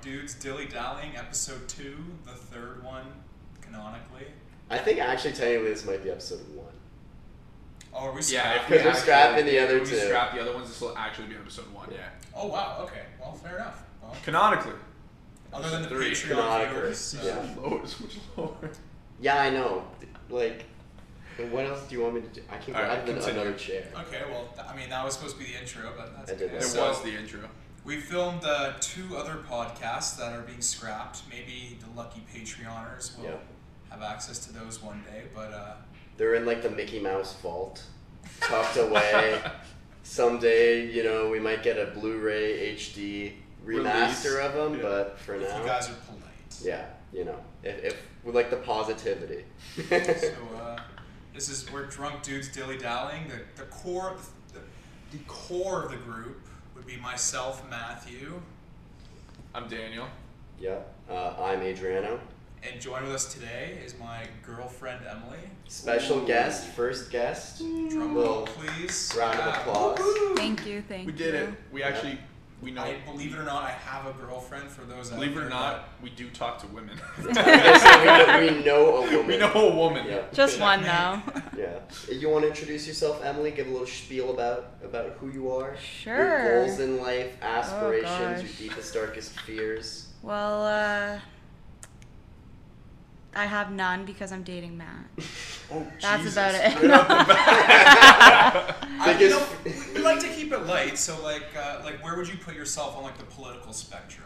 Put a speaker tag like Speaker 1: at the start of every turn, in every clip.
Speaker 1: Dudes Dilly Dallying, episode two, the third one, canonically.
Speaker 2: I think actually technically this might be episode one.
Speaker 1: Oh, are we
Speaker 3: Yeah,
Speaker 1: scrapped?
Speaker 3: if we
Speaker 2: Because we're scrapping the other
Speaker 3: if we
Speaker 2: two.
Speaker 3: scrap the other ones, this will actually be episode one. Yeah,
Speaker 1: Oh, wow, okay. Well, fair enough. Well,
Speaker 3: canonically.
Speaker 1: other than the
Speaker 3: Three.
Speaker 1: Patreon
Speaker 2: Canonically,
Speaker 1: viewers. so-
Speaker 2: yeah.
Speaker 3: Lower, switch lower.
Speaker 2: Yeah, I know. Like, what else do you want me to do? I can't
Speaker 3: All right,
Speaker 2: grab an-
Speaker 3: continue.
Speaker 2: another chair.
Speaker 1: Okay, well, th- I mean, that was supposed to be the intro, but that's
Speaker 2: I did
Speaker 1: okay.
Speaker 3: It
Speaker 2: that.
Speaker 1: So,
Speaker 3: was the intro.
Speaker 1: We filmed uh, two other podcasts that are being scrapped. Maybe the lucky Patreoners will
Speaker 2: Yeah.
Speaker 1: have access to those one day, but uh,
Speaker 2: They're in like the Mickey Mouse vault, tucked away. Someday, you know, we might get a Blu-ray HD remaster
Speaker 3: Release.
Speaker 2: of them,
Speaker 3: Yeah.
Speaker 2: but for
Speaker 1: if
Speaker 2: now,
Speaker 1: you guys are polite.
Speaker 2: yeah, you know, if, if we like the positivity.
Speaker 1: so uh, this is we're drunk dudes dilly dallying. The, the core, the, the core of the group would be myself, Matthew,
Speaker 3: I'm Daniel.
Speaker 2: yeah, uh, I'm Adriano.
Speaker 1: and joined with us today is my girlfriend Emily.
Speaker 2: Special
Speaker 3: Ooh.
Speaker 2: guest, first guest.
Speaker 1: Drum roll,
Speaker 2: Little
Speaker 1: please.
Speaker 2: round of
Speaker 1: Yeah.
Speaker 2: applause.
Speaker 1: Woo-hoo.
Speaker 4: Thank you, thank
Speaker 3: We did
Speaker 4: you.
Speaker 3: it. We
Speaker 2: Yeah.
Speaker 3: actually, we know.
Speaker 1: I believe it or not, I have a girlfriend. For those, out
Speaker 3: Believe it
Speaker 1: there
Speaker 3: or
Speaker 1: that-
Speaker 3: not, we do talk to women.
Speaker 2: Okay, so we, know, we know a woman.
Speaker 3: we know a woman.
Speaker 2: Yeah.
Speaker 4: Just one
Speaker 1: Checkmate.
Speaker 4: now.
Speaker 2: Yeah. You want to introduce yourself, Emily? Give a little spiel about about who you are, your
Speaker 4: Sure. Oh,
Speaker 2: goals in life, aspirations,
Speaker 4: gosh.
Speaker 2: your deepest, darkest fears.
Speaker 4: Well, uh, I have none because I'm dating Matt.
Speaker 3: Oh,
Speaker 4: That's
Speaker 3: Jesus.
Speaker 4: about it.
Speaker 3: Right off the bat.
Speaker 1: I, you know,
Speaker 2: Biggest-
Speaker 1: we- we like to keep it light. So, like, uh, like where would you put yourself on like the political spectrum?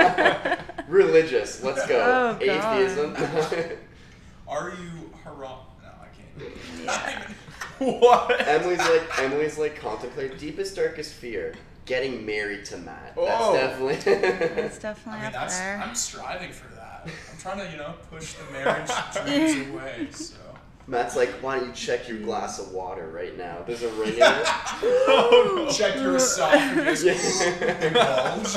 Speaker 2: Religious. Let's go.
Speaker 4: Oh, God.
Speaker 2: Atheism.
Speaker 1: Are you haram? No, I can't.
Speaker 3: what?
Speaker 2: Emily's like Emily's like contemplate deepest, darkest fear: getting married to Matt.
Speaker 3: Oh.
Speaker 2: That's definitely.
Speaker 4: That's definitely
Speaker 1: I mean,
Speaker 4: up
Speaker 1: that's
Speaker 4: there.
Speaker 1: I'm striving for that. I'm trying to, you know, push the marriage dreams away. So,
Speaker 2: Matt's like, why don't you check your glass of water right now? There's a ring in it.
Speaker 3: Oh,
Speaker 1: check your esophagus.
Speaker 2: Yeah.
Speaker 1: bulge.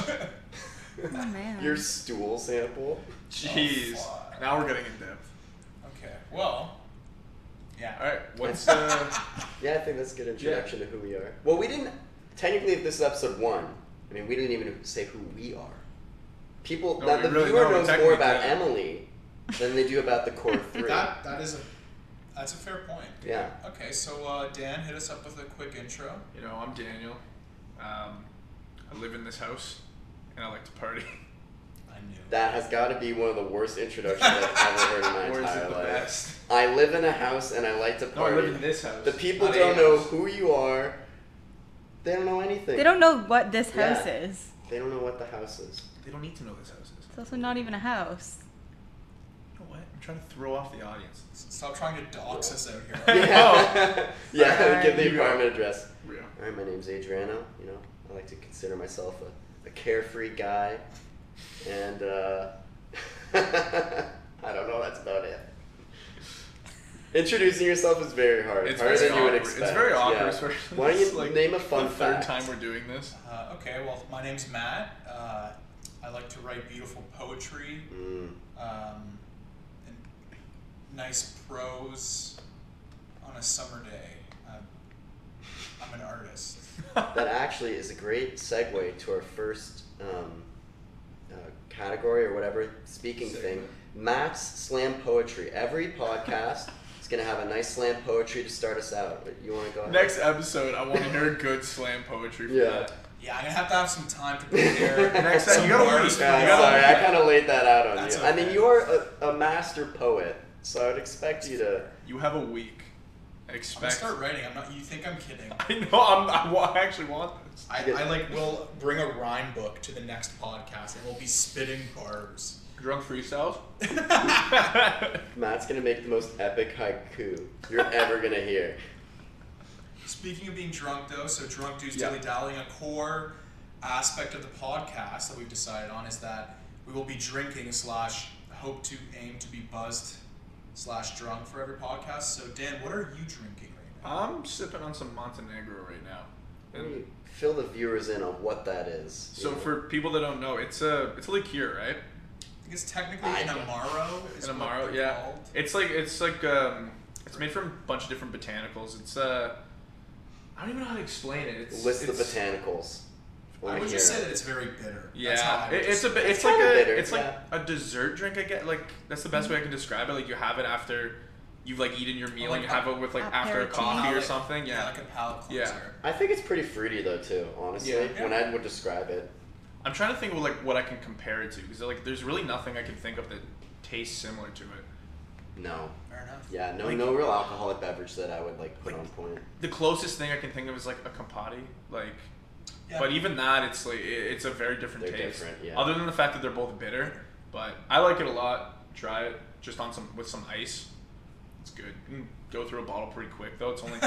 Speaker 4: oh, man.
Speaker 2: Your stool sample.
Speaker 3: no. Jeez.
Speaker 1: Oh, fuck.
Speaker 3: now we're getting in depth.
Speaker 1: okay. Well. Yeah.
Speaker 3: All right. What's uh?
Speaker 2: Yeah, I think that's a good introduction to who we are. Well, we didn't. Technically, if this is episode one, I mean, we didn't even say who we are. People,
Speaker 3: No,
Speaker 2: now,
Speaker 3: we
Speaker 2: the
Speaker 3: really
Speaker 2: viewer
Speaker 3: don't,
Speaker 2: knows more
Speaker 3: technically,
Speaker 2: about
Speaker 3: yeah.
Speaker 2: Emily than they do about the core three.
Speaker 1: That that is a that's a fair point.
Speaker 2: yeah.
Speaker 1: Okay, so uh, Dan, hit us up with a quick intro.
Speaker 3: You know, I'm Daniel. Um, I live in this house, and I like to party.
Speaker 1: I knew.
Speaker 2: That has got to be one of the worst introductions I've ever heard in my
Speaker 3: or is
Speaker 2: entire
Speaker 3: it the
Speaker 2: life.
Speaker 3: best?
Speaker 2: I live in a house and I like to
Speaker 3: No, I
Speaker 2: party.
Speaker 3: live in this house.
Speaker 2: the people
Speaker 3: not a
Speaker 2: don't know
Speaker 3: house.
Speaker 2: who you are. They don't know anything.
Speaker 4: they don't know what this
Speaker 2: Yeah.
Speaker 4: house is.
Speaker 2: They don't know what the house is.
Speaker 3: They don't need to know this house is.
Speaker 4: It's also not even a house.
Speaker 3: You know what? I'm trying to throw off the audience.
Speaker 1: Stop trying to dox us out here.
Speaker 2: Yeah. yeah.
Speaker 4: Sorry.
Speaker 2: Give the
Speaker 3: Oh. You go.
Speaker 2: apartment address.
Speaker 3: Real.
Speaker 2: All right, my name's Adriano. You know, I like to consider myself a, a carefree guy, and uh, I don't know. That's about it. Introducing yourself is very hard.
Speaker 3: It's
Speaker 2: harder
Speaker 3: very
Speaker 2: than you would
Speaker 3: awkward.
Speaker 2: expect.
Speaker 3: It's very awkward,
Speaker 2: yeah.
Speaker 3: especially
Speaker 2: Why don't
Speaker 3: it's
Speaker 2: you
Speaker 3: like
Speaker 2: name a fun
Speaker 3: the
Speaker 2: fact?
Speaker 3: third time we're doing this.
Speaker 1: Uh, okay, well, my name's Matt. Uh, I like to write beautiful poetry,
Speaker 2: Mm,
Speaker 1: um, and nice prose on a summer day. I'm, I'm an artist.
Speaker 2: that actually is a great segue to our first um, uh, category or whatever speaking thing.
Speaker 3: Segment.
Speaker 2: Matt's slam poetry. Every podcast is gonna have a nice slam poetry to start us out. You want to go ahead?
Speaker 3: Next episode, I want to hear good slam poetry. For
Speaker 2: Yeah.
Speaker 3: That.
Speaker 1: Yeah, I'm gonna have to have some time to prepare.
Speaker 3: Next time,
Speaker 1: some
Speaker 3: you gotta
Speaker 1: bars
Speaker 3: wait.
Speaker 1: for
Speaker 2: Yeah,
Speaker 1: you.
Speaker 2: I'm sorry, I kind of laid that out on
Speaker 1: That's
Speaker 2: you. I mean,
Speaker 1: okay.
Speaker 2: you're a, a master poet, so I would expect you to.
Speaker 3: You have a week.
Speaker 1: I'm gonna
Speaker 3: Expect.
Speaker 1: start writing. I'm not. You think I'm kidding?
Speaker 3: I know. I'm, I, wa- I actually want this.
Speaker 1: I, I like will bring a rhyme book to the next podcast, and we'll be spitting bars.
Speaker 3: Drunk freestyles.
Speaker 2: Matt's gonna make the most epic haiku you're ever gonna hear.
Speaker 1: Speaking of being drunk, though, so drunk dudes
Speaker 3: Yeah.
Speaker 1: dilly dallying. A core aspect of the podcast that we've decided on is that we will be drinking slash hope to aim to be buzzed slash drunk for every podcast. So Dan, what are you drinking right now?
Speaker 3: I'm sipping on some Montenegro right now.
Speaker 2: Let me
Speaker 3: And
Speaker 2: Fill the viewers in on what that is. you
Speaker 3: so
Speaker 2: know.
Speaker 3: for people that don't know, it's a it's a liqueur, right?
Speaker 1: I think it's technically
Speaker 2: I
Speaker 1: an
Speaker 2: don't-
Speaker 1: amaro. Is
Speaker 3: An
Speaker 1: what
Speaker 3: amaro,
Speaker 1: they're
Speaker 3: yeah.
Speaker 1: called.
Speaker 3: It's like it's like um, it's made from a bunch of different botanicals. It's uh, I don't even know how to explain it. It's
Speaker 2: list the
Speaker 3: it's-
Speaker 2: botanicals. Wanna
Speaker 1: I would
Speaker 2: hear
Speaker 1: just
Speaker 2: it.
Speaker 1: say that it's very bitter. That's how
Speaker 3: Yeah,
Speaker 1: I would
Speaker 3: it, it's
Speaker 1: just-
Speaker 3: a bit.
Speaker 2: It's
Speaker 3: It's, like a.
Speaker 2: kinda bitter,
Speaker 3: it's like
Speaker 2: yeah.
Speaker 3: a dessert drink. I get like that's the best way I can describe it. Like you have it after you've like eaten your meal
Speaker 1: Oh, Like
Speaker 3: and you
Speaker 1: a-
Speaker 3: have it with like after a
Speaker 4: aperitif.
Speaker 3: coffee or
Speaker 1: palate-
Speaker 3: something. Yeah,
Speaker 1: like a palate
Speaker 3: Yeah.
Speaker 1: cleanser.
Speaker 2: I think it's pretty fruity though too. Honestly,
Speaker 3: Yeah.
Speaker 2: when I would describe it,
Speaker 3: I'm trying to think of like what I can compare it to because like there's really nothing I can think of that tastes similar to it.
Speaker 2: no.
Speaker 1: Fair enough.
Speaker 2: Yeah, no,
Speaker 3: Like-
Speaker 2: no real alcoholic beverage that I would like put
Speaker 3: Like-
Speaker 2: on point.
Speaker 3: The closest thing I can think of is like a Campari, like.
Speaker 1: Yeah.
Speaker 3: But even that, it's like it, it's a very different
Speaker 2: They're
Speaker 3: taste.
Speaker 2: different, yeah.
Speaker 3: Other than the fact that they're both bitter, but I like it a lot. Try it just on some with some ice. It's good. You can go through a bottle pretty quick though. It's only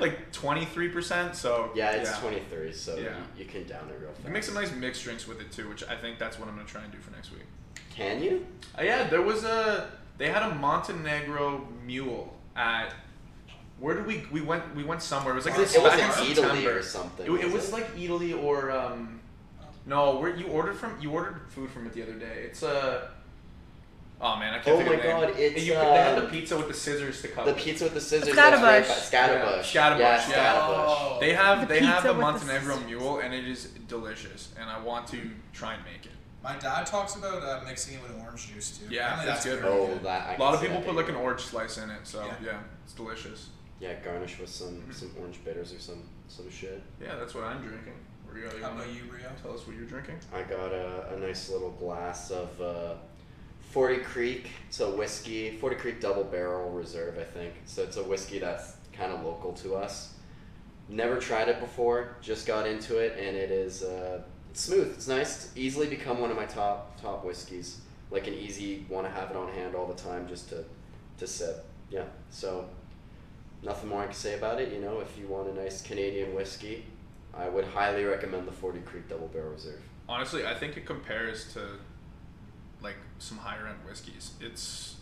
Speaker 3: like twenty three percent. So
Speaker 2: Yeah, it's 23, so
Speaker 3: Yeah.
Speaker 2: you, you can down it real
Speaker 3: You
Speaker 2: fast.
Speaker 3: can make some nice mixed drinks with it too, which I think that's what I'm gonna try and do for next week.
Speaker 2: Can you?
Speaker 3: Uh, yeah, there was a. They had a Montenegro mule at. Where did we we went we went somewhere? It was like
Speaker 1: It was-
Speaker 3: this
Speaker 1: it was
Speaker 3: back
Speaker 1: in
Speaker 3: in
Speaker 2: Italy
Speaker 3: September.
Speaker 2: or something,
Speaker 3: It, it
Speaker 2: was
Speaker 3: was,
Speaker 2: it?
Speaker 3: like Italy or um, no, where you ordered from you ordered food from it the other day. It's a. Oh man, I can't
Speaker 2: Oh
Speaker 3: think of
Speaker 2: my
Speaker 3: the name.
Speaker 2: God, it's,
Speaker 3: you, they had
Speaker 2: um,
Speaker 3: the pizza with the scissors to cut.
Speaker 2: The
Speaker 3: it.
Speaker 2: pizza with the scissors.
Speaker 4: Scatterbush.
Speaker 2: That's right, Scatterbush.
Speaker 3: Yeah, Scatterbush,
Speaker 2: Yeah,
Speaker 3: yeah. Oh.
Speaker 2: Scatterbush.
Speaker 3: They have
Speaker 4: The
Speaker 3: they have
Speaker 4: pizza
Speaker 3: the
Speaker 4: with the
Speaker 3: Montenegro
Speaker 4: scissors.
Speaker 3: mule and it is delicious and I want to try and make it.
Speaker 1: My dad talks about uh, mixing it with orange juice too.
Speaker 3: Yeah,
Speaker 1: Apparently
Speaker 3: that's good.
Speaker 1: very
Speaker 2: Oh, that. I
Speaker 3: A lot
Speaker 2: can
Speaker 3: of
Speaker 2: see
Speaker 3: people
Speaker 2: that
Speaker 3: put
Speaker 2: being
Speaker 3: like an orange slice in it, so
Speaker 1: Yeah.
Speaker 3: yeah it's delicious.
Speaker 2: Yeah, garnish with some some orange bitters or some some shit.
Speaker 3: Yeah, that's what I'm drinking. Rio, you
Speaker 1: How
Speaker 3: wanna
Speaker 1: about you, Rio?
Speaker 3: tell us what you're drinking?
Speaker 2: I got a, a nice little glass of uh, Forty Creek. It's a whiskey, Forty Creek Double Barrel Reserve, I think. So it's a whiskey that's kind of local to us. Never tried it before. Just got into it, and it is uh, it's smooth. It's nice. It's easily become one of my top top whiskeys. Like an easy want to have it on hand all the time, just to to sip. Yeah. So nothing more I can say about it. You know, if you want a nice Canadian whiskey, I would highly recommend the Forty Creek Double Barrel Reserve.
Speaker 3: Honestly, I think it compares to like some higher end whiskeys. It's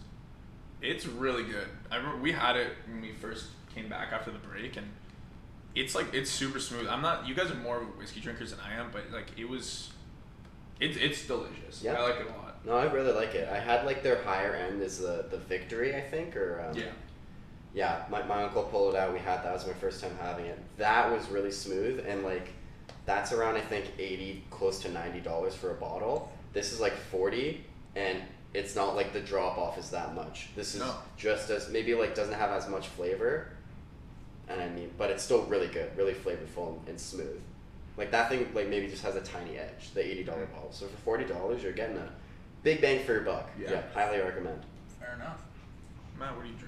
Speaker 3: it's really good. I remember we had it when we first came back after the break, and it's like it's super smooth. I'm not. You guys are more whiskey drinkers than I am, but like it was, it's it's delicious.
Speaker 2: Yeah.
Speaker 3: I like it a lot.
Speaker 2: No, I really like it. I had like their higher end is the the victory, I think, or um,
Speaker 3: Yeah,
Speaker 2: yeah. My my uncle pulled it out. We had that was my first time having it. That was really smooth and like that's around I think eighty, close to ninety dollars for a bottle. This is like forty, and it's not like the drop off is that much. This is
Speaker 3: No.
Speaker 2: just as maybe like doesn't have as much flavor, and I mean, but it's still really good, really flavorful and, and smooth. Like that thing, like maybe just has a tiny edge. The eighty
Speaker 3: Mm.
Speaker 2: dollar bottle. So for forty dollars, you're getting a big bang for your buck.
Speaker 3: Yeah.
Speaker 2: highly recommend.
Speaker 1: Fair enough.
Speaker 3: Matt, what are you drinking?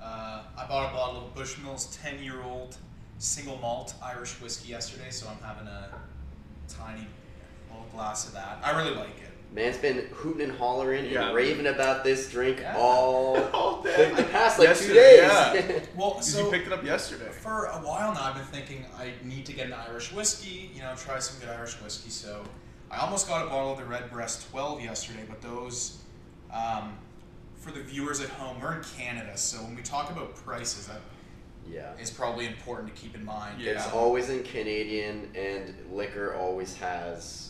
Speaker 1: Uh, I bought a bottle of Bushmills 10 year old single malt Irish whiskey yesterday, so I'm having a tiny little glass of that. I really like it.
Speaker 2: Man's been hooting and hollering
Speaker 3: Yeah.
Speaker 2: and raving about this drink
Speaker 1: Yeah.
Speaker 2: all
Speaker 3: All
Speaker 2: the,
Speaker 3: day.
Speaker 2: the past like two
Speaker 3: Yesterday,
Speaker 2: days.
Speaker 3: yeah.
Speaker 1: Well,
Speaker 3: 'Cause
Speaker 1: so
Speaker 3: you picked it up yesterday.
Speaker 1: for a while now, I've been thinking I need to get an Irish whiskey, you know, try some good Irish whiskey. So I almost got a bottle of the Redbreast 12 yesterday, but those, um, for the viewers at home, we're in Canada, so when we talk about prices, that
Speaker 2: Yeah.
Speaker 1: is probably important to keep in mind.
Speaker 3: Yeah.
Speaker 2: It's always in Canadian, and liquor always has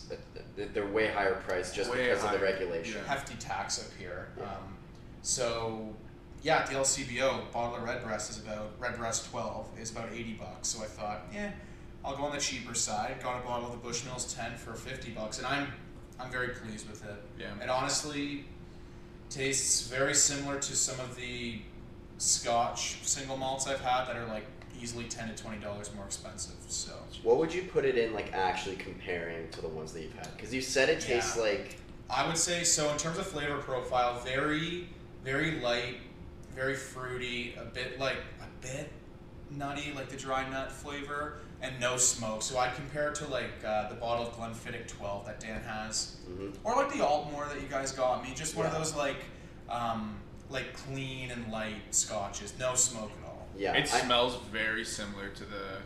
Speaker 2: they're way higher priced just
Speaker 3: Way
Speaker 2: because of the
Speaker 3: higher,
Speaker 2: regulation.
Speaker 1: hefty tax up here.
Speaker 2: Yeah.
Speaker 1: Um, so yeah, the LCBO bottle of Redbreast is about Redbreast 12 is about 80 bucks. So I thought, yeah, I'll go on the cheaper side. Got a bottle of the Bushmills 10 for 50 bucks, and I'm I'm very pleased with it.
Speaker 3: Yeah.
Speaker 1: It honestly tastes very similar to some of the Scotch single malts I've had that are like easily 10 to 20 dollars more expensive. So
Speaker 2: What would you put it in, like actually comparing to the ones that you've had? Because you said it tastes
Speaker 1: Yeah.
Speaker 2: like
Speaker 1: I would say so in terms of flavor profile, very, very light, very fruity, a bit like a bit nutty, like the dry nut flavor, and no smoke. So I'd compare it to like uh, the bottle of Glenfiddich 12 that Dan has,
Speaker 2: mhm,
Speaker 1: or like the Altmore that you guys got me. Just one
Speaker 2: Yeah.
Speaker 1: of those like, um, like clean and light scotches, no smoke at all.
Speaker 2: yeah.
Speaker 3: It
Speaker 2: I-
Speaker 3: smells very similar to the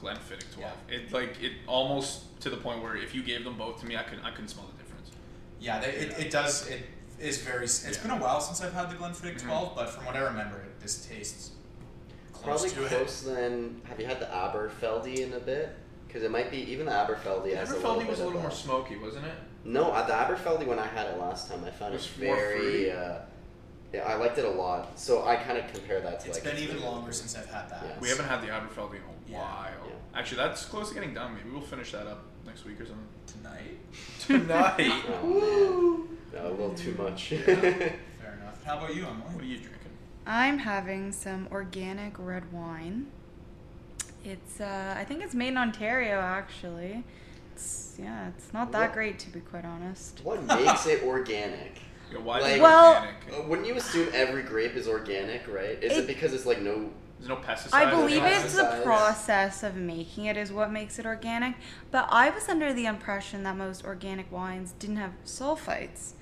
Speaker 3: Glenfiddich 12. It like it almost to the point where if you gave them both to me, I could I couldn't smell the difference.
Speaker 1: Yeah, they, it, it does. It is very. s- It's
Speaker 3: Yeah.
Speaker 1: been a while since I've had the Glenfiddich
Speaker 3: Mhm.
Speaker 1: 12, but from what I remember, it this tastes close
Speaker 2: Probably
Speaker 1: to it.
Speaker 2: close. Then have you had the Aberfeldy in a bit? Because it might be even the Aberfeldy. has a little
Speaker 3: Aberfeldy was
Speaker 2: bit
Speaker 3: a little
Speaker 2: of
Speaker 3: more smoky, wasn't it?
Speaker 2: No, uh, the Aberfeldy when I had it last time, I found it,
Speaker 3: It's more
Speaker 2: very.
Speaker 3: fruity.
Speaker 2: Uh, yeah, I liked it a lot. So I kind of compare that to
Speaker 1: It's
Speaker 2: like.
Speaker 1: been even longer since I've had that.
Speaker 2: Yeah.
Speaker 3: We haven't had the Aberfeldy in a
Speaker 1: Yeah.
Speaker 3: while.
Speaker 2: Yeah.
Speaker 3: Actually, that's close to getting done. Maybe we'll finish that up next week or something.
Speaker 1: Tonight?
Speaker 3: Tonight.
Speaker 2: Oh, man. No, a little too much.
Speaker 1: Yeah. Fair enough. How about you,
Speaker 3: what are
Speaker 1: Emily?
Speaker 3: you drinking?
Speaker 4: I'm having some organic red wine. It's uh, I think it's made in Ontario actually. It's yeah, it's not that
Speaker 2: What-
Speaker 4: great to be quite honest.
Speaker 2: what makes it organic?
Speaker 3: Yeah, why is
Speaker 2: Like-
Speaker 3: it
Speaker 4: Well-
Speaker 3: organic?
Speaker 2: Uh, Wouldn't you assume every grape is organic, right? Is it,
Speaker 4: It-
Speaker 2: because it's like no?
Speaker 3: There's no pesticides.
Speaker 4: I believe
Speaker 2: it.
Speaker 4: it's the
Speaker 2: Pesticides.
Speaker 4: process of making it is what makes it organic, but I was under the impression that most organic wines didn't have sulfites.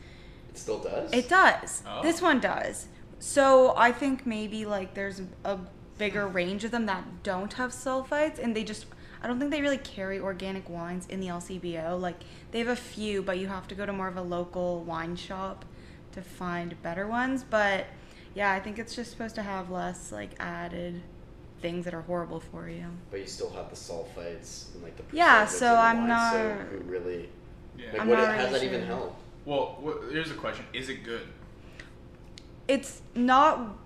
Speaker 2: It still does.
Speaker 4: It does.
Speaker 3: Oh.
Speaker 4: This one does. So I think maybe like there's a bigger range of them that don't have sulfites, and they just I don't think they really carry organic wines in the LCBO. Like they have a few, but you have to go to more of a local wine shop to find better ones. But yeah, I think it's just supposed to have less like added things that are horrible for you.
Speaker 2: But you still have the sulfites and like the.
Speaker 4: Yeah,
Speaker 2: preservatives
Speaker 4: so
Speaker 2: in the
Speaker 4: I'm
Speaker 2: wine,
Speaker 4: not-
Speaker 2: So who really? Like,
Speaker 3: Yeah.
Speaker 4: I'm
Speaker 2: what?
Speaker 4: not
Speaker 2: how does
Speaker 4: really
Speaker 2: that even
Speaker 4: sure.
Speaker 2: help?
Speaker 3: Well, wh- here's a question: Is it good?
Speaker 4: It's not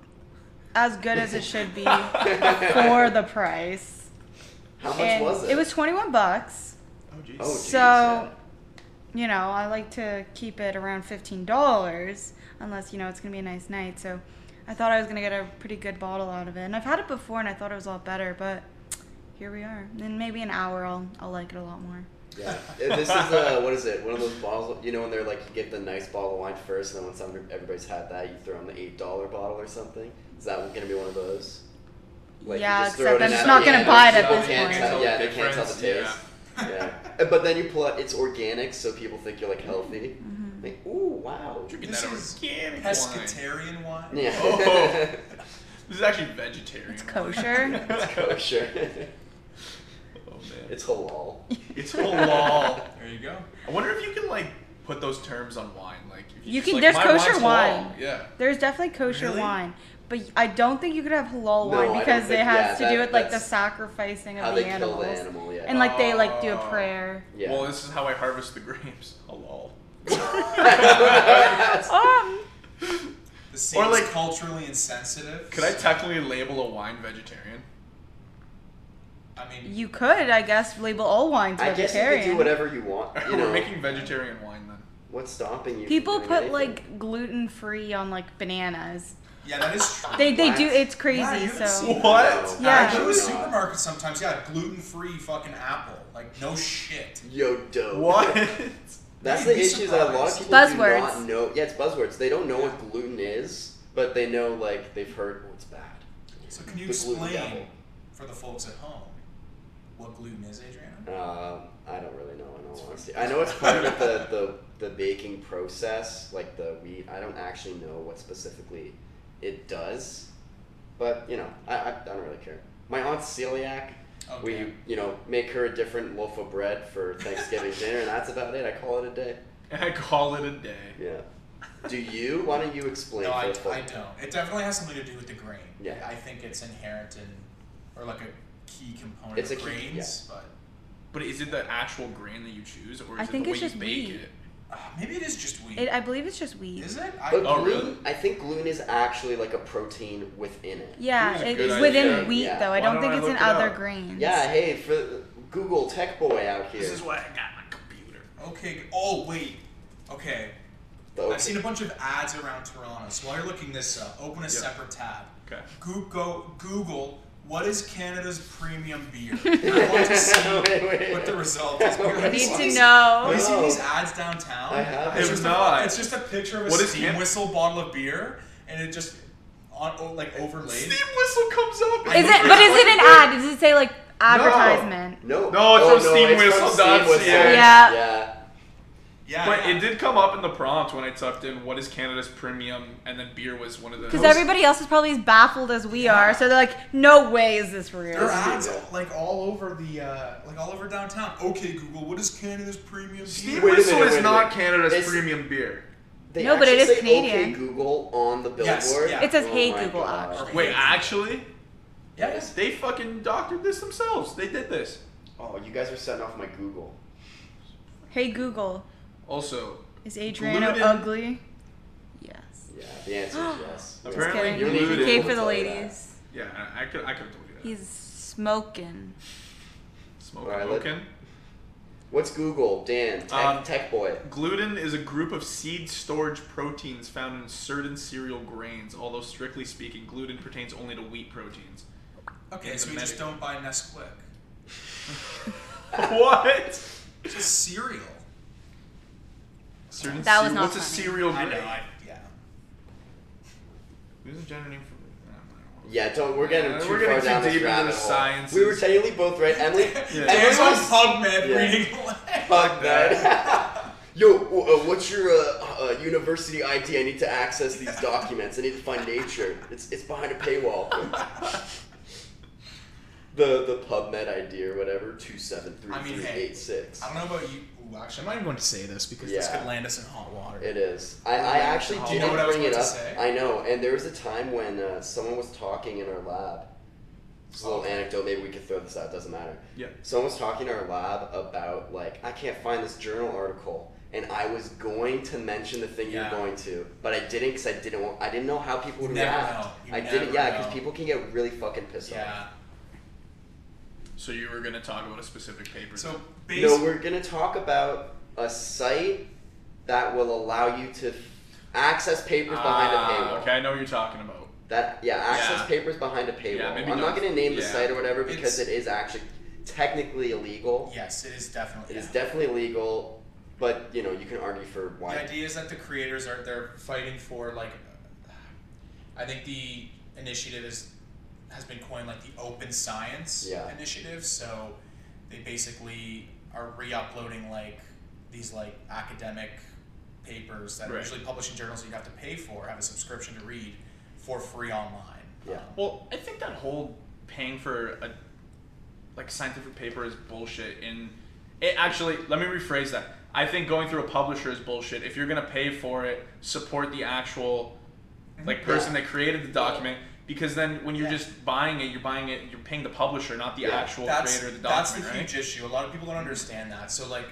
Speaker 4: as good as it should be for the price.
Speaker 2: How much
Speaker 4: And
Speaker 2: was it?
Speaker 4: It was twenty one bucks.
Speaker 3: Oh jeez.
Speaker 2: Oh, geez,
Speaker 4: So-
Speaker 2: yeah.
Speaker 4: you know, I like to keep it around fifteen dollars unless you know it's gonna be a nice night. So I thought I was gonna get a pretty good bottle out of it, and I've had it before, and I thought it was a lot better, but here we are. In maybe an hour, I'll I'll like it a lot more.
Speaker 2: Yeah, Uh, this is uh, what is it? One of those bottles, you know, when they're like you get the nice bottle of wine first, and then once every- everybody's had that, you throw in the eight dollar bottle or something. Is that gonna be one of those? you
Speaker 4: Yeah,
Speaker 2: just throw
Speaker 4: except
Speaker 2: in
Speaker 4: I'm
Speaker 2: at
Speaker 4: just
Speaker 2: the
Speaker 4: not gonna
Speaker 2: end,
Speaker 4: buy it
Speaker 2: so
Speaker 4: at
Speaker 2: they
Speaker 4: this
Speaker 2: can't
Speaker 4: point.
Speaker 2: tell- yeah, they
Speaker 3: Can't
Speaker 2: can't
Speaker 3: tell
Speaker 2: tell the
Speaker 3: the difference,
Speaker 2: taste. Yeah. Uh, but then you plug. It's organic, so people think you're like
Speaker 4: Mm-hmm.
Speaker 2: healthy. Like, ooh, wow.
Speaker 3: Drinking
Speaker 1: This
Speaker 3: that
Speaker 1: is
Speaker 3: organic wine.
Speaker 1: Pescatarian wine?
Speaker 2: Yeah.
Speaker 3: Oh. This is actually vegetarian.
Speaker 4: It's
Speaker 3: wine.
Speaker 4: kosher.
Speaker 2: it's kosher.
Speaker 3: Oh man.
Speaker 2: it's halal.
Speaker 3: It's halal.
Speaker 1: There you go.
Speaker 3: I wonder if you can like put those terms on wine. Like if
Speaker 4: You
Speaker 3: just,
Speaker 4: can-
Speaker 3: like,
Speaker 4: there's
Speaker 3: my
Speaker 4: kosher
Speaker 3: wine's halal.
Speaker 4: wine.
Speaker 3: Yeah.
Speaker 4: There's definitely kosher
Speaker 1: Really?
Speaker 4: wine, but I don't think you could have halal
Speaker 2: No, I
Speaker 4: wine
Speaker 2: don't
Speaker 4: because
Speaker 2: think-
Speaker 4: it has
Speaker 2: yeah,
Speaker 4: to do
Speaker 2: that-
Speaker 4: with like the
Speaker 2: that's
Speaker 4: sacrificing
Speaker 2: How
Speaker 4: of
Speaker 2: they
Speaker 4: the
Speaker 2: kill
Speaker 4: animals,
Speaker 2: the animal? Yeah.
Speaker 4: and like they like do a
Speaker 3: Oh.
Speaker 4: prayer.
Speaker 2: yeah.
Speaker 3: Well, this is how I harvest the grapes. Halal.
Speaker 4: Um,
Speaker 1: This seems
Speaker 3: like-
Speaker 1: culturally insensitive.
Speaker 3: Could I technically label a wine vegetarian?
Speaker 1: I mean,
Speaker 4: you could, I guess, label all wines
Speaker 2: I guess you
Speaker 4: vegetarian.
Speaker 2: can do whatever you want. You know,
Speaker 3: We're making vegetarian wine then.
Speaker 2: what's stopping you? from
Speaker 4: People
Speaker 2: doing
Speaker 4: put
Speaker 2: anything?
Speaker 4: like gluten free on like bananas.
Speaker 1: yeah, that is true.
Speaker 4: They they do.
Speaker 2: What?
Speaker 4: It's
Speaker 1: Yeah,
Speaker 4: crazy.
Speaker 1: you haven't
Speaker 4: so
Speaker 1: seen that.
Speaker 3: What?
Speaker 4: Yeah.
Speaker 1: I go to
Speaker 2: Actually
Speaker 1: the
Speaker 2: not.
Speaker 1: supermarket sometimes. Yeah, gluten-free fucking apple. Like no shit.
Speaker 2: Yo, dope.
Speaker 3: What?
Speaker 2: That's
Speaker 1: You'd
Speaker 2: the
Speaker 1: be
Speaker 2: issue is that a lot of
Speaker 1: surprised.
Speaker 2: people do
Speaker 4: Buzzwords.
Speaker 2: not know. Yeah, it's buzzwords. They don't know what gluten is, but they know like they've heard oh, it's bad.
Speaker 1: So can you
Speaker 2: The gluten
Speaker 1: explain
Speaker 2: devil.
Speaker 1: for the folks at home what gluten is, Adriana?
Speaker 2: Um, I don't really know in all honesty. I know it's part of the, the, the baking process, like the wheat. I don't actually know what specifically it does, but you know, I, I, I don't really care. My aunt's celiac.
Speaker 1: Okay.
Speaker 2: We you know make her a different loaf of bread for Thanksgiving dinner, and that's about it. I call it a day.
Speaker 3: And I call it a day.
Speaker 2: Yeah. Do you? Why don't you explain?
Speaker 1: No,
Speaker 2: for
Speaker 1: I,
Speaker 2: the folk?
Speaker 1: I don't. It definitely has something to do with the grain.
Speaker 2: Yeah.
Speaker 1: I think it's inherent in, or like a key component
Speaker 2: It's
Speaker 1: of
Speaker 2: a key-
Speaker 1: grains,
Speaker 3: But is it the actual grain that you choose, or is
Speaker 4: I think
Speaker 3: it the
Speaker 4: it's
Speaker 3: way
Speaker 4: just
Speaker 3: you bake
Speaker 4: wheat.
Speaker 3: it?
Speaker 1: but uh, maybe it is just wheat.
Speaker 4: it, I believe it's just wheat.
Speaker 1: is it? I,
Speaker 2: But gluten,
Speaker 3: Oh, really?
Speaker 2: I think gluten is actually like a protein within it.
Speaker 4: Yeah,
Speaker 3: That's a
Speaker 4: it-
Speaker 3: good
Speaker 4: it's within
Speaker 2: idea.
Speaker 4: wheat
Speaker 2: Yeah.
Speaker 4: though. I
Speaker 3: Why
Speaker 4: don't
Speaker 3: don't
Speaker 4: think
Speaker 3: I
Speaker 4: it's in
Speaker 3: look it
Speaker 4: other
Speaker 3: up?
Speaker 4: grains.
Speaker 2: Yeah, hey, for Google tech boy out here.
Speaker 3: This is why I got my computer.
Speaker 1: Okay. Oh wait. Okay.
Speaker 2: The open-
Speaker 1: I've seen a bunch of ads around Toronto. So while you're looking this up, open a separate tab.
Speaker 3: Okay.
Speaker 1: Google, Google, what is Canada's premium beer? I want to see
Speaker 2: Wait, wait.
Speaker 1: what the result is.
Speaker 2: I
Speaker 4: I
Speaker 1: Have you
Speaker 2: need
Speaker 4: need
Speaker 1: seen
Speaker 4: to
Speaker 1: these- Have
Speaker 4: know.
Speaker 1: you seen
Speaker 2: No.
Speaker 1: these ads downtown?
Speaker 2: I have.
Speaker 1: It's
Speaker 3: It's
Speaker 1: just
Speaker 3: not.
Speaker 1: A, it's just a picture of a
Speaker 3: What is
Speaker 1: steam
Speaker 3: Can-
Speaker 1: whistle bottle of beer, and it just on oh, like overlaid.
Speaker 3: Steam whistle comes up.
Speaker 1: I
Speaker 4: Is
Speaker 1: know
Speaker 4: it? But is it an ad? Does it say like advertisement?
Speaker 2: No.
Speaker 3: No, it's
Speaker 2: oh,
Speaker 3: from
Speaker 2: no,
Speaker 3: Steam
Speaker 2: it's from
Speaker 3: Whistle
Speaker 2: Steam
Speaker 3: dot
Speaker 2: Whistle.
Speaker 3: ca.
Speaker 4: Yeah.
Speaker 2: Yeah.
Speaker 1: Yeah.
Speaker 3: But
Speaker 1: yeah.
Speaker 3: it did come up in the prompt when I typed in what is Canada's premium, and then beer was one of the.
Speaker 4: Because everybody else is probably as baffled as we are, so they're like, "No way is this
Speaker 1: There are
Speaker 4: real."
Speaker 1: ads
Speaker 2: Yeah.
Speaker 1: like all over the uh, like all over downtown. Okay, Google, what is Canada's premium
Speaker 3: Steam
Speaker 1: beer?
Speaker 2: Wait a
Speaker 3: Whistle
Speaker 2: minute, wait
Speaker 3: is
Speaker 2: a
Speaker 3: not
Speaker 2: minute.
Speaker 3: Canada's
Speaker 2: It's-
Speaker 3: premium beer.
Speaker 2: They
Speaker 4: No, but
Speaker 2: actually
Speaker 4: it is
Speaker 2: say Okay,
Speaker 4: Canadian.
Speaker 2: Google on the
Speaker 1: Yes,
Speaker 2: billboard.
Speaker 1: yeah.
Speaker 4: It says,
Speaker 2: Oh
Speaker 4: "Hey
Speaker 2: my
Speaker 4: Google,"
Speaker 2: God.
Speaker 4: actually.
Speaker 3: Wait, actually,
Speaker 1: Yeah, yeah.
Speaker 3: they fucking doctored this themselves. They did this.
Speaker 2: Oh, you guys are setting off my Google.
Speaker 4: Hey Google,
Speaker 3: Also,
Speaker 4: is Adriano
Speaker 3: Gluten-
Speaker 4: ugly? Yes.
Speaker 2: Yeah, the answer is yes.
Speaker 4: Just
Speaker 3: Apparently
Speaker 4: kidding.
Speaker 3: You're gluten.
Speaker 4: Okay for the
Speaker 2: We'll tell you that.
Speaker 4: ladies.
Speaker 3: yeah, I, I could I could have told you that.
Speaker 4: He's smoking.
Speaker 3: Smoking,
Speaker 2: Alright, let-
Speaker 3: smoking.
Speaker 2: What's Google? Dan, tech,
Speaker 3: Um,
Speaker 2: tech boy.
Speaker 3: Gluten is a group of seed storage proteins found in certain cereal grains, although strictly speaking, gluten pertains only to wheat proteins.
Speaker 1: Okay,
Speaker 3: It's
Speaker 1: so
Speaker 3: a
Speaker 1: we just
Speaker 3: medic-
Speaker 1: don't buy Nesquik.
Speaker 3: what?
Speaker 1: It's just cereal.
Speaker 3: Certain
Speaker 4: That
Speaker 3: cere-
Speaker 4: was not
Speaker 3: What's a
Speaker 4: funny.
Speaker 2: Oh,
Speaker 3: cereal
Speaker 1: I
Speaker 3: grain?
Speaker 1: know. I, yeah.
Speaker 3: There's a general name for. I don't know.
Speaker 2: Yeah, don't. We're getting
Speaker 3: Uh,
Speaker 2: too
Speaker 3: we're
Speaker 2: far
Speaker 3: getting too
Speaker 2: down
Speaker 3: deep
Speaker 2: this
Speaker 3: into
Speaker 2: rabbit
Speaker 3: the
Speaker 2: hole.
Speaker 3: sciences.
Speaker 2: We were totally both right, Emily.
Speaker 3: Yeah.
Speaker 2: Emily
Speaker 1: Dan's on
Speaker 2: was-
Speaker 1: PubMed
Speaker 2: Yeah.
Speaker 1: reading.
Speaker 2: Fuck
Speaker 3: that.
Speaker 2: that. Yo, w- uh, what's your uh, uh, university ID? I need to access these documents. I need to find nature. It's it's behind a paywall. the the PubMed ID or whatever two seven three
Speaker 1: I mean,
Speaker 2: three
Speaker 1: hey,
Speaker 2: eight six.
Speaker 1: I don't know about you. Ooh, actually, I'm not even going to say this because this
Speaker 2: Yeah.
Speaker 1: could land us in hot water.
Speaker 2: It is. I, I actually
Speaker 3: You know
Speaker 2: didn't
Speaker 1: what I was
Speaker 2: bring it
Speaker 1: about
Speaker 2: up.
Speaker 1: to say?
Speaker 2: I know. And there was a time when uh, someone was talking in our lab. It's a little anecdote. Maybe we could throw this out. Doesn't matter.
Speaker 3: Yeah.
Speaker 2: Someone was talking in our lab about like I can't find this journal article, and I was going to mention the thing
Speaker 1: Yeah.
Speaker 2: you're going to, but I didn't because I didn't want. I didn't know how people would
Speaker 1: You never
Speaker 2: react.
Speaker 1: know. You
Speaker 2: I
Speaker 1: never
Speaker 2: didn't. Yeah, because
Speaker 1: know.
Speaker 2: people can get really fucking pissed off.
Speaker 1: yeah.
Speaker 3: So you were gonna talk about a specific paper.
Speaker 1: So
Speaker 2: You
Speaker 1: basically,
Speaker 2: know, we're gonna talk about a site that will allow you to f- access papers behind a
Speaker 3: Ah,
Speaker 2: paywall.
Speaker 3: Okay, I know what you're talking about.
Speaker 2: That yeah, access
Speaker 3: Yeah.
Speaker 2: papers behind a paywall.
Speaker 3: Yeah, maybe
Speaker 2: I'm not
Speaker 3: don't-
Speaker 2: gonna name the
Speaker 3: yeah.
Speaker 2: site or whatever because
Speaker 1: It's-
Speaker 2: it is actually technically illegal.
Speaker 1: yes, it is definitely.
Speaker 2: It is
Speaker 1: yeah.
Speaker 2: definitely illegal, but you know you can argue for why.
Speaker 1: The idea is that the creators are they're fighting for like. I think the initiative is has been coined like the open science
Speaker 2: Yeah.
Speaker 1: initiative. So they basically are re-uploading like these like academic papers that are
Speaker 3: Right.
Speaker 1: usually published in journals that you have to pay for, have a subscription to read for free online.
Speaker 2: Yeah.
Speaker 1: Um,
Speaker 3: Well, I think that whole paying for a like scientific paper is bullshit. And it actually, let me rephrase that. I think going through a publisher is bullshit. If you're gonna pay for it, support the actual like person that created the document. Because then, when you're
Speaker 1: Yeah.
Speaker 3: just buying it, you're buying it. You're paying the publisher, not the
Speaker 2: Yeah.
Speaker 3: actual
Speaker 1: that's,
Speaker 3: creator of the
Speaker 1: that's the
Speaker 3: document, right?
Speaker 1: huge issue. A lot of people don't understand that. So like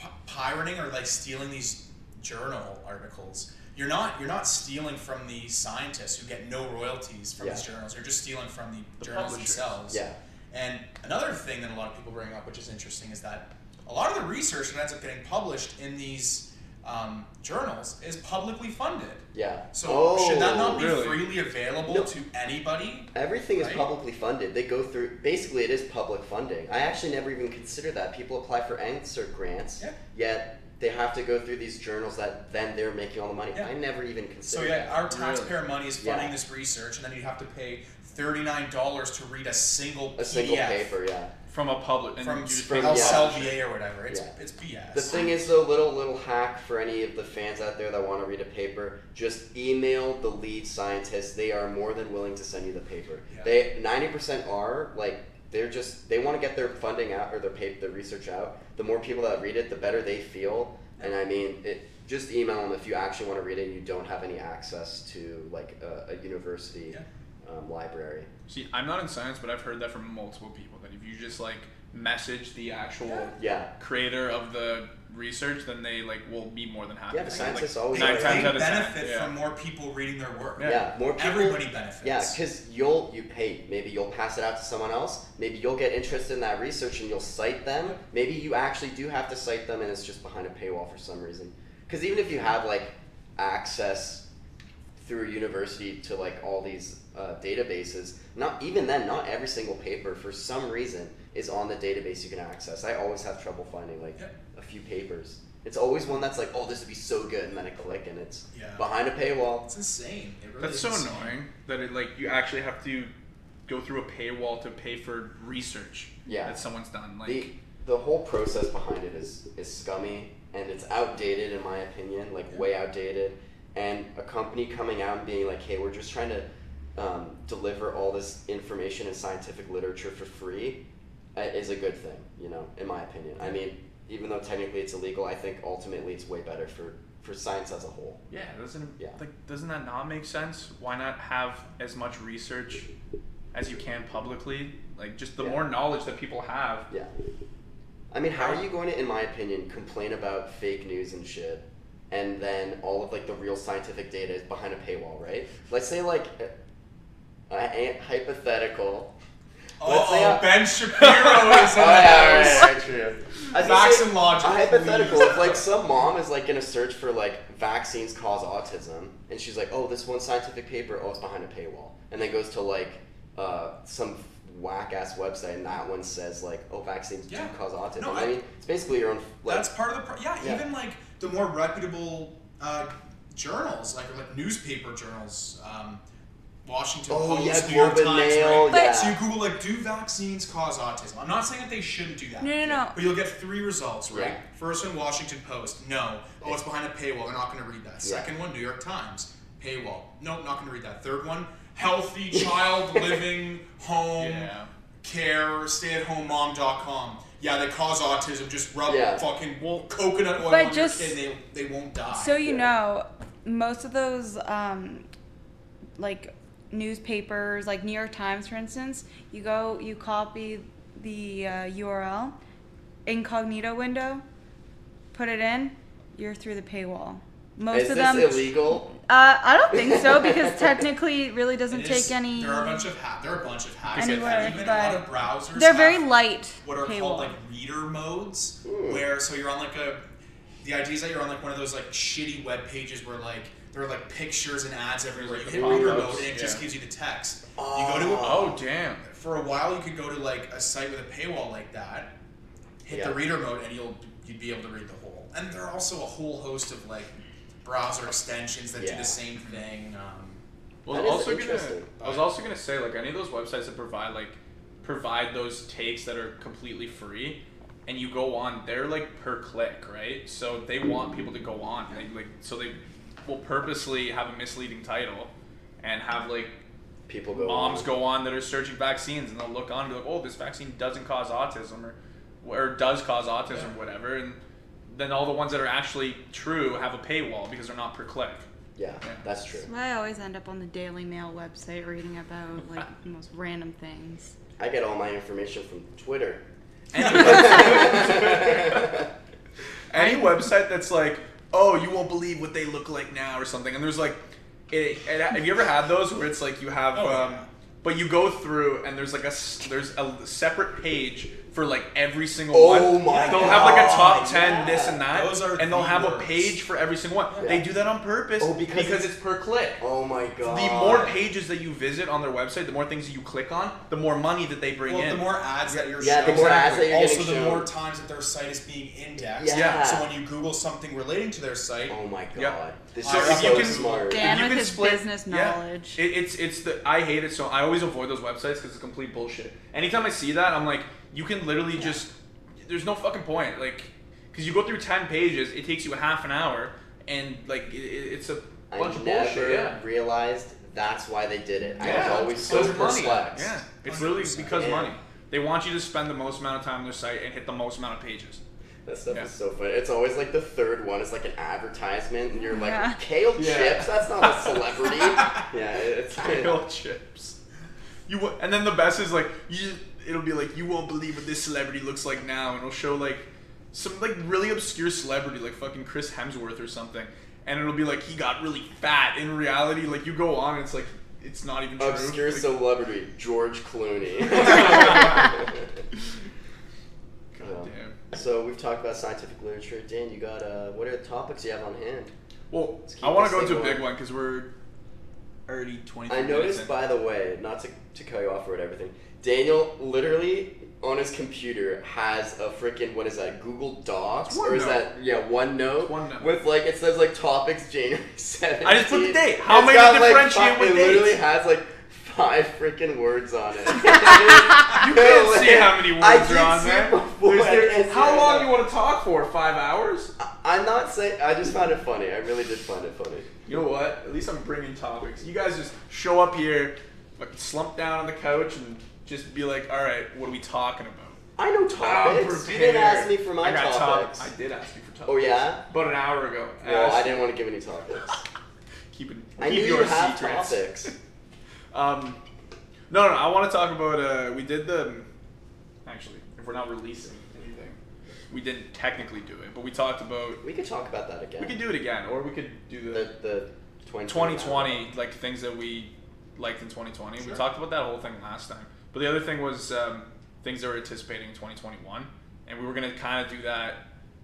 Speaker 1: p- pirating or like stealing these journal articles, you're not you're not stealing from the scientists who get no royalties from
Speaker 2: Yeah.
Speaker 1: these journals. You're just stealing from the,
Speaker 3: The
Speaker 1: journals
Speaker 3: publishers.
Speaker 1: themselves.
Speaker 2: Yeah.
Speaker 1: And another thing that a lot of people bring up, which is interesting, is that a lot of the research that ends up getting published in these um, journals is publicly funded.
Speaker 2: Yeah.
Speaker 1: So
Speaker 2: oh,
Speaker 1: should that not be
Speaker 3: really?
Speaker 1: freely available
Speaker 2: No.
Speaker 1: to anybody?
Speaker 2: Oh. Everything is
Speaker 1: Right?
Speaker 2: publicly funded. They go through. Basically, it is public funding. I actually never even considered that. People apply for answer grants,
Speaker 1: Yeah.
Speaker 2: yet they have to go through these journals that then they're making all the money.
Speaker 1: Yeah.
Speaker 2: I never even
Speaker 1: So
Speaker 2: considered.
Speaker 1: yeah, our
Speaker 3: Really?
Speaker 1: taxpayer money is funding
Speaker 2: Yeah.
Speaker 1: this research, and then you have to pay thirty nine dollars to read a single
Speaker 2: that. A
Speaker 1: PDF
Speaker 2: single paper. Yeah.
Speaker 3: From a public, and
Speaker 1: from
Speaker 3: you just
Speaker 2: from-
Speaker 3: pay the
Speaker 1: El
Speaker 2: yeah.
Speaker 3: publisher.
Speaker 1: Salvier or whatever. It's
Speaker 2: Yeah.
Speaker 1: it's BS.
Speaker 2: The thing is, though, little little hack for any of the fans out there that want to read a paper, just email the lead scientist. They are more than willing to send you the paper.
Speaker 1: Yeah.
Speaker 2: They ninety percent are like they're just they want to get their funding out or their paper, their research out. The more people that read it, the better they feel. And I mean, it, just email them if you actually want to read it and you don't have any access to like a, a university um, library.
Speaker 3: See, I'm not in science, but I've heard that from multiple people that if you just like message the actual
Speaker 2: Yeah,
Speaker 3: creator of the research, then they like will be more than happy.
Speaker 2: yeah. The
Speaker 3: to
Speaker 2: scientists
Speaker 3: like,
Speaker 1: they,
Speaker 2: always
Speaker 3: nine
Speaker 1: they
Speaker 2: are-
Speaker 3: times out of ten,
Speaker 1: benefit
Speaker 3: yeah.
Speaker 1: from more people reading their work.
Speaker 3: Yeah.
Speaker 2: yeah. More people.
Speaker 1: Everybody benefits.
Speaker 2: Yeah, because you'll you pay. Maybe you'll pass it out to someone else. Maybe you'll get interested in that research and you'll cite them. Maybe you actually do have to cite them, and it's just behind a paywall for some reason. Because even if you have like access through a university to like all these uh, databases, not even then, not every single paper for some reason is on the database you can access. I always have trouble finding like
Speaker 1: Yeah.
Speaker 2: a few papers. It's always one that's like, oh, this would be so good, and then I click and it's
Speaker 1: Yeah.
Speaker 2: behind a paywall.
Speaker 1: it's insane. It really
Speaker 3: That's
Speaker 1: is
Speaker 3: so
Speaker 1: insane.
Speaker 3: annoying that it like you actually have to go through a paywall to pay for research
Speaker 2: Yeah.
Speaker 3: that someone's done. Like
Speaker 2: the the whole process behind it is is scummy and it's outdated in my opinion like way outdated and a company coming out and being like hey we're just trying to um, deliver all this information and scientific literature for free uh, is a good thing you know in my opinion i mean even though technically it's illegal i think ultimately it's way better for for science as a whole
Speaker 3: yeah, doesn't
Speaker 2: Yeah.
Speaker 3: like doesn't that not make sense? Why not have as much research as you can publicly? Like just the
Speaker 2: Yeah.
Speaker 3: more knowledge that people have.
Speaker 2: yeah i mean how are you going to in my opinion complain about fake news and shit and then all of like the real scientific data is behind a paywall, right? Let's say like a, a hypothetical.
Speaker 1: Oh,
Speaker 2: say I-
Speaker 1: Ben Shapiro is in the
Speaker 2: Oh, yeah, right,
Speaker 1: house.
Speaker 2: right, right, true. I was gonna
Speaker 1: Facts
Speaker 2: say,
Speaker 1: and logic,
Speaker 2: A hypothetical.
Speaker 1: please.
Speaker 2: If like some mom is like gonna search for like vaccines cause autism, and she's like, oh, this one scientific paper, oh, it's behind a paywall, and then goes to like uh, some whack ass website, and that one says like, oh, vaccines
Speaker 1: Yeah.
Speaker 2: do cause autism.
Speaker 1: No,
Speaker 2: I,
Speaker 1: I-
Speaker 2: mean, it's basically your own. Like,
Speaker 1: That's part of the pro- yeah,
Speaker 2: Yeah.
Speaker 1: Even like the more reputable uh, journals, like or like newspaper journals, um, Washington
Speaker 2: Oh,
Speaker 1: Post,
Speaker 2: yeah,
Speaker 1: New York
Speaker 2: Globe and
Speaker 1: Times.
Speaker 2: Mail,
Speaker 1: right?
Speaker 4: yeah.
Speaker 1: So you Google like, do vaccines cause autism? I'm not saying that they shouldn't do that.
Speaker 4: No, no, no.
Speaker 1: But you'll get three results, right?
Speaker 2: Yeah.
Speaker 1: First one, Washington Post. No. Oh, it's behind a paywall. They're not going to read that.
Speaker 2: Yeah.
Speaker 1: Second one, New York Times. Paywall. Nope, not going to read that. Third one, healthy child living home
Speaker 3: Yeah.
Speaker 1: care stayatHomeMom.com. Yeah, they cause autism. Just rub
Speaker 2: Yeah.
Speaker 1: fucking coconut oil
Speaker 4: But
Speaker 1: on
Speaker 4: just-
Speaker 1: your kid. They they won't die.
Speaker 4: So you
Speaker 2: Yeah.
Speaker 4: know, most of those um, like newspapers, like New York Times, for instance, you go, you copy the uh, URL, incognito window, put it in, you're through the paywall. Most
Speaker 2: is
Speaker 4: of
Speaker 2: this
Speaker 4: them.
Speaker 2: illegal?
Speaker 4: Uh, I don't think so because technically, it really doesn't
Speaker 1: It
Speaker 4: take
Speaker 1: is-
Speaker 4: any.
Speaker 1: There are a bunch of ha- there are a bunch of hacks.
Speaker 4: Any
Speaker 1: Like,
Speaker 4: work,
Speaker 1: even
Speaker 4: but
Speaker 1: a lot of browsers.
Speaker 4: They're
Speaker 1: have
Speaker 4: very light.
Speaker 1: What are
Speaker 4: paywall.
Speaker 1: called like reader modes,
Speaker 2: Ooh.
Speaker 1: where so you're on like a. The idea is that you're on like one of those like shitty web pages where like there are like pictures and ads everywhere. You hit
Speaker 2: Ooh.
Speaker 1: reader mode and it just
Speaker 3: Yeah.
Speaker 1: gives you the text. You go to a
Speaker 3: Oh damn.
Speaker 1: for a while you could go to like a site with a paywall like that hit
Speaker 2: Yeah.
Speaker 1: the reader mode and you'll you'd be able to read the whole and there are also a whole host of like browser extensions that do
Speaker 2: Yeah.
Speaker 1: the same thing um,
Speaker 3: Well,
Speaker 2: That
Speaker 3: I
Speaker 2: is
Speaker 3: was also gonna.
Speaker 2: interesting.
Speaker 3: I was also gonna say like any of those websites that provide like provide those takes that are completely free, and you go on, they're like per click, right? So they want people to go on, they, like so they will purposely have a misleading title, and have like
Speaker 2: People go.
Speaker 3: moms
Speaker 2: on.
Speaker 3: go on that are searching vaccines, and they'll look on and be like, oh, this vaccine doesn't cause autism or or does cause autism
Speaker 1: Yeah.
Speaker 3: or whatever, and then all the ones that are actually true have a paywall because they're not per click.
Speaker 2: Yeah,
Speaker 3: Yeah.
Speaker 2: that's true.
Speaker 4: That's why I always end up on the Daily Mail website reading about like the most random things.
Speaker 2: I get all my information from Twitter.
Speaker 3: any website that's like, oh, you won't believe what they look like now or something. And there's like, it, it, have you ever had those where it's like you have,
Speaker 1: Oh,
Speaker 3: um,
Speaker 1: yeah.
Speaker 3: but you go through and there's like a s- there's a separate page for like every single
Speaker 2: Oh
Speaker 3: one.
Speaker 2: my
Speaker 3: they'll have like a
Speaker 2: God,
Speaker 3: top ten this
Speaker 2: yeah.
Speaker 3: and that,
Speaker 1: Those are
Speaker 3: and they'll
Speaker 1: the
Speaker 3: have a
Speaker 1: worst.
Speaker 3: page for every single one.
Speaker 2: Yeah.
Speaker 3: They do that on purpose
Speaker 2: Oh, because
Speaker 3: it's,
Speaker 2: it's-
Speaker 3: per click.
Speaker 2: oh my god.
Speaker 3: The more pages that you visit on their website, the more things that you click on, the more money that they bring
Speaker 1: well,
Speaker 3: in.
Speaker 1: the more ads that you're
Speaker 2: Yeah, the
Speaker 1: showing,
Speaker 2: more ads that you're
Speaker 1: also
Speaker 2: getting
Speaker 1: the
Speaker 2: shown.
Speaker 1: more times that their site is being indexed.
Speaker 2: Yeah.
Speaker 1: So when you Google something relating to their site,
Speaker 2: Oh my god. This
Speaker 1: So
Speaker 2: is
Speaker 1: if
Speaker 2: so
Speaker 1: you can-
Speaker 2: smart.
Speaker 4: Dan with his business knowledge.
Speaker 3: It, it's it's the I hate it so I always avoid those websites because it's complete bullshit. Anytime I see that, I'm like, you can literally just there's no fucking point, like, because you go through ten pages, it takes you a half an hour, and like it, it- it's a
Speaker 2: I
Speaker 3: bunch of
Speaker 2: never
Speaker 3: bullshit. Yeah.
Speaker 2: realized that's why they did it. I
Speaker 3: Yeah,
Speaker 2: was always
Speaker 3: it's
Speaker 2: so
Speaker 3: because money.
Speaker 2: perplexed.
Speaker 3: Yeah, it's literally
Speaker 1: 100%.
Speaker 3: because
Speaker 2: Yeah.
Speaker 3: money. They want you to spend the most amount of time on their site and hit the most amount of pages.
Speaker 2: That stuff
Speaker 3: Yeah.
Speaker 2: is so funny. It's always like the third one is like an advertisement, and you're like,
Speaker 4: Yeah.
Speaker 2: kale
Speaker 3: Yeah.
Speaker 2: chips? That's not a celebrity. yeah, it- it's
Speaker 3: kale chips. You wo- and then the best is like you. It'll be like you won't believe what this celebrity looks like now, and it'll show like some like really obscure celebrity like fucking Chris Hemsworth or something, and it'll be like he got really fat. In reality, like you go on, and it's like it's not even true.
Speaker 2: obscure
Speaker 3: Like,
Speaker 2: celebrity George Clooney.
Speaker 3: God damn.
Speaker 2: so we've talked about scientific literature. Dan, you got uh, what are the topics you have on hand?
Speaker 3: Well,
Speaker 2: keep
Speaker 3: I want
Speaker 2: this
Speaker 3: to go
Speaker 2: thing
Speaker 3: to a big
Speaker 2: going.
Speaker 3: one because we're already twenty.
Speaker 2: I noticed, by the way, not to, to cut you off or everything, Daniel literally on his computer has a freaking, what is that, Google Docs?
Speaker 3: It's
Speaker 2: Or is
Speaker 3: OneNote.
Speaker 2: that, yeah, OneNote?
Speaker 3: It's OneNote.
Speaker 2: With like, it says like topics January 7th.
Speaker 3: I just put the date. How am I gonna differentiate with
Speaker 2: It literally
Speaker 3: dates?
Speaker 2: has like five freaking words on it. you
Speaker 3: you
Speaker 2: can't
Speaker 3: can't see how many
Speaker 2: I
Speaker 3: words
Speaker 2: did
Speaker 3: are on
Speaker 2: see
Speaker 3: there.
Speaker 2: it before,
Speaker 3: There's-
Speaker 2: I
Speaker 3: there-
Speaker 2: can't see
Speaker 3: how
Speaker 2: it
Speaker 3: long
Speaker 2: now.
Speaker 3: you want to talk for? Five hours?
Speaker 2: I'm not saying, I just found it funny. I really did find it funny.
Speaker 3: You know what? At least I'm bringing topics. You guys just show up here, fucking slump down on the couch, and just be like, "All right, what are we talking about?"
Speaker 2: I know
Speaker 3: Ah, I'm
Speaker 2: topics. You didn't ask me for my
Speaker 3: I got
Speaker 2: topics.
Speaker 3: I did ask you for topics.
Speaker 2: Oh, yeah?
Speaker 3: About an hour ago.
Speaker 2: Well, I
Speaker 3: Ask-
Speaker 2: didn't want to give any topics.
Speaker 3: Keep, it,
Speaker 2: I
Speaker 3: keep
Speaker 2: knew
Speaker 3: your
Speaker 2: you have
Speaker 3: secrets.
Speaker 2: topics.
Speaker 3: Um, no, no, I want to talk about. Uh, we did the. Actually, if we're not releasing anything, we didn't technically do it, but we talked about.
Speaker 2: We could talk about that again.
Speaker 3: We could do it again, or we could do the
Speaker 2: the the 2020.
Speaker 3: 2020, like things that we liked in 2020.
Speaker 1: Sure.
Speaker 3: We talked about that whole thing last time. But the other thing was um, things that were anticipating in 2021, and we were gonna kind of do that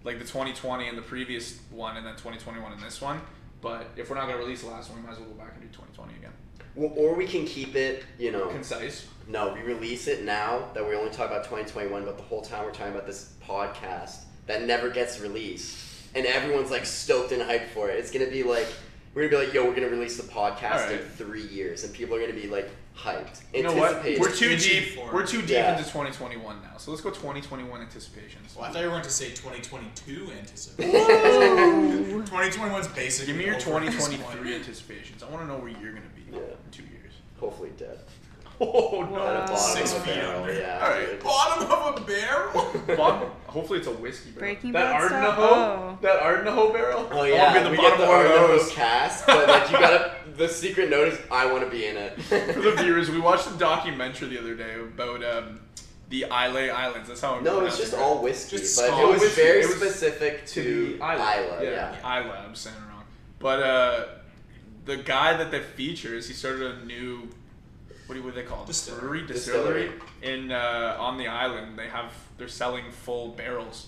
Speaker 3: like the 2020 and the previous one, and then 2021 and this one. But if we're not gonna release the last one, we might as well go back and do 2020 again.
Speaker 2: Well, or we can keep it, you know.
Speaker 3: Concise.
Speaker 2: No, we release it now that we only talk about 2021, but the whole time we're talking about this podcast that never gets released. And everyone's like stoked and hyped for it. It's going to be like, we're going to be like, yo, we're going to release the podcast in
Speaker 3: Alright.
Speaker 2: three years. And people are going to be like hyped.
Speaker 3: You know what?
Speaker 2: anticipated.
Speaker 3: We're too
Speaker 1: We're too
Speaker 3: deep.
Speaker 1: deep for it.
Speaker 3: We're too deep
Speaker 2: Yeah.
Speaker 3: into 2021 now. So let's go 2021 anticipations.
Speaker 1: Well, I thought you were going to say 2022 anticipation.
Speaker 4: Whoa.
Speaker 1: 2021's basic.
Speaker 3: Give me your
Speaker 1: over at this point.
Speaker 3: 2023 anticipations. I want to know where you're gonna be
Speaker 2: Yeah.
Speaker 3: in two years.
Speaker 2: Hopefully dead.
Speaker 3: Oh
Speaker 4: no. Wow.
Speaker 2: At the bottom
Speaker 1: Six
Speaker 2: of the
Speaker 1: feet
Speaker 2: barrel,
Speaker 1: under.
Speaker 2: Yeah.
Speaker 3: Alright,
Speaker 2: dude.
Speaker 1: Bottom of a barrel?
Speaker 3: Bob, hopefully it's a whiskey barrel.
Speaker 4: Breaking
Speaker 3: that
Speaker 4: Bad style? Oh.
Speaker 3: Arnaho, that Arnaho barrel.
Speaker 2: Oh yeah,
Speaker 3: I'll be at the
Speaker 2: we
Speaker 3: bottom
Speaker 2: get the
Speaker 3: of
Speaker 2: Oreo
Speaker 3: Arnaho's.
Speaker 2: cast, but like you gotta. The secret note is I want to be in it.
Speaker 3: For the viewers, we watched a documentary the other day about um, the Islay Islands. That's how I'm
Speaker 2: no, it was
Speaker 3: pronouncing
Speaker 2: just all whiskey,
Speaker 1: Just
Speaker 2: but
Speaker 1: all
Speaker 2: it was
Speaker 3: whiskey.
Speaker 2: very
Speaker 3: It was
Speaker 2: specific to,
Speaker 3: to the island.
Speaker 2: Isla. Yeah.
Speaker 3: Isla, I'm saying it wrong. But uh, the guy that they features, he started a new, what do, what do they call it?
Speaker 1: Distillery.
Speaker 3: Distillery. Distillery. In, uh, on the island, they have, they're selling full barrels.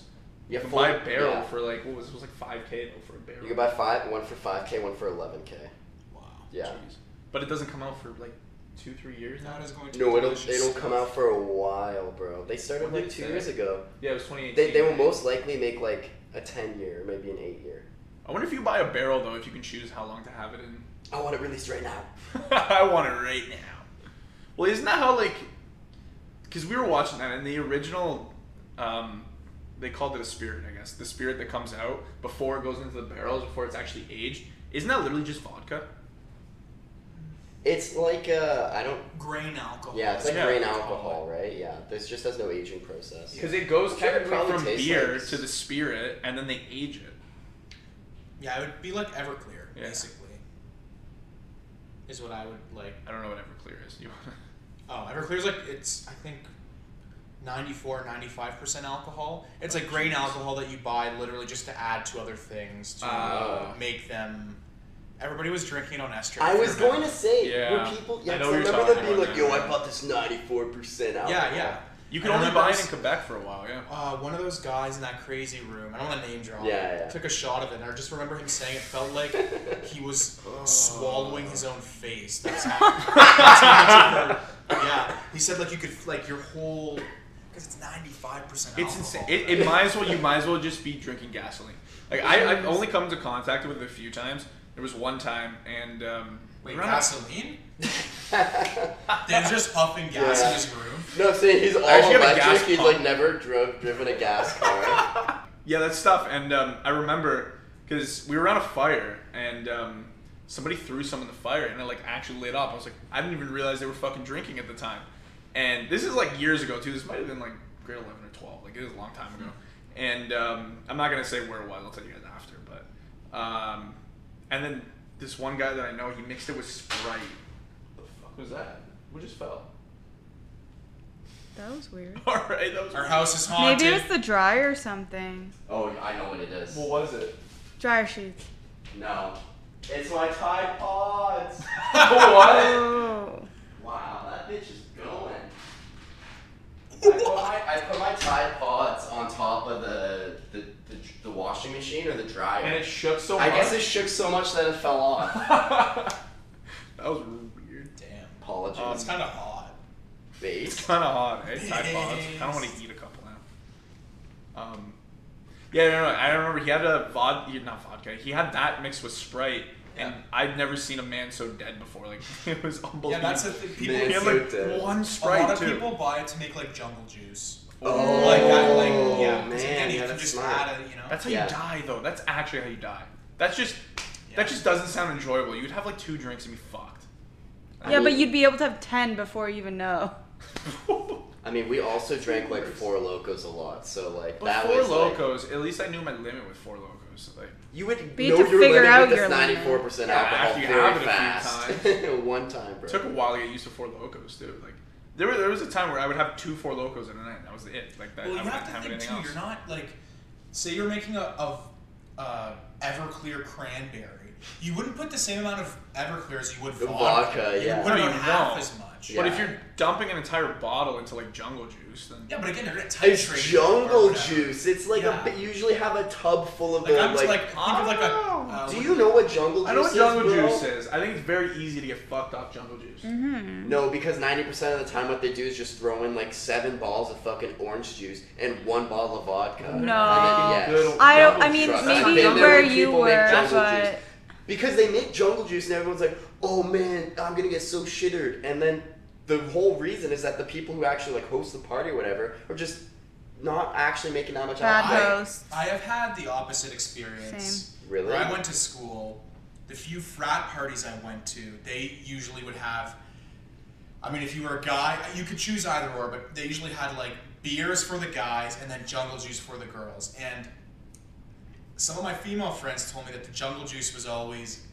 Speaker 3: You,
Speaker 2: Yeah,
Speaker 3: can
Speaker 2: full-
Speaker 3: buy a barrel
Speaker 2: yeah.
Speaker 3: for like, what was it, was like 5K though for a barrel.
Speaker 2: You can buy five, one for five k, one for eleven k.
Speaker 1: Wow.
Speaker 2: Yeah.
Speaker 3: Jeez. But it doesn't come out for like two, three years now.
Speaker 1: That is going to
Speaker 2: No,
Speaker 1: be
Speaker 2: it'll
Speaker 1: delicious
Speaker 2: it'll
Speaker 1: stuff.
Speaker 2: come out for a while, bro. They started
Speaker 3: What did
Speaker 2: like
Speaker 3: it
Speaker 2: two
Speaker 3: say?
Speaker 2: years ago.
Speaker 3: Yeah, it was 2018.
Speaker 2: They they will
Speaker 3: right?
Speaker 2: most likely make like a ten year, maybe an eight year.
Speaker 3: I wonder if you buy a barrel though, if you can choose how long to have it in.
Speaker 2: I want it released right now.
Speaker 3: I want it right now. Well, isn't that how like? Because we were watching that, and the original, um, they called it a spirit, I guess. The spirit that comes out before it goes into the barrels, before it's actually aged. Isn't that literally just vodka?
Speaker 2: It's like uh, I don't.
Speaker 1: Grain alcohol.
Speaker 2: Yeah, it's like
Speaker 3: Yeah.
Speaker 2: grain alcohol, right? Yeah, this just has no aging process.
Speaker 3: Because it goes
Speaker 2: Sure, it
Speaker 3: technically
Speaker 2: probably
Speaker 3: from
Speaker 2: tastes
Speaker 3: beer
Speaker 2: like-
Speaker 3: to the spirit, and then they age it.
Speaker 1: Yeah, it would be like Everclear,
Speaker 3: Yeah.
Speaker 1: basically. Is what I would like.
Speaker 3: I don't know what Everclear is. You
Speaker 1: Oh, Everclear's like it's I think 94, 95 percent alcohol. It's like grain alcohol that you buy literally just to add to other things to
Speaker 3: Oh.
Speaker 1: make them. Everybody was drinking it on ester.
Speaker 2: I
Speaker 1: if you
Speaker 2: was going to
Speaker 1: remember.
Speaker 2: say,
Speaker 3: Yeah.
Speaker 2: were people?
Speaker 3: I
Speaker 2: Yeah,
Speaker 3: know
Speaker 2: 'cause I,
Speaker 3: what you're
Speaker 2: remember
Speaker 3: talking
Speaker 2: them being
Speaker 3: about
Speaker 2: like,
Speaker 3: now,
Speaker 2: "Yo,
Speaker 3: yeah.
Speaker 2: I bought this ninety-four percent alcohol."
Speaker 1: Yeah, yeah.
Speaker 3: you can
Speaker 1: I
Speaker 3: only
Speaker 1: remember
Speaker 3: buy
Speaker 1: s-
Speaker 3: it in Quebec for a while, yeah.
Speaker 1: Uh, one of those guys in that crazy room. I don't want to name drop.
Speaker 2: Yeah, yeah.
Speaker 1: Took a shot of it, and I just remember him saying it felt like he was
Speaker 3: Oh.
Speaker 1: swallowing his own face. That's how. that's how much it hurt. yeah, he said like you could like your whole because it's ninety five percent.
Speaker 3: It's insane. It, it might as well. You might as well just be drinking gasoline. Like I, I've only come to contact with it a few times. There was one time, and um,
Speaker 1: Wait,
Speaker 3: around-
Speaker 1: gasoline? They're just pumping gas in his room.
Speaker 2: no, I'm saying he's all
Speaker 3: I actually have a gas
Speaker 2: electric. He's
Speaker 3: pump.
Speaker 2: like never drove driven a gas car.
Speaker 3: Yeah, that's tough. And um, I remember because we were around a fire, and um, somebody threw some in the fire, and it like actually lit up. I was like, I didn't even realize they were fucking drinking at the time. And this is like years ago too. This might have been like grade eleven or twelve. Like it was a long time ago. And um, I'm not gonna say where it was. I'll tell you guys after. But um, and then this one guy that I know, he mixed it with Sprite. What the fuck was that? We just fell.
Speaker 4: That was weird.
Speaker 3: All right, that was.
Speaker 1: Our house is haunted.
Speaker 4: Maybe it was the dryer or something.
Speaker 2: oh, I know what it is.
Speaker 3: What was it?
Speaker 4: Dryer sheets.
Speaker 2: No, it's my Tide Pods.
Speaker 3: what?
Speaker 4: Oh.
Speaker 2: wow, that bitch is going. I put, my, I put my Tide Pods on top of the the, the, the washing machine or the dryer.
Speaker 3: And it shook so
Speaker 2: I
Speaker 3: much.
Speaker 2: guess it shook so much that it fell off.
Speaker 3: that was weird.
Speaker 1: Damn.
Speaker 2: Apologies.
Speaker 1: It's
Speaker 3: Um,
Speaker 1: kind of hot.
Speaker 2: Base.
Speaker 3: Kind of hot, eh? Tide Pods. I don't want to eat a couple now. Um, yeah, no, no, I remember he had a vod, not vodka. He had that mixed with Sprite, and
Speaker 1: Yeah.
Speaker 3: I've never seen a man so dead before. Like it was unbelievable.
Speaker 1: Yeah, that's the thing. People,
Speaker 2: Man,
Speaker 3: He had
Speaker 2: so
Speaker 3: like
Speaker 2: dead.
Speaker 3: one
Speaker 1: a lot
Speaker 3: Sprite
Speaker 1: of
Speaker 3: too.
Speaker 1: people buy it to make like jungle juice.
Speaker 2: Oh,
Speaker 1: like I like yeah. 'cause again,
Speaker 2: man,
Speaker 1: you
Speaker 2: yeah,
Speaker 1: can
Speaker 2: that's
Speaker 1: just
Speaker 2: smart.
Speaker 1: add it. You know.
Speaker 3: That's how
Speaker 2: Yeah.
Speaker 3: you die, though. That's actually how you die. That's just
Speaker 1: Yeah.
Speaker 3: that just doesn't sound enjoyable. You'd have like two drinks and be fucked.
Speaker 4: Yeah, but you'd be able to have 10 before you even know.
Speaker 2: I mean, we also drank like four locos a lot, so like
Speaker 3: But
Speaker 2: that
Speaker 3: four
Speaker 2: was like-
Speaker 3: locos, at least I knew my limit with four locos. Like
Speaker 2: you would
Speaker 4: But you
Speaker 2: know
Speaker 4: have to
Speaker 2: you were
Speaker 4: figure
Speaker 2: living
Speaker 4: out
Speaker 2: with
Speaker 4: your
Speaker 2: this
Speaker 4: limit.
Speaker 2: ninety-four percent
Speaker 3: Yeah,
Speaker 2: alcohol
Speaker 3: after you have it a
Speaker 2: very
Speaker 3: few
Speaker 2: fast. One time, bro.
Speaker 3: it took a while to get used to four locos too. Like there, were, there was a time where I would have two four locos in a night. That was it. Like that.
Speaker 1: Well, you
Speaker 3: I wouldn't
Speaker 1: have to
Speaker 3: have
Speaker 1: think
Speaker 3: anything
Speaker 1: too.
Speaker 3: else.
Speaker 1: You're not like, say you're making a, a, a Everclear cranberry. You wouldn't put the same amount of Everclear as you would vodka.
Speaker 2: Vodka,
Speaker 1: You
Speaker 2: yeah.
Speaker 1: Put
Speaker 3: No,
Speaker 1: about
Speaker 3: you
Speaker 1: half
Speaker 3: won't.
Speaker 1: as much.
Speaker 2: Yeah.
Speaker 3: But if you're dumping an entire bottle into like jungle juice, then
Speaker 1: Yeah, but again, they're gonna titrate.
Speaker 2: It's
Speaker 1: it or
Speaker 2: jungle
Speaker 1: whatever.
Speaker 2: juice. It's like
Speaker 1: Yeah.
Speaker 2: a. They usually have a tub full of
Speaker 1: Like
Speaker 2: the,
Speaker 1: I'm just like,
Speaker 2: like.
Speaker 1: think of like a. uh,
Speaker 2: do
Speaker 1: what-
Speaker 2: you know what jungle juice
Speaker 3: I know what jungle
Speaker 2: is? bro?
Speaker 3: juice is. I think it's very easy to get fucked off jungle juice.
Speaker 1: Mm-hmm.
Speaker 2: No, because 90% of the time what they do is just throw in like seven balls of fucking orange juice and one bottle of vodka. And then,
Speaker 4: No.
Speaker 2: yes.
Speaker 4: I don't.
Speaker 3: Jungle
Speaker 4: I mean,
Speaker 3: juice.
Speaker 4: maybe
Speaker 3: I've been there
Speaker 4: where
Speaker 2: when
Speaker 4: you
Speaker 2: people make
Speaker 4: were,
Speaker 2: jungle
Speaker 4: but
Speaker 2: juice. Because they make jungle juice and everyone's like, oh man, I'm gonna get so shittered. And then the whole reason is that the people who actually like host the party or whatever are just not actually making that much
Speaker 4: bad
Speaker 2: out of it.
Speaker 4: host.
Speaker 1: I have had the opposite experience.
Speaker 2: Really?
Speaker 1: Where I went to school, the few frat parties I went to, they usually would have. I mean, if you were a guy, you could choose either or, but they usually had like beers for the guys and then jungle juice for the girls. And some of my female friends told me that the jungle juice was always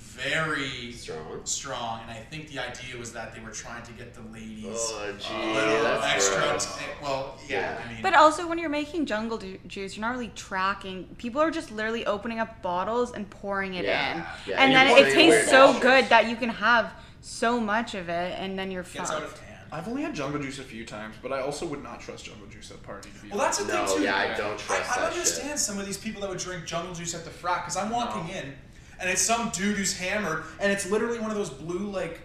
Speaker 1: very
Speaker 2: Strong.
Speaker 1: strong, and I think the idea was that they were trying to get the ladies
Speaker 2: Oh,
Speaker 1: a
Speaker 2: gee,
Speaker 1: little
Speaker 2: that's
Speaker 1: extra.
Speaker 2: gross.
Speaker 1: t- eh, well, yeah,
Speaker 2: Yeah.
Speaker 1: I mean,
Speaker 4: But also, when you're making jungle ju- juice, you're not really tracking. People are just literally opening up bottles and pouring it
Speaker 2: Yeah,
Speaker 4: in,
Speaker 2: yeah.
Speaker 4: and
Speaker 2: You're
Speaker 4: then
Speaker 2: putting
Speaker 4: it
Speaker 2: it
Speaker 4: tastes
Speaker 2: where it
Speaker 4: so
Speaker 2: goes.
Speaker 4: good that you can have so much of it, and then you're
Speaker 1: gets out of
Speaker 4: fucked.
Speaker 1: hand.
Speaker 3: I've only had jungle juice a few times, but I also would not trust jungle juice at a party. To be
Speaker 1: Well,
Speaker 3: honest.
Speaker 1: that's the
Speaker 2: No,
Speaker 1: thing too.
Speaker 2: yeah, I
Speaker 3: yeah.
Speaker 2: don't
Speaker 1: I,
Speaker 2: trust
Speaker 1: I don't
Speaker 2: that shit.
Speaker 1: understand some of these people that would drink jungle juice at the frat because I'm walking in and it's some dude who's hammered and it's literally one of those blue like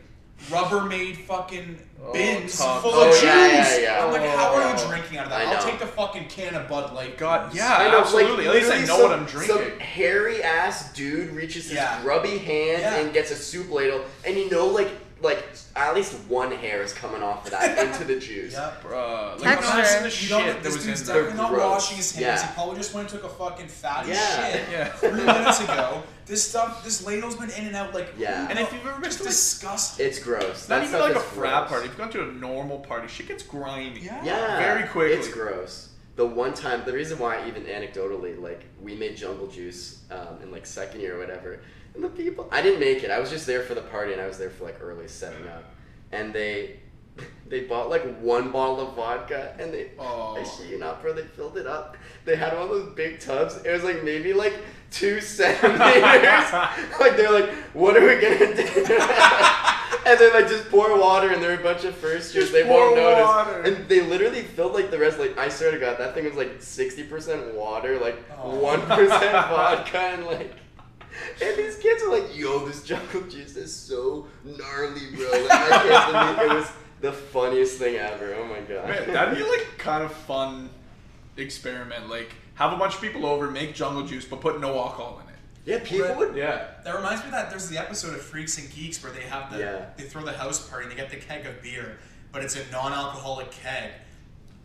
Speaker 1: Rubbermaid fucking
Speaker 3: Oh,
Speaker 1: bins
Speaker 3: Tom-
Speaker 1: full
Speaker 2: Oh,
Speaker 1: of juice.
Speaker 2: yeah, yeah, yeah.
Speaker 1: I'm like, how are you
Speaker 3: Oh.
Speaker 1: drinking out of
Speaker 2: I
Speaker 1: that? I'll
Speaker 2: know.
Speaker 1: take the fucking can of Bud Light.
Speaker 3: God,
Speaker 1: please.
Speaker 3: yeah.
Speaker 2: I know,
Speaker 3: Absolutely.
Speaker 2: Like,
Speaker 3: At least I
Speaker 2: literally
Speaker 3: know what
Speaker 2: some-
Speaker 3: I'm drinking.
Speaker 2: Some hairy ass dude reaches his
Speaker 1: Yeah.
Speaker 2: grubby hand
Speaker 1: Yeah.
Speaker 2: and gets a soup ladle, and you know, like, like at least one hair is coming off of that into the juice.
Speaker 1: Yep.
Speaker 3: Bruh, like,
Speaker 4: Texture.
Speaker 3: imagine the
Speaker 1: You
Speaker 3: shit
Speaker 1: don't,
Speaker 3: that
Speaker 1: this
Speaker 3: was in
Speaker 1: dude's
Speaker 3: there.
Speaker 1: definitely not
Speaker 2: Gross.
Speaker 1: washing his hands.
Speaker 2: Yeah.
Speaker 1: He probably just went and took a fucking fatty
Speaker 2: Yeah.
Speaker 1: shit
Speaker 3: Yeah.
Speaker 1: three minutes ago. This stuff, this ladle's been in and out like.
Speaker 2: Yeah.
Speaker 3: And if you've ever been
Speaker 1: just
Speaker 3: to, like-
Speaker 1: disgusting.
Speaker 2: It's gross.
Speaker 3: It's not
Speaker 2: That
Speaker 3: even
Speaker 2: stuff
Speaker 3: like a
Speaker 2: is
Speaker 3: frat
Speaker 2: gross.
Speaker 3: party. If you go to a normal party, shit gets grimy.
Speaker 1: Yeah.
Speaker 2: Yeah.
Speaker 3: Very quickly.
Speaker 2: It's gross. The one time, the reason why, even anecdotally, like we made jungle juice um, in like second year or whatever, and the people, I didn't make it. I was just there for the party, and I was there for like early seven up, and they. They bought like one bottle of vodka and they,
Speaker 3: Oh.
Speaker 2: I shit you not, bro, they filled it up. They had one of those big tubs. It was like maybe like two centimeters. like they're like, what are we gonna do? And then like just pour water, and there are a bunch of first years.
Speaker 3: Just
Speaker 2: They
Speaker 3: pour
Speaker 2: won't notice,
Speaker 3: water.
Speaker 2: and they literally filled like the rest. Like I swear to God, that thing was like sixty percent water, like
Speaker 1: Oh.
Speaker 2: one percent vodka, and like. And these kids are like, "Yo, this jungle juice is so gnarly, bro!" Like, I can't believe it was the funniest thing ever. Oh my god.
Speaker 3: Man, that'd be like kind of fun experiment. Like have a bunch of people over, make jungle juice, but put no alcohol in it.
Speaker 2: yeah, people would.
Speaker 3: Yeah.
Speaker 1: That reminds me that there's the episode of Freaks and Geeks where they have the
Speaker 2: Yeah.
Speaker 1: they throw the house party and they get the keg of beer, but it's a non-alcoholic keg.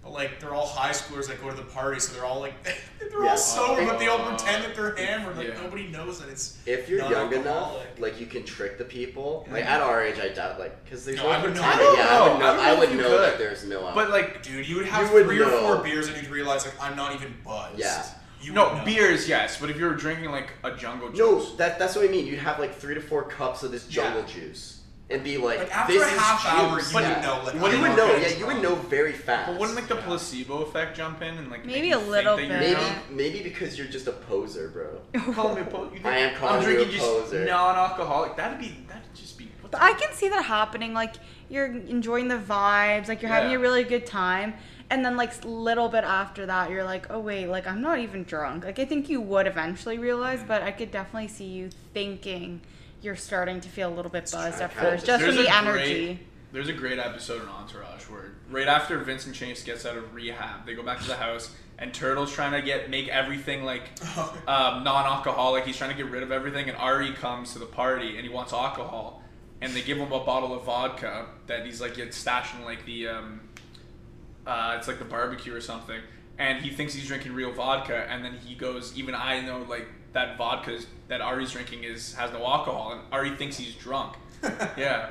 Speaker 1: But like they're all high schoolers that go to the party, so they're all like they're
Speaker 2: Yeah.
Speaker 1: all sober, but they all pretend that they're hammered. Like
Speaker 3: Yeah.
Speaker 1: nobody knows that it's.
Speaker 2: If you're young enough,
Speaker 1: non-alcoholic.
Speaker 2: like you can trick the people. Like at our age, I doubt like because there's
Speaker 1: No, I would know.
Speaker 2: pretending-
Speaker 1: I don't
Speaker 2: Yeah, I would
Speaker 3: know. I
Speaker 2: know.
Speaker 3: don't
Speaker 2: I
Speaker 3: know if
Speaker 2: would
Speaker 3: you
Speaker 2: know that
Speaker 3: could.
Speaker 2: there's no. alcohol.
Speaker 3: But like
Speaker 1: dude, you would have
Speaker 2: would
Speaker 1: three or
Speaker 2: know.
Speaker 1: four beers and you'd realize like I'm not even buzzed.
Speaker 2: Yeah.
Speaker 1: You would
Speaker 3: no
Speaker 1: know.
Speaker 3: beers, yes, but if you were drinking like a jungle juice,
Speaker 2: No, that, that's what I mean. You'd have like three to four cups of this jungle juice and be like,
Speaker 1: Like, after
Speaker 2: this
Speaker 1: a half
Speaker 2: is
Speaker 1: hour,
Speaker 2: juice.
Speaker 1: you would
Speaker 2: Yeah.
Speaker 1: know, like,
Speaker 2: you
Speaker 1: I'm
Speaker 2: would
Speaker 1: not
Speaker 2: know.
Speaker 1: gonna
Speaker 2: Yeah,
Speaker 1: be
Speaker 2: you would
Speaker 1: drunk.
Speaker 2: know very fast.
Speaker 3: but wouldn't like the
Speaker 1: Yeah.
Speaker 3: placebo effect jump in and like
Speaker 4: Maybe
Speaker 3: make
Speaker 4: a
Speaker 3: you
Speaker 4: little
Speaker 3: think that
Speaker 4: bit.
Speaker 2: maybe
Speaker 3: you're drunk?
Speaker 2: maybe because you're just a poser, bro.
Speaker 3: You call me a po- you think-
Speaker 2: I am calling
Speaker 3: I'm
Speaker 2: you
Speaker 3: drinking
Speaker 2: a poser.
Speaker 3: just non-alcoholic. That'd be that'd just be. What
Speaker 4: But
Speaker 3: the-
Speaker 4: I can see that happening. Like you're enjoying the vibes, like you're having
Speaker 3: Yeah.
Speaker 4: a really good time, and then like s- little bit after that, you're like, oh wait, like I'm not even drunk. Like I think you would eventually realize, but I could definitely see you thinking you're starting to feel a little bit buzzed at
Speaker 2: kind of
Speaker 4: first, just from
Speaker 3: There's
Speaker 4: the
Speaker 3: a
Speaker 4: energy.
Speaker 3: Great, there's a great episode in Entourage where right after Vincent Chase gets out of rehab, they go back to the house and Turtle's trying to get make everything like um, non-alcoholic. He's trying to get rid of everything, and Ari comes to the party and he wants alcohol, and they give him a bottle of vodka that he's like it's stashed in like the um, uh, it's like the barbecue or something, and he thinks he's drinking real vodka, and then he goes, even I know like that vodka is- that Ari's drinking is has no alcohol, and Ari thinks he's drunk. yeah,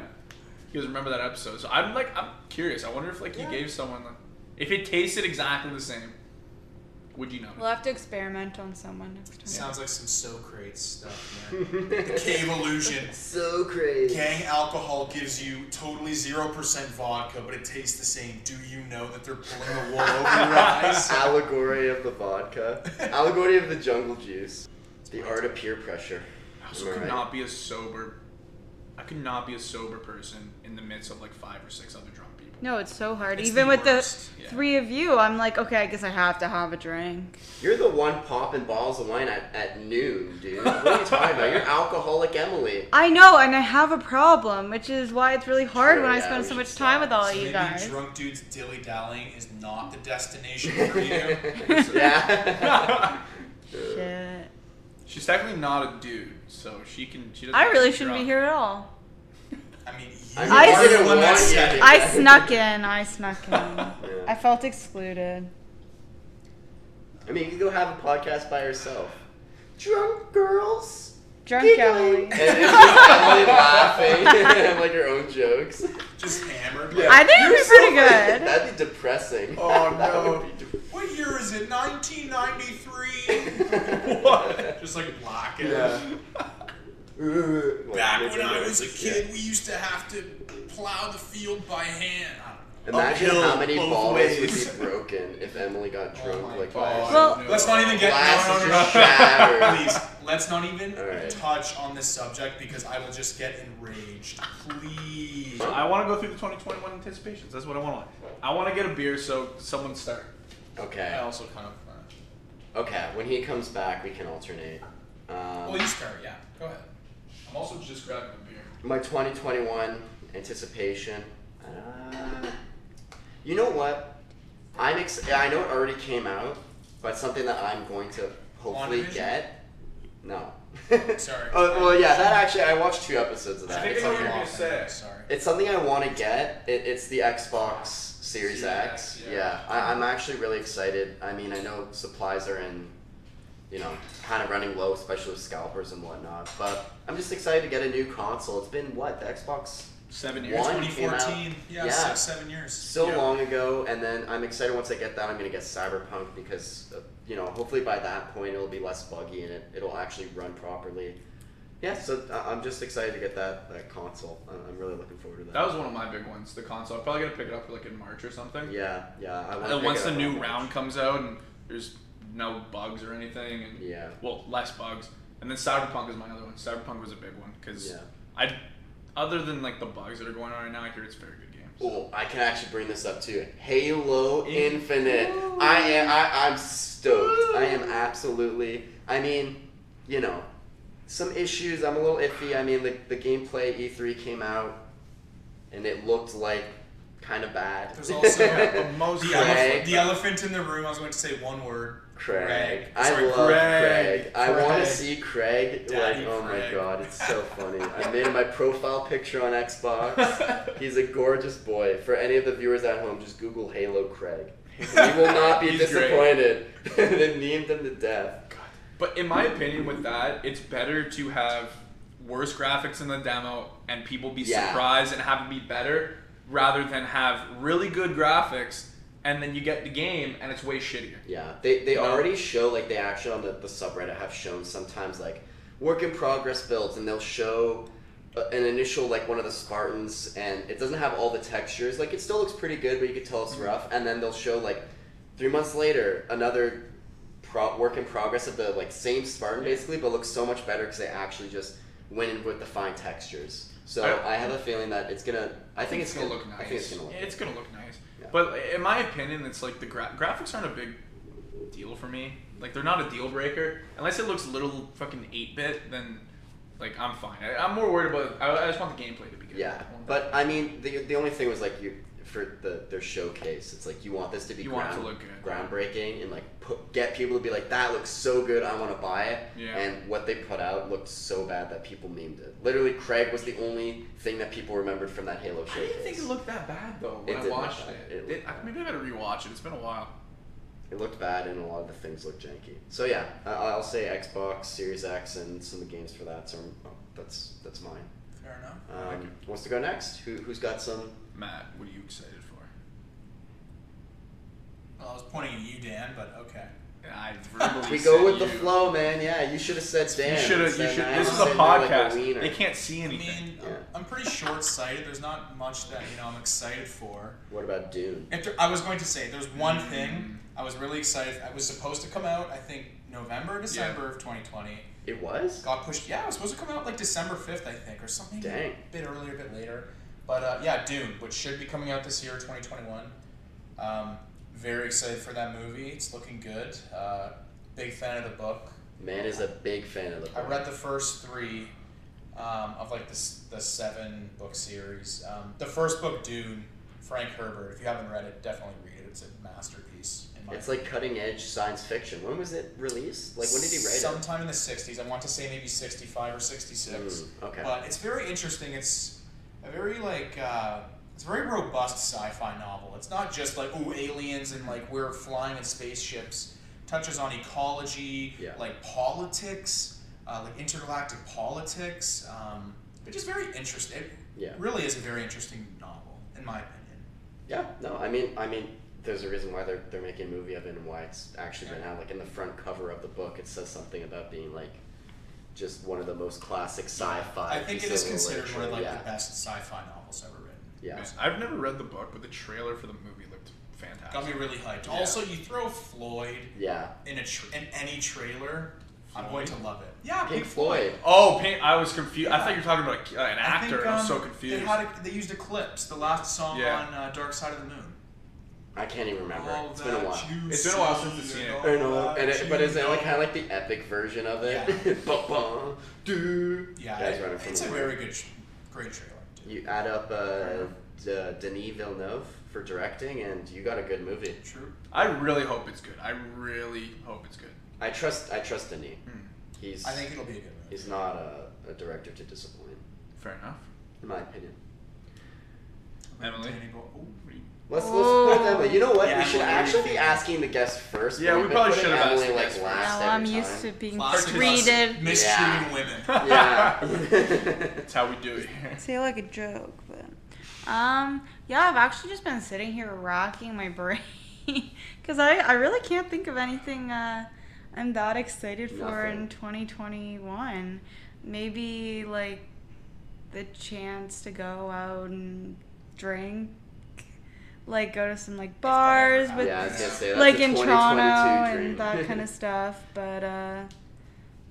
Speaker 3: you guys remember that episode? So I'm like, I'm curious. I wonder if like
Speaker 2: Yeah.
Speaker 3: you gave someone like, if it tasted exactly the same, would you know?
Speaker 4: We'll have to experiment on someone next time.
Speaker 1: Sounds like some Socrates stuff, man. the cave illusion.
Speaker 2: so crazy.
Speaker 1: Gang alcohol gives you totally 0% vodka, but it tastes the same. Do you know that they're pulling the
Speaker 2: Oh,
Speaker 1: wool over your eyes?
Speaker 2: Allegory of the vodka. Allegory of the jungle juice. The art of peer pressure.
Speaker 3: I also
Speaker 2: Am I
Speaker 3: could
Speaker 2: right?
Speaker 3: not be a sober. I could not be a sober person in the midst of like five or six other drunk people.
Speaker 4: No, it's so hard.
Speaker 1: It's
Speaker 4: Even
Speaker 1: the
Speaker 4: with
Speaker 1: worst,
Speaker 4: the
Speaker 3: yeah.
Speaker 4: three of you, I'm like, okay, I guess I have to have a drink.
Speaker 2: You're the one popping bottles of wine at, at noon, dude. What are you talking about? You're alcoholic Emily.
Speaker 4: I know, and I have a problem, which is why it's really hard
Speaker 2: Sure,
Speaker 4: when I
Speaker 2: yeah,
Speaker 4: spend
Speaker 2: we
Speaker 4: so
Speaker 2: should
Speaker 4: much
Speaker 2: stop.
Speaker 4: time with all
Speaker 1: So
Speaker 4: you
Speaker 1: maybe
Speaker 4: guys.
Speaker 1: drunk dudes dilly dallying is not the destination for you.
Speaker 2: yeah.
Speaker 4: Shit.
Speaker 3: She's technically not a dude, so she can. She doesn't
Speaker 4: I really
Speaker 3: get
Speaker 4: shouldn't be
Speaker 3: drunk.
Speaker 4: here at all.
Speaker 1: I mean, you
Speaker 2: I
Speaker 1: are
Speaker 4: didn't
Speaker 1: the one that
Speaker 2: want
Speaker 1: said
Speaker 2: you
Speaker 1: it.
Speaker 2: to.
Speaker 4: I snuck in. I snuck in. I felt excluded.
Speaker 2: I mean, you can go have a podcast by yourself. Drunk girls.
Speaker 4: Drunk
Speaker 2: giggling. And
Speaker 4: Emily.
Speaker 2: it's just Emily laughing. like your own jokes.
Speaker 1: Just hammered.
Speaker 2: Yeah.
Speaker 4: I think it'd be pretty good.
Speaker 2: That'd be depressing.
Speaker 3: Oh,
Speaker 2: that
Speaker 3: no.
Speaker 2: Would be de-
Speaker 1: What year is it? 1993.
Speaker 3: What?
Speaker 1: Just like black and
Speaker 2: Yeah. Like,
Speaker 1: Back
Speaker 2: it's
Speaker 1: when I
Speaker 2: weird.
Speaker 1: was a
Speaker 2: Yeah.
Speaker 1: kid, we used to have to plow the field by hand. I don't know.
Speaker 2: Imagine
Speaker 1: Uphill
Speaker 2: how many
Speaker 1: both
Speaker 2: bottles
Speaker 1: ways.
Speaker 2: would be broken if Emily got
Speaker 1: Oh
Speaker 2: drunk
Speaker 1: my
Speaker 2: like
Speaker 1: God.
Speaker 2: that.
Speaker 4: Well-
Speaker 3: no.
Speaker 1: Let's not even get no,
Speaker 2: Glasses
Speaker 1: no, no,
Speaker 2: just
Speaker 1: no.
Speaker 2: shattered.
Speaker 1: Please, let's not even
Speaker 2: All right.
Speaker 1: touch on this subject because I will just get enraged. Please.
Speaker 3: I want to go through the 2021 anticipations. That's what I want to. I want to get a beer, so someone start.
Speaker 1: I
Speaker 2: Okay.
Speaker 1: also kind of. Uh,
Speaker 2: Okay. When he comes back, we can alternate. Um,
Speaker 1: well, you start. Yeah, go ahead.
Speaker 3: I'm also just grabbing a beer.
Speaker 2: my 2021 anticipation. Uh, you know what? I'm ex- I know it already came out, but something that I'm going to hopefully
Speaker 1: WandaVision?
Speaker 2: get. No.
Speaker 1: Sorry.
Speaker 2: Oh well, yeah. That actually, I watched two episodes of that.
Speaker 3: I think
Speaker 2: It's
Speaker 3: I
Speaker 2: on
Speaker 3: know what you're
Speaker 2: Hulu.
Speaker 3: gonna
Speaker 1: Off,
Speaker 3: say.
Speaker 1: I'm Sorry.
Speaker 2: It's something I want to get. It, it's the Xbox Series
Speaker 3: Series
Speaker 2: X.
Speaker 3: X,
Speaker 2: Yeah,
Speaker 3: yeah.
Speaker 2: I, I'm actually really excited. I mean, I know supplies are in, you know, kind of running low, especially with scalpers and whatnot. But I'm just excited to get a new console. It's been what the Xbox
Speaker 3: Seven
Speaker 2: One
Speaker 3: years.
Speaker 2: came out.
Speaker 1: 2014. Yeah,
Speaker 2: Yeah.
Speaker 1: six, seven years.
Speaker 2: so
Speaker 3: Yeah.
Speaker 2: long ago, and then I'm excited once I get that. I'm gonna get Cyberpunk because uh, you know, hopefully by that point it'll be less buggy and it, it'll actually run properly. Yeah, so I- I'm just excited to get that, that console. I- I'm really looking forward to
Speaker 3: That was one of my big ones. The console. I'm probably gonna pick it up for like in March or something.
Speaker 2: Yeah, yeah. I
Speaker 3: And
Speaker 2: want
Speaker 3: then
Speaker 2: to
Speaker 3: once the new round comes out and there's no bugs or anything, and
Speaker 2: Yeah.
Speaker 3: well, less bugs. And then Cyberpunk is my other one. Cyberpunk was a big one because
Speaker 2: Yeah.
Speaker 3: I, other than like the bugs that are going on right now, I hear it's a very good game.
Speaker 2: Oh, I can actually bring this up too. Halo Infinite. I am. I, I'm stoked. I am absolutely. I mean, you know, some issues. I'm a little iffy. I mean, the the gameplay E3 came out, and it looked like kind of bad.
Speaker 1: There's also
Speaker 3: a
Speaker 1: The,
Speaker 3: most
Speaker 1: elef-
Speaker 2: Craig.
Speaker 1: the elephant in the room. I was going to say one word.
Speaker 2: Craig. I
Speaker 1: Sorry,
Speaker 2: love Craig.
Speaker 3: Craig.
Speaker 2: I want
Speaker 1: Craig.
Speaker 2: to see Craig.
Speaker 1: Daddy
Speaker 2: like, oh my
Speaker 1: Craig.
Speaker 2: god, it's so funny. I made him my profile picture on Xbox. He's a gorgeous boy. For any of the viewers at home, just Google Halo Craig. You will not be
Speaker 3: He's great.
Speaker 2: disappointed. they memed him to death.
Speaker 3: But in my opinion, with that, it's better to have worse graphics in the demo and people be
Speaker 2: Yeah.
Speaker 3: surprised and have it be better rather than have really good graphics and then you get the game and it's way shittier.
Speaker 2: Yeah, they, they
Speaker 3: No.
Speaker 2: already show like they actually on the, the subreddit have shown sometimes like work in progress builds, and they'll show uh, an initial like one of the Spartans, and it doesn't have all the textures. Like it still looks pretty good, but you could tell
Speaker 3: Mm-hmm.
Speaker 2: it's rough. And then they'll show like three months later another pro- work in progress of the like same Spartan basically, but looks so much better because they actually just went in with the fine textures. So I,
Speaker 3: I-
Speaker 2: have a feeling that it's gonna. I think it's,
Speaker 3: gonna look nice.
Speaker 2: I think it's gonna look.
Speaker 3: It's gonna look nice.
Speaker 2: Yeah.
Speaker 3: But in my opinion, it's like the gra- graphics aren't a big deal for me. Like they're not a deal breaker unless it looks a little fucking eight bit. Then like I'm fine. I, I'm more worried about. I, I just want the gameplay to be good.
Speaker 2: Yeah,
Speaker 3: I want that.
Speaker 2: but I mean, the the only thing was like you for the their showcase. It's like you want this to be
Speaker 3: You want it
Speaker 2: ground,
Speaker 3: to look good.
Speaker 2: groundbreaking and like put, get people to be like, that looks so good, I want to buy it.
Speaker 3: Yeah.
Speaker 2: And what they put out looked so bad that people memed it. Literally, Craig was the only thing that people remembered from that Halo
Speaker 3: I
Speaker 2: showcase.
Speaker 3: didn't think it looked that bad though
Speaker 2: It
Speaker 3: when
Speaker 2: did
Speaker 3: I
Speaker 2: look
Speaker 3: watched
Speaker 2: bad. It
Speaker 3: it. It-
Speaker 2: looked
Speaker 3: I-
Speaker 2: bad.
Speaker 3: maybe I gotta rewatch it. It's been a while.
Speaker 2: It looked bad, and a lot of the things looked janky. So yeah, I, I'll say Xbox Series X and some of the games for that. So um, that's that's mine.
Speaker 1: Fair enough.
Speaker 2: Um, wants to go next? Who who's got some?
Speaker 3: Matt, what are you excited for?
Speaker 1: Well, I was pointing at you, Dan, but okay.
Speaker 3: I verbally
Speaker 2: We go
Speaker 3: said
Speaker 2: with the
Speaker 3: you.
Speaker 2: flow, man. Yeah, you should have said Dan.
Speaker 3: You should have. You
Speaker 2: instead
Speaker 3: should.
Speaker 2: of I
Speaker 3: This
Speaker 2: was
Speaker 3: is a
Speaker 2: sitting there like
Speaker 3: podcast.
Speaker 2: wiener.
Speaker 3: they can't see
Speaker 1: I
Speaker 3: anything.
Speaker 1: mean,
Speaker 2: Yeah.
Speaker 1: I'm pretty short-sighted. There's not much that you know I'm excited for.
Speaker 2: What about Dune?
Speaker 1: If there, I was going to say, there's one thing I was really excited. I was supposed to come out, I think November, December of 2020.
Speaker 2: It was?
Speaker 1: Got pushed. Yeah, it was supposed to come out like December 5th, I think, or something.
Speaker 2: Dang.
Speaker 1: A bit earlier, a bit later. But uh, yeah, Dune, which should be coming out this year, 2021. Um, very excited for that movie. It's looking good. Uh, big fan of the book.
Speaker 2: Man is a big fan of the
Speaker 1: I
Speaker 2: book.
Speaker 1: read the first three um, of like this the seven book series. Um, the first book, Dune, Frank Herbert. If you haven't read it, definitely read it. It's a masterpiece. In my
Speaker 2: It's like cutting edge science fiction. When was it released? Like when did he write it?
Speaker 1: Sometime in the '60s. I want to say maybe '65 or '66.
Speaker 2: Mm, okay.
Speaker 1: But it's very interesting. It's a very like uh, it's a very robust sci-fi novel. It's not just like oh aliens and like we're flying in spaceships. Touches on ecology,
Speaker 2: Yeah.
Speaker 1: like politics, uh, like intergalactic politics. Um, but just very interesting. It
Speaker 2: Yeah.
Speaker 1: really is a very interesting novel, in my opinion.
Speaker 2: Yeah. No, I mean, I mean, there's a reason why they're they're making a movie of it and why it's actually been out. Like in the front cover of the book, it says something about being like just one of the most classic sci-fi.
Speaker 1: I think it is
Speaker 2: pieces of
Speaker 1: considered one of like
Speaker 2: literature. yeah.
Speaker 1: the best sci-fi novels ever written.
Speaker 2: Yeah.
Speaker 3: I've never read the book, but the trailer for the movie looked fantastic.
Speaker 1: Got me really hyped.
Speaker 3: Yeah.
Speaker 1: Also, you throw Floyd
Speaker 2: Yeah.
Speaker 1: in a tra- in any trailer, I'm going
Speaker 3: Floyd?
Speaker 1: to love it. Yeah,
Speaker 2: Pink Floyd.
Speaker 3: Oh, paint, I was confused. I
Speaker 1: Yeah.
Speaker 3: thought you were talking about a, uh, an
Speaker 1: I
Speaker 3: actor.
Speaker 1: think,
Speaker 3: I was
Speaker 1: um,
Speaker 3: so confused.
Speaker 1: They, had a, they used Eclipse, the last song
Speaker 3: Yeah.
Speaker 1: on uh, Dark Side of the Moon.
Speaker 2: I can't even remember.
Speaker 1: All
Speaker 2: it's been a
Speaker 1: that
Speaker 2: while.
Speaker 1: you
Speaker 3: It's been a while
Speaker 1: see
Speaker 3: since I've seen it.
Speaker 1: all
Speaker 2: I know,
Speaker 1: that
Speaker 2: and it, but is
Speaker 1: you
Speaker 2: it like
Speaker 1: know.
Speaker 2: kind of like the epic version of it?
Speaker 1: Yeah.
Speaker 2: Ba-ba, do.
Speaker 1: Yeah,
Speaker 2: Guys
Speaker 1: it-
Speaker 2: running from
Speaker 1: it's
Speaker 2: the
Speaker 1: a
Speaker 2: war.
Speaker 1: very good, tr- great trailer. dude.
Speaker 2: You add up uh, D- Denis Villeneuve for directing, and you got a good movie.
Speaker 1: True.
Speaker 3: I really hope it's good. I really hope it's good.
Speaker 2: I trust. I trust Denis.
Speaker 3: Hmm.
Speaker 2: He's.
Speaker 1: I think it'll be a good movie.
Speaker 2: he's not a, a director to disappoint,
Speaker 3: Fair enough.
Speaker 2: in my opinion.
Speaker 3: Emily?
Speaker 1: Danny Boyle- ooh,
Speaker 2: Let's let's put it that way. You know what?
Speaker 1: Yeah,
Speaker 2: we should
Speaker 1: Emily.
Speaker 2: actually be asking the guest first.
Speaker 3: Yeah,
Speaker 2: We've
Speaker 3: we
Speaker 2: been
Speaker 3: probably
Speaker 2: putting
Speaker 3: should have asked
Speaker 2: Emily
Speaker 3: the
Speaker 2: like
Speaker 3: guest first.
Speaker 2: last
Speaker 4: Now I'm
Speaker 2: every
Speaker 4: used to
Speaker 2: time.
Speaker 4: being
Speaker 1: classic
Speaker 4: treated.
Speaker 1: us mistreating
Speaker 2: Yeah.
Speaker 1: women.
Speaker 2: Yeah.
Speaker 3: That's how we do it here.
Speaker 4: say it like a joke, but um, yeah, I've actually just been sitting here rocking my brain because I I really can't think of anything uh, I'm that excited for
Speaker 2: Nothing.
Speaker 4: in 2021. Maybe like the chance to go out and drink, like go to some like bars with
Speaker 2: yeah, I was gonna say that's
Speaker 4: like
Speaker 2: a
Speaker 4: in
Speaker 2: 2022
Speaker 4: Toronto
Speaker 2: dream.
Speaker 4: and that kind of stuff. But uh,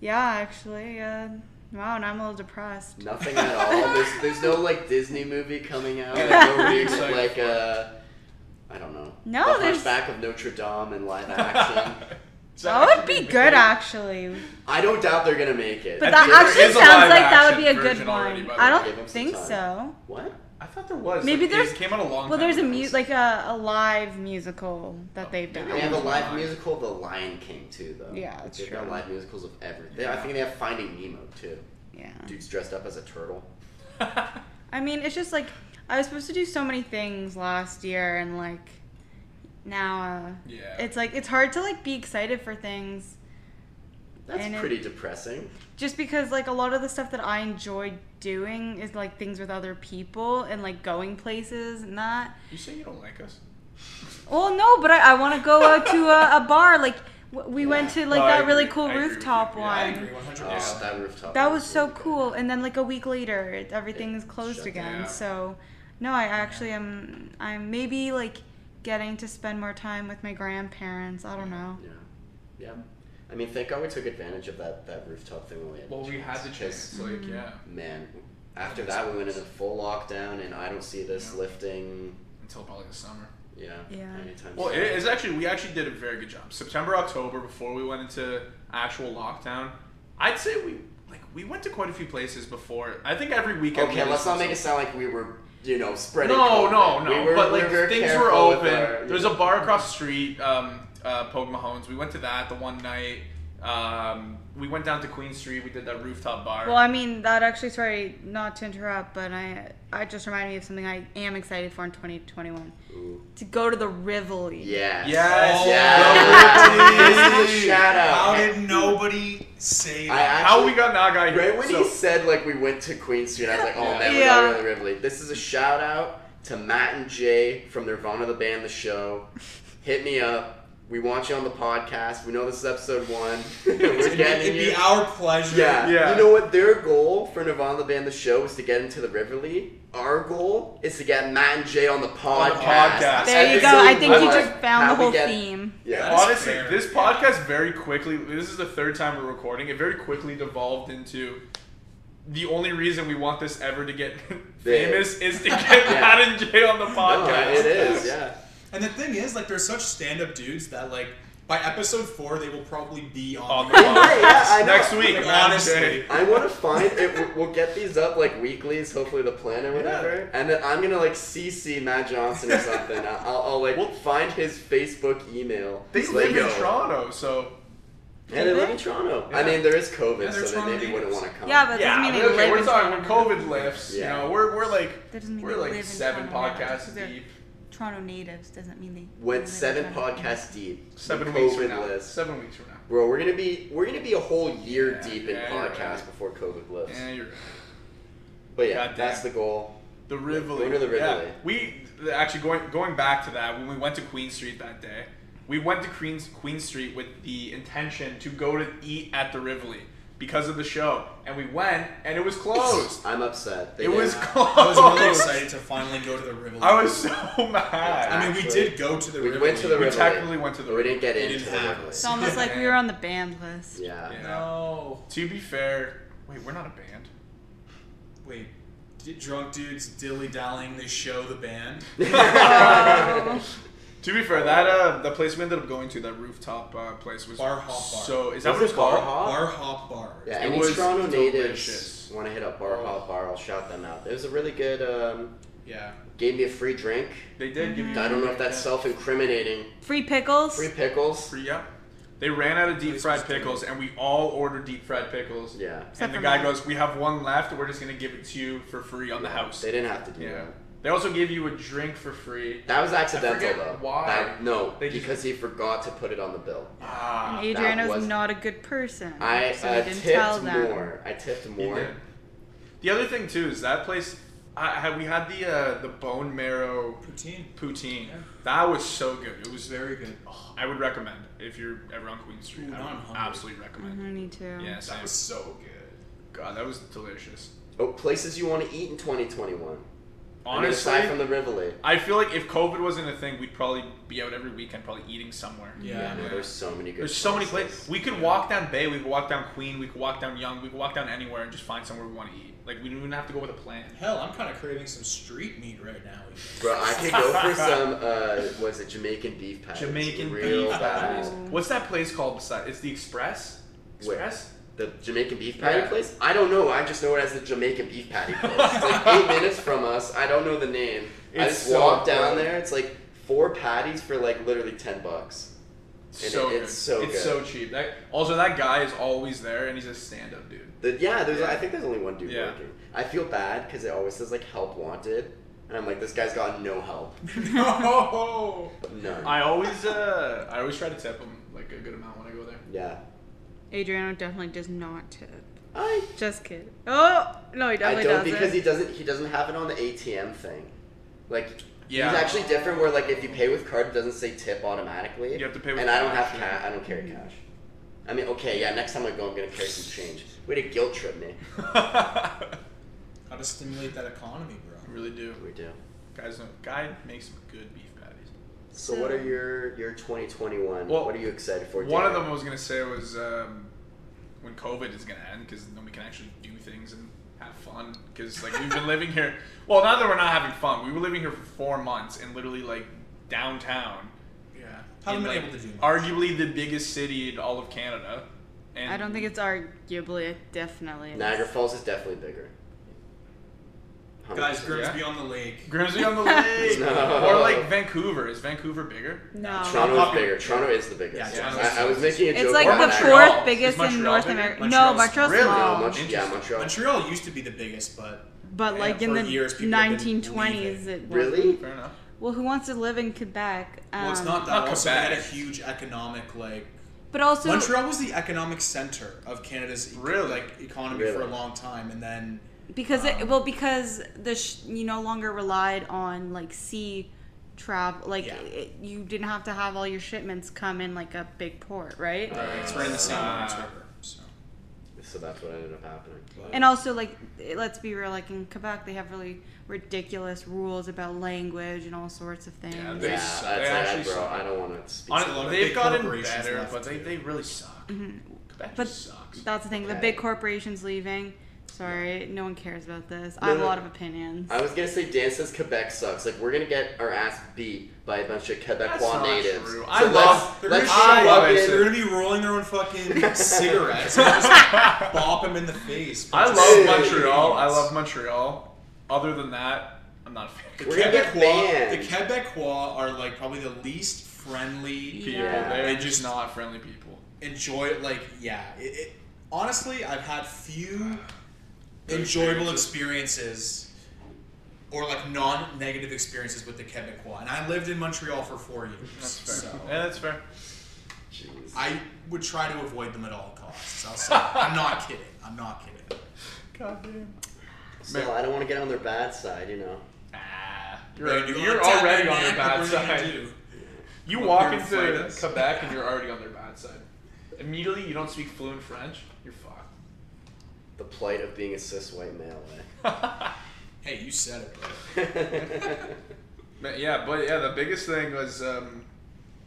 Speaker 4: yeah, actually, uh, wow, and I'm a little depressed.
Speaker 2: Nothing at all. There's, there's no like Disney movie coming out. No real,
Speaker 3: Excited
Speaker 2: like
Speaker 3: for it.
Speaker 2: uh, I don't know.
Speaker 4: No,
Speaker 2: the
Speaker 4: there's-
Speaker 2: Hunchback of Notre Dame in live action.
Speaker 4: That would be good, actually.
Speaker 2: I don't doubt they're gonna make it.
Speaker 4: But
Speaker 3: I
Speaker 4: that
Speaker 3: think there
Speaker 4: actually
Speaker 3: is a
Speaker 4: sounds
Speaker 3: live
Speaker 4: like that would
Speaker 3: action
Speaker 4: be a good
Speaker 3: version already,
Speaker 4: one.
Speaker 3: by the
Speaker 4: I
Speaker 3: way.
Speaker 4: don't
Speaker 2: Give 'em some
Speaker 4: think
Speaker 2: time.
Speaker 4: so.
Speaker 2: what?
Speaker 3: I thought there was.
Speaker 4: Maybe
Speaker 3: like,
Speaker 4: there's-
Speaker 3: It came out a long
Speaker 4: Well,
Speaker 3: time
Speaker 4: there's a
Speaker 3: ago.
Speaker 4: mu- like a, a live musical that they've done.
Speaker 2: They have a
Speaker 3: Yeah.
Speaker 2: live musical, of The Lion King, too, though.
Speaker 4: Yeah, that's
Speaker 2: They've
Speaker 4: true.
Speaker 2: got live musicals of everything. I
Speaker 3: Yeah.
Speaker 2: think they have Finding Nemo too.
Speaker 4: Yeah.
Speaker 2: Dude's dressed up as a turtle.
Speaker 4: I mean, it's just like I was supposed to do so many things last year, and like now uh,
Speaker 3: yeah.
Speaker 4: it's like it's hard to like be excited for things
Speaker 2: That's
Speaker 4: And it-
Speaker 2: pretty depressing.
Speaker 4: just because like a lot of the stuff that I enjoy doing is like things with other people and like going places and that.
Speaker 3: you say you don't like us?
Speaker 4: Well, no, but I, I want to go out to a, a bar. Like w- we went to like
Speaker 3: No, I
Speaker 4: that really
Speaker 3: agree.
Speaker 4: cool
Speaker 3: I agree with
Speaker 4: rooftop
Speaker 3: you. Yeah,
Speaker 1: I
Speaker 4: one.
Speaker 1: agree 100.
Speaker 2: Oh,
Speaker 1: percent
Speaker 2: that rooftop.
Speaker 4: That
Speaker 2: movie
Speaker 4: was so
Speaker 2: really good.
Speaker 4: cool. And then like a week later, it- everything is closed
Speaker 2: shut
Speaker 4: again.
Speaker 3: down.
Speaker 4: So, no, I actually am. I'm maybe like getting to spend more time with my grandparents. I don't know.
Speaker 2: Yeah, yeah. I mean, thank God we took advantage of that, that rooftop thing when we had.
Speaker 3: Well,
Speaker 2: the
Speaker 3: we had the
Speaker 2: 'cause,
Speaker 3: chance. Like,
Speaker 4: mm.
Speaker 3: yeah.
Speaker 2: Man, after that we went into full lockdown, and I don't see this lifting.
Speaker 3: Until probably the summer.
Speaker 2: Yeah.
Speaker 4: Yeah.
Speaker 2: Anytime
Speaker 3: Well, it
Speaker 2: soon.
Speaker 3: is actually we actually did a very good job. September, October, before we went into actual lockdown, I'd say we like we went to quite a few places before. I think every weekend.
Speaker 2: Okay,
Speaker 3: we
Speaker 2: let's
Speaker 3: did
Speaker 2: not make it
Speaker 3: something.
Speaker 2: sound like we were, you know, spreading.
Speaker 3: No,
Speaker 2: COVID.
Speaker 3: no, no.
Speaker 2: We were,
Speaker 3: but
Speaker 2: we
Speaker 3: like
Speaker 2: were
Speaker 3: things were
Speaker 2: careful with
Speaker 3: open.
Speaker 2: our-
Speaker 3: There's a bar across the street, um, uh, Pogue Mahone's. We went to that the one night. Um, we went down to Queen Street. We did that rooftop bar.
Speaker 4: Well, I mean, that actually, sorry, not to interrupt, but I, I just reminded me of something I am excited for in 2021
Speaker 2: Ooh.
Speaker 4: to go to the Rivoli.
Speaker 2: Yes.
Speaker 3: Yes.
Speaker 1: Oh,
Speaker 2: Yeah.
Speaker 1: Rivoli.
Speaker 2: This is a shout
Speaker 1: How
Speaker 2: out.
Speaker 1: did nobody say
Speaker 2: I
Speaker 1: that?
Speaker 3: How
Speaker 2: actually,
Speaker 3: we got that guy here?
Speaker 2: right when
Speaker 3: so,
Speaker 2: he said like we went to Queen Street, I was like, oh man, we
Speaker 4: Yeah.
Speaker 2: got really Rivoli. This is a shout out to Matt and Jay from Nirvana, the band, the show. Hit me up. We want you on the podcast. We know this is episode one. We're
Speaker 1: it'd, be-
Speaker 2: getting
Speaker 1: it'd
Speaker 2: you.
Speaker 1: be our pleasure.
Speaker 2: Yeah.
Speaker 3: Yeah.
Speaker 2: You know what? Their goal for Nirvana the band, the show, is to get into the River League. Our goal is to get Matt and Jay on the podcast.
Speaker 3: podcast.
Speaker 4: There you go.
Speaker 2: Episode
Speaker 4: I think you
Speaker 2: one,
Speaker 4: just found
Speaker 2: how
Speaker 4: the
Speaker 2: we
Speaker 4: whole
Speaker 2: get-
Speaker 4: theme.
Speaker 1: That is
Speaker 3: Honestly,
Speaker 1: fair,
Speaker 3: this
Speaker 1: yeah.
Speaker 3: podcast very quickly, this is the third time we're recording, it very quickly devolved into the only reason we want this ever to get famous is to get Matt and Jay on the
Speaker 2: No,
Speaker 3: podcast.
Speaker 2: it is. Yeah.
Speaker 1: And the thing is, like, there's such stand-up dudes that like by episode four they will probably be
Speaker 3: On
Speaker 1: on.
Speaker 3: the
Speaker 1: the-
Speaker 2: Yeah, yeah, I know.
Speaker 3: podcast. Next week,
Speaker 1: Like,
Speaker 3: Matt and
Speaker 1: honestly.
Speaker 3: Jay.
Speaker 2: I want to find it. we'll- We'll get these up like weeklies, hopefully the plan or whatever. And then I'm gonna like CC Matt Johnson or something. I'll, I'll, I'll like
Speaker 3: Well-
Speaker 2: find his Facebook email.
Speaker 3: They
Speaker 2: It's
Speaker 3: live
Speaker 2: like,
Speaker 3: in Toronto, so
Speaker 2: And they live in Toronto. I
Speaker 3: Yeah.
Speaker 2: mean, there is COVID,
Speaker 1: Yeah, they're
Speaker 2: so they
Speaker 1: Toronto
Speaker 2: maybe wouldn't
Speaker 1: natives.
Speaker 2: want to come.
Speaker 4: Yeah, but it
Speaker 3: yeah,
Speaker 4: doesn't mean
Speaker 3: I
Speaker 4: they
Speaker 3: mean, okay,
Speaker 4: live
Speaker 3: we're
Speaker 4: in
Speaker 3: talking when
Speaker 4: Toronto.
Speaker 3: COVID lifts.
Speaker 2: Yeah.
Speaker 3: You know, we're we're like
Speaker 4: That doesn't mean
Speaker 3: we're
Speaker 4: they
Speaker 3: like
Speaker 4: live in
Speaker 3: seven
Speaker 4: Toronto.
Speaker 3: podcasts
Speaker 4: They're-
Speaker 3: deep,
Speaker 4: Toronto natives doesn't mean they.
Speaker 2: Went
Speaker 4: live in
Speaker 2: seven
Speaker 4: Toronto.
Speaker 2: podcasts deep.
Speaker 3: seven
Speaker 2: the
Speaker 3: weeks
Speaker 2: COVID
Speaker 3: from now.
Speaker 2: list.
Speaker 3: Seven weeks from now.
Speaker 2: Bro, we're gonna be we're gonna be a whole year
Speaker 3: Yeah,
Speaker 2: deep
Speaker 3: yeah,
Speaker 2: in
Speaker 3: you're
Speaker 2: podcasts
Speaker 3: right.
Speaker 2: before COVID lifts.
Speaker 3: Yeah, you're right.
Speaker 2: But yeah,
Speaker 3: Goddamn.
Speaker 2: that's the goal.
Speaker 3: The Rivoli.
Speaker 2: Going to the Rivoli.
Speaker 3: Yeah. We th- actually going going back to that when we went to Queen Street that day. We went to Queen Queen Street with the intention to go to eat at the Rivoli because of the show, and we went and it was closed.
Speaker 2: I'm upset. They
Speaker 3: it
Speaker 2: didn't-
Speaker 3: was
Speaker 1: Yeah.
Speaker 3: closed.
Speaker 1: I was really excited to finally go to the Rivoli.
Speaker 3: I was so
Speaker 1: I
Speaker 3: mad.
Speaker 1: mean, we
Speaker 2: Actually,
Speaker 1: did go to the
Speaker 2: we
Speaker 1: Rivoli.
Speaker 2: went to the
Speaker 3: we
Speaker 2: Rivoli.
Speaker 3: technically went to the.
Speaker 2: we didn't get
Speaker 1: They
Speaker 2: into
Speaker 1: didn't
Speaker 2: the
Speaker 1: have
Speaker 2: Rivoli.
Speaker 1: us.
Speaker 4: It's almost like we were on the band list.
Speaker 2: Yeah.
Speaker 3: Yeah.
Speaker 1: No.
Speaker 3: To be fair, wait, we're not a band.
Speaker 1: Wait. d- Drunk dudes dilly dallying. They show the band.
Speaker 4: Oh.
Speaker 3: To be fair, that uh, the place we ended up going to, that rooftop uh, place was
Speaker 1: Bar Hop Bar.
Speaker 3: So is that
Speaker 2: Was
Speaker 3: what it's
Speaker 2: it Bar
Speaker 3: called?
Speaker 2: Hop?
Speaker 1: Bar Hop Bar.
Speaker 2: Yeah,
Speaker 3: It
Speaker 2: any
Speaker 3: was
Speaker 2: Toronto
Speaker 3: delicious. Oh.
Speaker 2: natives want to hit up Bar Hop Bar, I'll shout them out. It was a really good. Um,
Speaker 1: Yeah.
Speaker 2: gave me a free drink.
Speaker 3: They did give you.
Speaker 2: I don't know if that's self-incriminating.
Speaker 4: Free pickles.
Speaker 2: Free pickles.
Speaker 3: Free, yeah. They ran out of deep
Speaker 1: Place
Speaker 3: fried
Speaker 1: was good.
Speaker 3: pickles, and we all ordered deep fried pickles.
Speaker 2: Yeah.
Speaker 4: Except
Speaker 3: And the
Speaker 4: for
Speaker 3: guy
Speaker 4: mine.
Speaker 3: goes, "We have one left. We're just gonna give it to you for free on the house."
Speaker 2: They didn't have to do
Speaker 3: Yeah.
Speaker 2: that.
Speaker 3: They also gave you a drink for free.
Speaker 2: That was accidental
Speaker 3: forget
Speaker 2: though.
Speaker 3: why.
Speaker 2: That- no,
Speaker 3: They just-
Speaker 2: because he forgot to put it on the bill.
Speaker 3: Ah.
Speaker 4: Adriana
Speaker 2: that
Speaker 4: was,
Speaker 2: was-
Speaker 4: not a good person.
Speaker 2: I
Speaker 4: so
Speaker 2: uh,
Speaker 4: we didn't tell
Speaker 2: tipped
Speaker 4: them.
Speaker 2: more. I tipped
Speaker 3: You
Speaker 2: more.
Speaker 3: Mm-hmm. did. The other thing too is that place. I had we had the uh, the bone marrow
Speaker 1: Poutine.
Speaker 3: poutine.
Speaker 1: Yeah.
Speaker 3: That was so good.
Speaker 1: It
Speaker 3: It
Speaker 1: was
Speaker 3: was
Speaker 1: very good.
Speaker 3: I would recommend if you're ever on Queen Street.
Speaker 1: Ooh,
Speaker 3: I
Speaker 1: now
Speaker 3: would
Speaker 1: I'm hungry.
Speaker 3: absolutely recommend.
Speaker 4: Mhm, me too.
Speaker 3: Yeah, same.
Speaker 1: That was so good.
Speaker 3: God, that was delicious.
Speaker 2: Oh, places you want to eat in 2021. I mean,
Speaker 3: Honestly,
Speaker 2: aside from the Rivoli.
Speaker 3: I feel like if COVID wasn't a thing, we'd probably be out every weekend, probably eating somewhere.
Speaker 1: Yeah.
Speaker 2: I know, there's so many good.
Speaker 3: There's so many places. We could walk down Bay, we could walk down Queen, we could walk down Young, we could walk down anywhere and just find somewhere we want to eat. Like we don't even have to go with a plan.
Speaker 1: Hell, I'm kind of craving some street meat right now. even.
Speaker 2: Bro, I could go for some. Uh, was it Jamaican beef patties?
Speaker 3: Jamaican
Speaker 2: Real
Speaker 3: beef
Speaker 2: bad.
Speaker 3: patties. What's that place called beside? It's the Express.
Speaker 2: Where?
Speaker 3: Express.
Speaker 2: The Jamaican beef patty
Speaker 3: Yeah.
Speaker 2: place? I don't know. I just know it as the Jamaican beef patty place. It's like eight minutes from us. I don't know the name. I
Speaker 3: It's
Speaker 2: just
Speaker 3: so
Speaker 2: walked down
Speaker 3: good.
Speaker 2: there. It's like four patties for like literally ten bucks. And
Speaker 3: so
Speaker 2: it-
Speaker 3: good.
Speaker 2: it's so
Speaker 3: it's
Speaker 2: good.
Speaker 3: so cheap. That, also, that guy is always there, and he's a stand-up dude.
Speaker 2: The, yeah, there's.
Speaker 3: Yeah.
Speaker 2: I think there's only one dude
Speaker 3: Yeah.
Speaker 2: working. I feel bad because it always says like help wanted, and I'm like, this guy's got no help.
Speaker 3: no.
Speaker 2: None.
Speaker 3: I always, uh, I always try to tip him like a good amount when I go there.
Speaker 2: yeah.
Speaker 4: Adriano definitely does not tip.
Speaker 2: I.
Speaker 4: Just kidding. Oh no, he
Speaker 2: I
Speaker 4: definitely
Speaker 2: don't
Speaker 4: doesn't.
Speaker 2: because he doesn't. He doesn't have it on the ATM thing. Like.
Speaker 3: Yeah.
Speaker 2: He's actually different. Where like if you pay with card, it doesn't say tip automatically.
Speaker 3: You have to pay with
Speaker 2: And I don't
Speaker 3: cash,
Speaker 2: have
Speaker 3: yeah.
Speaker 2: cash. I don't carry cash. I mean, okay, yeah. Next time I go, I'm gonna carry some change. Way to guilt trip me.
Speaker 1: How to stimulate that economy, bro.
Speaker 3: I really do.
Speaker 2: We do.
Speaker 3: Guys, know- guy makes some good beef patties.
Speaker 2: So, what are your your 2021?
Speaker 3: Well,
Speaker 2: what are you excited for?
Speaker 3: One of
Speaker 2: Darren?
Speaker 3: them I was gonna say was um, when COVID is gonna end because then we can actually do things and have fun because like we've been living here. Well, not that we're not having fun. We were living here for four months and literally like downtown.
Speaker 1: Yeah. Haven't
Speaker 3: in,
Speaker 1: been
Speaker 3: like,
Speaker 1: able to do much.
Speaker 3: Arguably the biggest city in all of Canada. And
Speaker 4: I don't think it's arguably. It definitely. Is.
Speaker 2: Niagara Falls is definitely bigger.
Speaker 1: Guys,
Speaker 2: 100%.
Speaker 1: Grimsby on the lake.
Speaker 3: Grimsby on the lake,
Speaker 2: No.
Speaker 3: or like Vancouver. Is Vancouver bigger?
Speaker 4: No.
Speaker 2: Toronto is
Speaker 1: Popular.
Speaker 2: bigger. Toronto is the biggest.
Speaker 1: Yeah,
Speaker 3: Toronto
Speaker 2: I, I was making a joke.
Speaker 4: It's like
Speaker 2: about
Speaker 4: the
Speaker 2: that.
Speaker 3: Montreal.
Speaker 4: fourth
Speaker 3: Is
Speaker 4: biggest in
Speaker 3: Montreal
Speaker 4: North
Speaker 3: bigger?
Speaker 4: America.
Speaker 1: Montreal's-
Speaker 4: no, Montreal's
Speaker 3: Really?
Speaker 2: No,
Speaker 4: small.
Speaker 2: Mont- yeah,
Speaker 3: Interesting.
Speaker 2: Montreal.
Speaker 1: Montreal used to be the biggest, but
Speaker 4: but
Speaker 1: Yeah,
Speaker 4: like in
Speaker 1: for
Speaker 4: the
Speaker 1: years people have been
Speaker 4: 1920s, it was.
Speaker 2: Really?
Speaker 3: Fair enough.
Speaker 4: Well, who wants to live in Quebec? Um,
Speaker 1: well, it's not that.
Speaker 3: not
Speaker 1: also, they had a
Speaker 3: Quebec.
Speaker 1: huge economic like.
Speaker 4: But also,
Speaker 1: Montreal was the economic center of Canada's eco-
Speaker 3: Really?
Speaker 1: like economy for a
Speaker 2: Really?
Speaker 1: long time, and then
Speaker 4: because
Speaker 1: Um,
Speaker 4: it well because the sh- you no longer relied on like sea travel like
Speaker 1: Yeah.
Speaker 4: it, you didn't have to have all your shipments come in like a big port, right?
Speaker 2: Right.
Speaker 1: It's right in the St. Lawrence
Speaker 3: Ah.
Speaker 1: River. So
Speaker 2: So that's what ended up happening. But-
Speaker 4: And also, like, it- let's be real, like in Quebec, they have really ridiculous rules about language and all sorts of things.
Speaker 3: Yeah,
Speaker 2: yeah,
Speaker 3: they suck.
Speaker 2: that's
Speaker 3: They actually
Speaker 2: it, bro.
Speaker 3: suck.
Speaker 2: I don't want to speak.
Speaker 3: On,
Speaker 1: a lot of
Speaker 3: they've
Speaker 1: big
Speaker 3: gotten
Speaker 1: corporations
Speaker 3: better,
Speaker 1: left
Speaker 3: but they,
Speaker 1: too.
Speaker 3: they really suck. Quebec
Speaker 4: But
Speaker 3: just sucks.
Speaker 4: That's the thing. The
Speaker 2: Okay.
Speaker 4: big corporations leaving. Sorry, no one cares about this. I
Speaker 2: No,
Speaker 4: have a
Speaker 2: no.
Speaker 4: lot of opinions.
Speaker 2: I was gonna say Dan says Quebec sucks. Like we're gonna get our ass beat by a bunch of Quebecois
Speaker 3: That's not
Speaker 2: natives.
Speaker 3: true.
Speaker 2: So
Speaker 3: I
Speaker 2: let's-
Speaker 3: love-
Speaker 1: they're
Speaker 2: let's
Speaker 1: gonna
Speaker 3: I
Speaker 2: show
Speaker 1: show
Speaker 3: love
Speaker 2: up
Speaker 1: up.
Speaker 3: it.
Speaker 2: and-
Speaker 1: They're gonna be rolling their own fucking cigarettes. and just bop them in the face.
Speaker 3: I
Speaker 2: Hey.
Speaker 3: love Montreal. I love Montreal. Other than that, I'm not a fan.
Speaker 1: The
Speaker 2: We're gonna get
Speaker 1: Quebecois,
Speaker 2: banned.
Speaker 1: the Quebecois are like probably the least friendly.
Speaker 3: People,
Speaker 2: Yeah.
Speaker 3: they're
Speaker 1: They
Speaker 3: just
Speaker 1: just-
Speaker 3: not friendly people.
Speaker 1: Enjoy it, like yeah. It, it, honestly, I've had few enjoyable experiences or like non-negative experiences with the Quebecois, and I lived in Montreal for four years.
Speaker 3: That's fair.
Speaker 1: So
Speaker 3: Yeah, that's fair.
Speaker 2: Jeez.
Speaker 1: I would try to avoid them at all costs. I'll say, I'm not kidding. I'm not kidding.
Speaker 3: God damn.
Speaker 2: Still, I don't want to get on their bad side, you know.
Speaker 3: Ah,
Speaker 1: They're
Speaker 3: you're,
Speaker 1: gonna be
Speaker 3: you're
Speaker 1: like, "Tap
Speaker 3: already
Speaker 1: my
Speaker 3: on your
Speaker 1: neck, what
Speaker 3: bad
Speaker 1: are you gonna
Speaker 3: side.
Speaker 1: do?"
Speaker 3: You
Speaker 1: Look,
Speaker 3: walk
Speaker 1: they're
Speaker 3: into
Speaker 1: afraid of us.
Speaker 3: Quebec and you're already on their bad side. Immediately, you don't speak fluent French. You're fucked.
Speaker 2: The plight of being a cis white male.
Speaker 1: Hey, you said it, bro.
Speaker 2: eh?
Speaker 3: But yeah, but yeah, the biggest thing was um,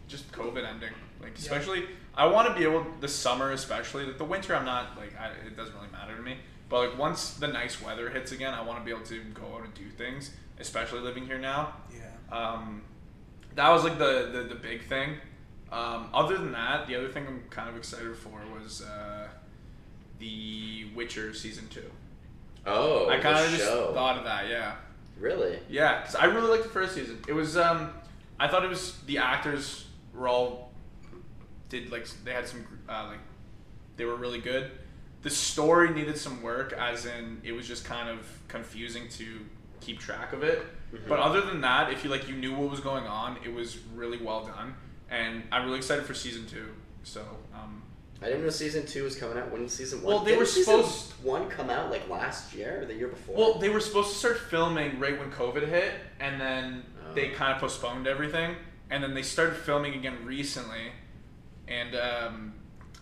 Speaker 3: just COVID ending. Like
Speaker 1: Yeah.
Speaker 3: especially, I want to be able this summer, especially like the winter. I'm not like I, it doesn't really matter to me. But like once the nice weather hits again, I want to be able to go out and do things. Especially living here now,
Speaker 1: Yeah.
Speaker 3: um, that was like the, the, the big thing. Um, other than that, the other thing I'm kind of excited for was uh, the Witcher season two.
Speaker 2: oh,
Speaker 3: I kind
Speaker 2: the
Speaker 3: of just
Speaker 2: show.
Speaker 3: thought of that, yeah.
Speaker 2: Really?
Speaker 3: Yeah, because I really liked the first season. It was, um, I thought it was the actors were all did like they had some uh, like they were really good. The story needed some work, as in it was just kind of confusing to keep track of it. But other than that, if you like, you knew what was going on. It was really well done, and I'm really excited for season two. So, um,
Speaker 2: I didn't know season two was coming out. When did season one?
Speaker 3: Well, they
Speaker 2: Didn't
Speaker 3: were
Speaker 2: season
Speaker 3: supposed-
Speaker 2: one come out like last year or the year before.
Speaker 3: Well, they were supposed to start filming right when COVID hit, and then they
Speaker 2: Oh.
Speaker 3: kind of postponed everything, and then they started filming again recently, and um,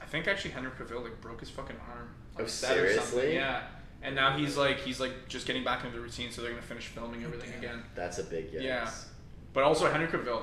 Speaker 3: I think actually Henry Cavill like broke his fucking arm.
Speaker 2: Oh,
Speaker 3: Like, that or something,
Speaker 2: seriously?
Speaker 3: Yeah. And now he's like he's like just getting back into the routine, so they're gonna finish filming everything
Speaker 1: damn.
Speaker 3: again.
Speaker 2: that's a big yes.
Speaker 3: Yeah. But also Henry Cavill,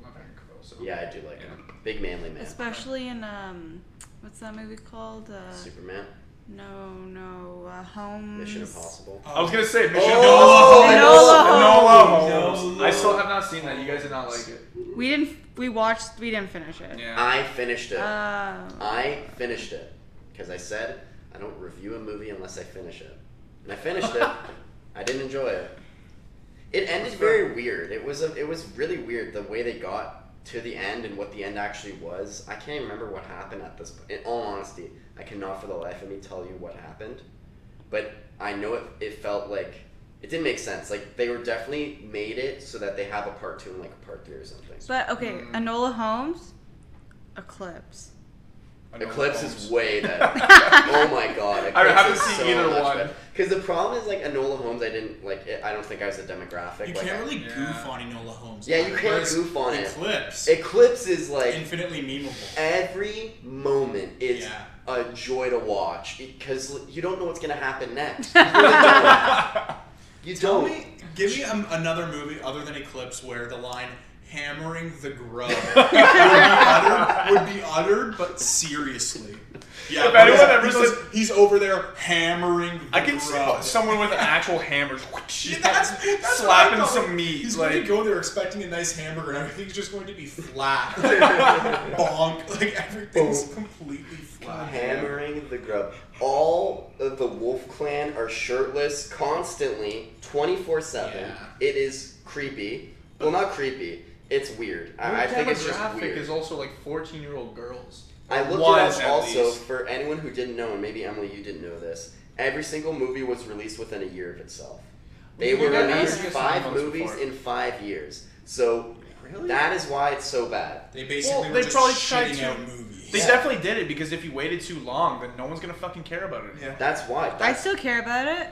Speaker 3: I love Henry Cavill. So
Speaker 2: Yeah, I do like
Speaker 3: Yeah.
Speaker 2: him. Big manly man.
Speaker 4: Especially in um, what's that movie called? Uh,
Speaker 2: Superman.
Speaker 4: no, no, uh, Homes.
Speaker 2: Mission Impossible.
Speaker 3: I was gonna say Mission
Speaker 2: Oh,
Speaker 3: Impossible.
Speaker 1: Enola
Speaker 3: Enola
Speaker 1: Holmes.
Speaker 3: Holmes. I still have not seen that. You guys did not like it.
Speaker 4: We didn't. We watched. We didn't finish it.
Speaker 3: Yeah.
Speaker 2: I finished it.
Speaker 4: Uh,
Speaker 2: I finished it because I said I don't review a movie unless I finish it, and I finished it. I didn't enjoy it. It ended very weird. It was a, it was really weird the way they got to the end and what the end actually was. I can't even remember what happened at this. point. In all honesty, I cannot for the life of me tell you what happened, but I know it. It felt like it didn't make sense. Like they were definitely made it so that they have a part two and like a part three or something.
Speaker 4: but okay, Anola Holmes, Eclipse.
Speaker 3: Enola
Speaker 2: Eclipse
Speaker 3: Holmes.
Speaker 2: is way better. oh my god! Eclipse
Speaker 3: I haven't
Speaker 2: is
Speaker 3: seen
Speaker 2: so
Speaker 3: either
Speaker 2: much
Speaker 3: one.
Speaker 2: Because the problem is like Enola Holmes, I didn't like. It, I don't think I was a demographic.
Speaker 1: You
Speaker 2: like,
Speaker 1: can't really
Speaker 3: Yeah.
Speaker 1: goof on Enola Holmes.
Speaker 2: Yeah, you
Speaker 1: though,
Speaker 2: can't
Speaker 1: whereas
Speaker 2: goof on it.
Speaker 1: Eclipse.
Speaker 2: I, Eclipse is like
Speaker 1: Infinitely memeable.
Speaker 2: every moment is
Speaker 1: Yeah.
Speaker 2: a joy to watch because you don't know what's gonna happen next. You really don't. You
Speaker 1: Tell
Speaker 2: don't.
Speaker 1: me, give me um, another movie other than Eclipse where the line "hammering the grub" would, be uttered, would be uttered, but seriously. Yeah,
Speaker 3: If anyone
Speaker 1: he's-
Speaker 3: ever
Speaker 1: he goes,
Speaker 3: said-
Speaker 1: he's over there hammering. The
Speaker 3: I can see
Speaker 1: grub.
Speaker 3: someone with an actual hammer just
Speaker 1: Yeah, that's, that's what I
Speaker 3: slapping
Speaker 1: thought.
Speaker 3: some meat.
Speaker 1: He's going
Speaker 3: like,
Speaker 1: to go there expecting a nice hamburger, and everything's just going to be flat, bonk, like everything's completely flat.
Speaker 2: Hammering the grub. All of the Wolf Clan are shirtless constantly, 24 7.
Speaker 1: Yeah.
Speaker 2: It is creepy. Well, not creepy. It's weird. I, I think it's just weird.
Speaker 3: is also like fourteen-year-old girls.
Speaker 2: I looked
Speaker 3: was,
Speaker 2: it
Speaker 3: at
Speaker 2: up also
Speaker 3: least.
Speaker 2: for anyone who didn't know, and maybe Emily, you didn't know this. Every single movie was released within a year of itself. They
Speaker 3: You
Speaker 2: were
Speaker 3: never
Speaker 2: released
Speaker 3: noticed
Speaker 2: five
Speaker 3: about this
Speaker 2: movies
Speaker 3: before.
Speaker 2: in five years. So
Speaker 3: Really?
Speaker 2: that is why it's so bad.
Speaker 1: They basically
Speaker 3: Well,
Speaker 1: were
Speaker 3: they
Speaker 1: just
Speaker 3: probably tried
Speaker 1: shitting
Speaker 3: to-
Speaker 1: out movies.
Speaker 3: They
Speaker 2: Yeah.
Speaker 3: definitely did it because if you waited too long, then no one's gonna fucking care about it.
Speaker 1: yeah.
Speaker 2: That's why.
Speaker 4: I
Speaker 2: That's
Speaker 4: still care about it.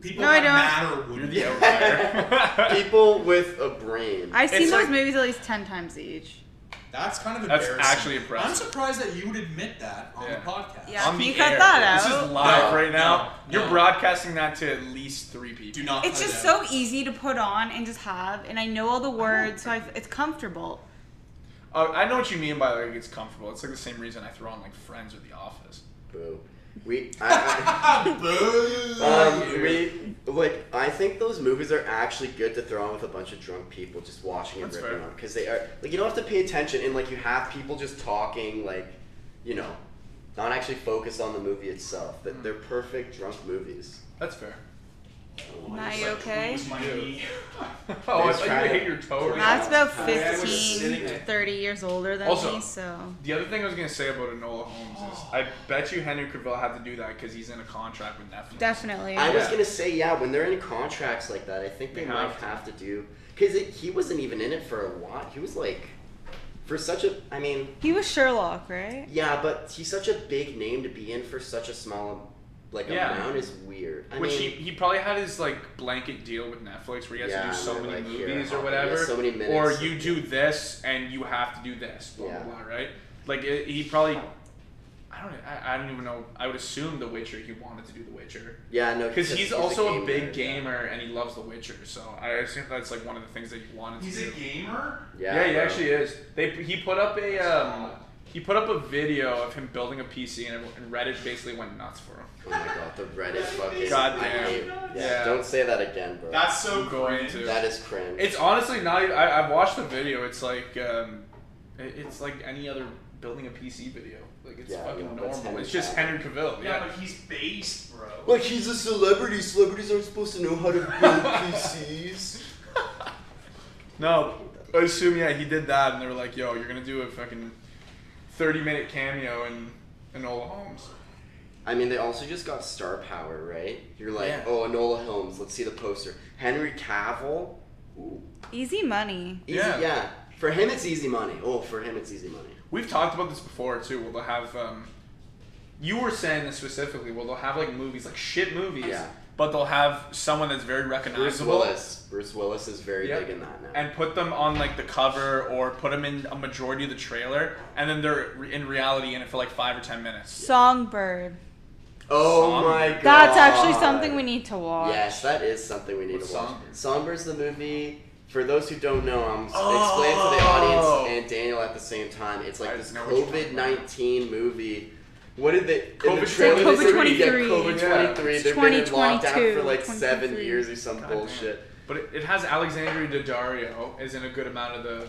Speaker 1: People
Speaker 4: No, I
Speaker 1: that
Speaker 4: don't.
Speaker 1: matter
Speaker 3: You're
Speaker 1: wouldn't.
Speaker 3: the outlier.
Speaker 2: People with a brain.
Speaker 4: I've seen
Speaker 3: It's
Speaker 4: those
Speaker 3: like-
Speaker 4: movies at least ten times each.
Speaker 1: That's kind of
Speaker 3: That's
Speaker 1: embarrassing.
Speaker 3: actually impressive.
Speaker 1: I'm surprised that you would admit that on
Speaker 3: Yeah.
Speaker 1: the podcast.
Speaker 4: Yeah.
Speaker 3: On
Speaker 4: Can you
Speaker 3: the
Speaker 4: cut
Speaker 3: air.
Speaker 4: that
Speaker 3: This
Speaker 4: out?
Speaker 3: is live
Speaker 2: No,
Speaker 3: right now.
Speaker 1: no,
Speaker 3: You're
Speaker 1: no.
Speaker 3: broadcasting that to at least three people.
Speaker 1: Do not.
Speaker 4: It's
Speaker 1: cut it
Speaker 4: just
Speaker 1: out.
Speaker 4: so easy to put on and just have, and I know all the words, so I've, it's comfortable.
Speaker 3: Uh, I know what you mean by like it's comfortable. It's like the same reason I throw on like Friends or The Office.
Speaker 2: Boo. We, I,
Speaker 1: Ah, Boo.
Speaker 2: I, um, we, like, I think those movies are actually good to throw on with a bunch of drunk people just watching and
Speaker 3: That's
Speaker 2: ripping
Speaker 3: fair.
Speaker 2: on because they are like you don't have to pay attention and like you have people just talking like, you know, not actually focused on the movie itself. That
Speaker 3: Hmm.
Speaker 2: they're perfect drunk movies.
Speaker 3: That's fair.
Speaker 4: Now you okay?
Speaker 1: Who's my
Speaker 3: You do.
Speaker 1: knee?
Speaker 3: Oh, I
Speaker 2: Just
Speaker 3: thought
Speaker 2: try
Speaker 3: you
Speaker 2: to-
Speaker 3: hit your toe. or
Speaker 4: Matt's
Speaker 3: something.
Speaker 4: about
Speaker 2: Yeah,
Speaker 1: I was
Speaker 4: 15
Speaker 1: sitting
Speaker 4: to
Speaker 1: there.
Speaker 4: 30 years older than
Speaker 3: Also-
Speaker 4: me, so.
Speaker 3: The other thing I was gonna say about Enola Holmes is I bet you Henry Cavill had to do that because he's in a contract with Netflix.
Speaker 4: Definitely.
Speaker 2: I was
Speaker 3: Yeah.
Speaker 2: gonna say yeah. When they're in contracts like that, I think they,
Speaker 3: They
Speaker 2: might
Speaker 3: have to.
Speaker 2: have to do because he wasn't even in it for a lot. He was like, for such a, I mean,
Speaker 4: He was Sherlock, right?
Speaker 2: yeah, but he's such a big name to be in for such a small, like
Speaker 3: Yeah.
Speaker 2: amount is weird. I
Speaker 3: Which
Speaker 2: mean,
Speaker 3: he, he probably had his like blanket deal with Netflix where he has
Speaker 2: Yeah,
Speaker 3: to do so
Speaker 2: they're
Speaker 3: many
Speaker 2: like, here,
Speaker 3: movies
Speaker 2: I'll-
Speaker 3: or
Speaker 2: yeah,
Speaker 3: whatever.
Speaker 2: so many
Speaker 3: Or
Speaker 2: minutes.
Speaker 3: you do this and you have to do this, blah
Speaker 2: Yeah.
Speaker 3: blah blah, right? Like it, he probably I don't I, I don't even know. I would assume The Witcher he wanted to do The Witcher.
Speaker 2: yeah, no,
Speaker 3: Because he's also a,
Speaker 2: gamer.
Speaker 3: big gamer and he loves The Witcher, so I assume that's like one of the things that he wanted
Speaker 1: He's
Speaker 3: to
Speaker 1: a
Speaker 3: do.
Speaker 1: gamer.
Speaker 2: Yeah,
Speaker 3: he
Speaker 2: bro.
Speaker 3: actually is. They he put up a um, he put up a video of him building a PC and, everyone- and Reddit basically went nuts for him.
Speaker 2: Oh my god, the Reddit fucking.
Speaker 3: God
Speaker 2: I
Speaker 3: damn.
Speaker 2: hate- Yeah,
Speaker 3: Yeah.
Speaker 2: Don't say that again, bro.
Speaker 1: That's so
Speaker 3: I'm going
Speaker 1: cringe.
Speaker 3: to.
Speaker 2: that is cringe.
Speaker 3: It's honestly not. Even, I, I've watched the video. It's like um, it- it's like any other building a PC video. Like it's
Speaker 2: Yeah,
Speaker 3: fucking
Speaker 2: no, but it's
Speaker 3: normal.
Speaker 2: Henry
Speaker 3: It's just
Speaker 2: Cavill.
Speaker 3: Henry
Speaker 1: Yeah,
Speaker 3: Cavill. Yeah.
Speaker 1: but he's based, bro.
Speaker 2: like he's a celebrity. Celebrities aren't supposed to know how to build PCs.
Speaker 3: No, I assume yeah he did that, and they were like, "Yo, you're gonna do a fucking thirty minute cameo in Enola Holmes."
Speaker 2: I mean, they also just got star power, right? You're like,
Speaker 3: Yeah.
Speaker 2: oh, Enola Holmes. Let's see the poster. Henry Cavill. Ooh,
Speaker 4: Easy money.
Speaker 2: easy, yeah.
Speaker 3: Yeah.
Speaker 2: For him, it's easy money. Oh, for him, it's easy money.
Speaker 3: We've talked about this before too. Well, they'll have. Um, you were saying this specifically. Well, they'll have like movies, like shit movies,
Speaker 2: Yeah.
Speaker 3: but they'll have someone that's very
Speaker 2: Bruce
Speaker 3: recognizable.
Speaker 2: Willis. Bruce Willis is very
Speaker 3: Yep.
Speaker 2: big in that now.
Speaker 3: and put them on like the cover or put them in a majority of the trailer, and then they're re- in reality in it for like five or ten minutes.
Speaker 4: Songbird.
Speaker 2: oh
Speaker 3: Song-
Speaker 2: my god.
Speaker 4: That's actually something we need to watch.
Speaker 2: Yes, that is something we need
Speaker 3: What's
Speaker 2: to watch.
Speaker 3: Songbird?
Speaker 2: Songbird's the movie. For those who don't know, I'm
Speaker 3: Oh.
Speaker 2: explaining to the audience and Daniel at the same time. It's
Speaker 3: I
Speaker 2: like this
Speaker 3: know what you're talking
Speaker 2: COVID nineteen movie. What did they? in the
Speaker 3: COVID-23.
Speaker 2: trailer they said we get
Speaker 4: COVID-23.
Speaker 2: COVID twenty three.
Speaker 4: It's
Speaker 2: They've been in lockdown
Speaker 4: 2022,
Speaker 2: for like seven
Speaker 4: 23.
Speaker 2: years or some
Speaker 3: God damn.
Speaker 2: bullshit.
Speaker 3: But it, it has Alexandria Daddario is in a good amount of the.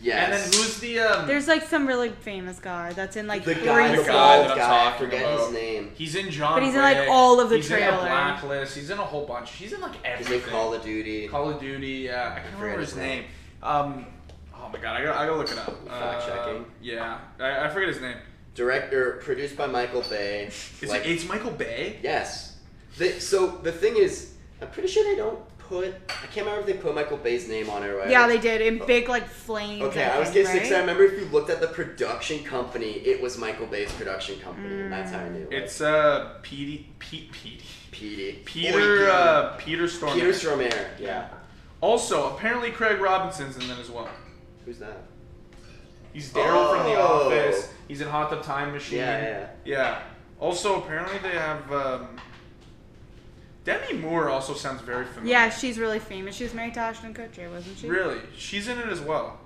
Speaker 2: Yes.
Speaker 3: And then who's the um?
Speaker 4: There's like some really famous guy that's in like
Speaker 2: the
Speaker 4: three
Speaker 2: guy? The
Speaker 3: The
Speaker 4: scenes.
Speaker 3: guy
Speaker 2: bald
Speaker 3: that I'm
Speaker 2: guy. I
Speaker 3: talking
Speaker 2: forget
Speaker 3: about.
Speaker 2: his name.
Speaker 3: he's in John.
Speaker 4: But he's in, like,
Speaker 3: Wick,
Speaker 4: all of the
Speaker 3: he's in
Speaker 4: trailer.
Speaker 3: a Blacklist. He's in a whole bunch. He's in like
Speaker 2: He's in
Speaker 3: everything.
Speaker 2: Call of Duty.
Speaker 3: Call of Duty. Yeah, I can't
Speaker 2: forget
Speaker 3: remember
Speaker 2: his
Speaker 3: his
Speaker 2: name.
Speaker 3: name. Um, oh my god, I gotta, I gotta look it up.
Speaker 2: Fact checking.
Speaker 3: Uh, yeah, I, I forget his name.
Speaker 2: Director, produced by Michael Bay.
Speaker 3: It's, it's Michael Bay.
Speaker 2: Yes. The, so the thing is, I'm pretty sure they don't put. I can't remember if they put Michael Bay's name on it. Right?
Speaker 4: Yeah, they did in big like flames.
Speaker 2: Okay,
Speaker 4: I
Speaker 2: I was
Speaker 4: think,
Speaker 2: getting sick.
Speaker 4: right?
Speaker 2: I remember if you looked at the production company, it was Michael Bay's production company, and that's how I knew. it.
Speaker 3: It's uh, Petey, Pete, Petey.
Speaker 2: Petey.
Speaker 3: Peter
Speaker 2: Boy,
Speaker 3: uh, Peter
Speaker 2: yeah.
Speaker 3: Stormare.
Speaker 2: Peter Stormare. Yeah.
Speaker 3: also, apparently Craig Robinson's in that as well.
Speaker 2: Who's that?
Speaker 3: He's Daryl from The
Speaker 2: Oh.
Speaker 3: Office. He's in Hot Tub Time Machine.
Speaker 2: Yeah,
Speaker 3: Yeah. Also, apparently they have um, Demi Moore. Also sounds very familiar.
Speaker 4: Yeah, she's really famous. She was married to Ashton Kutcher, wasn't she?
Speaker 3: Really, she's in it as well.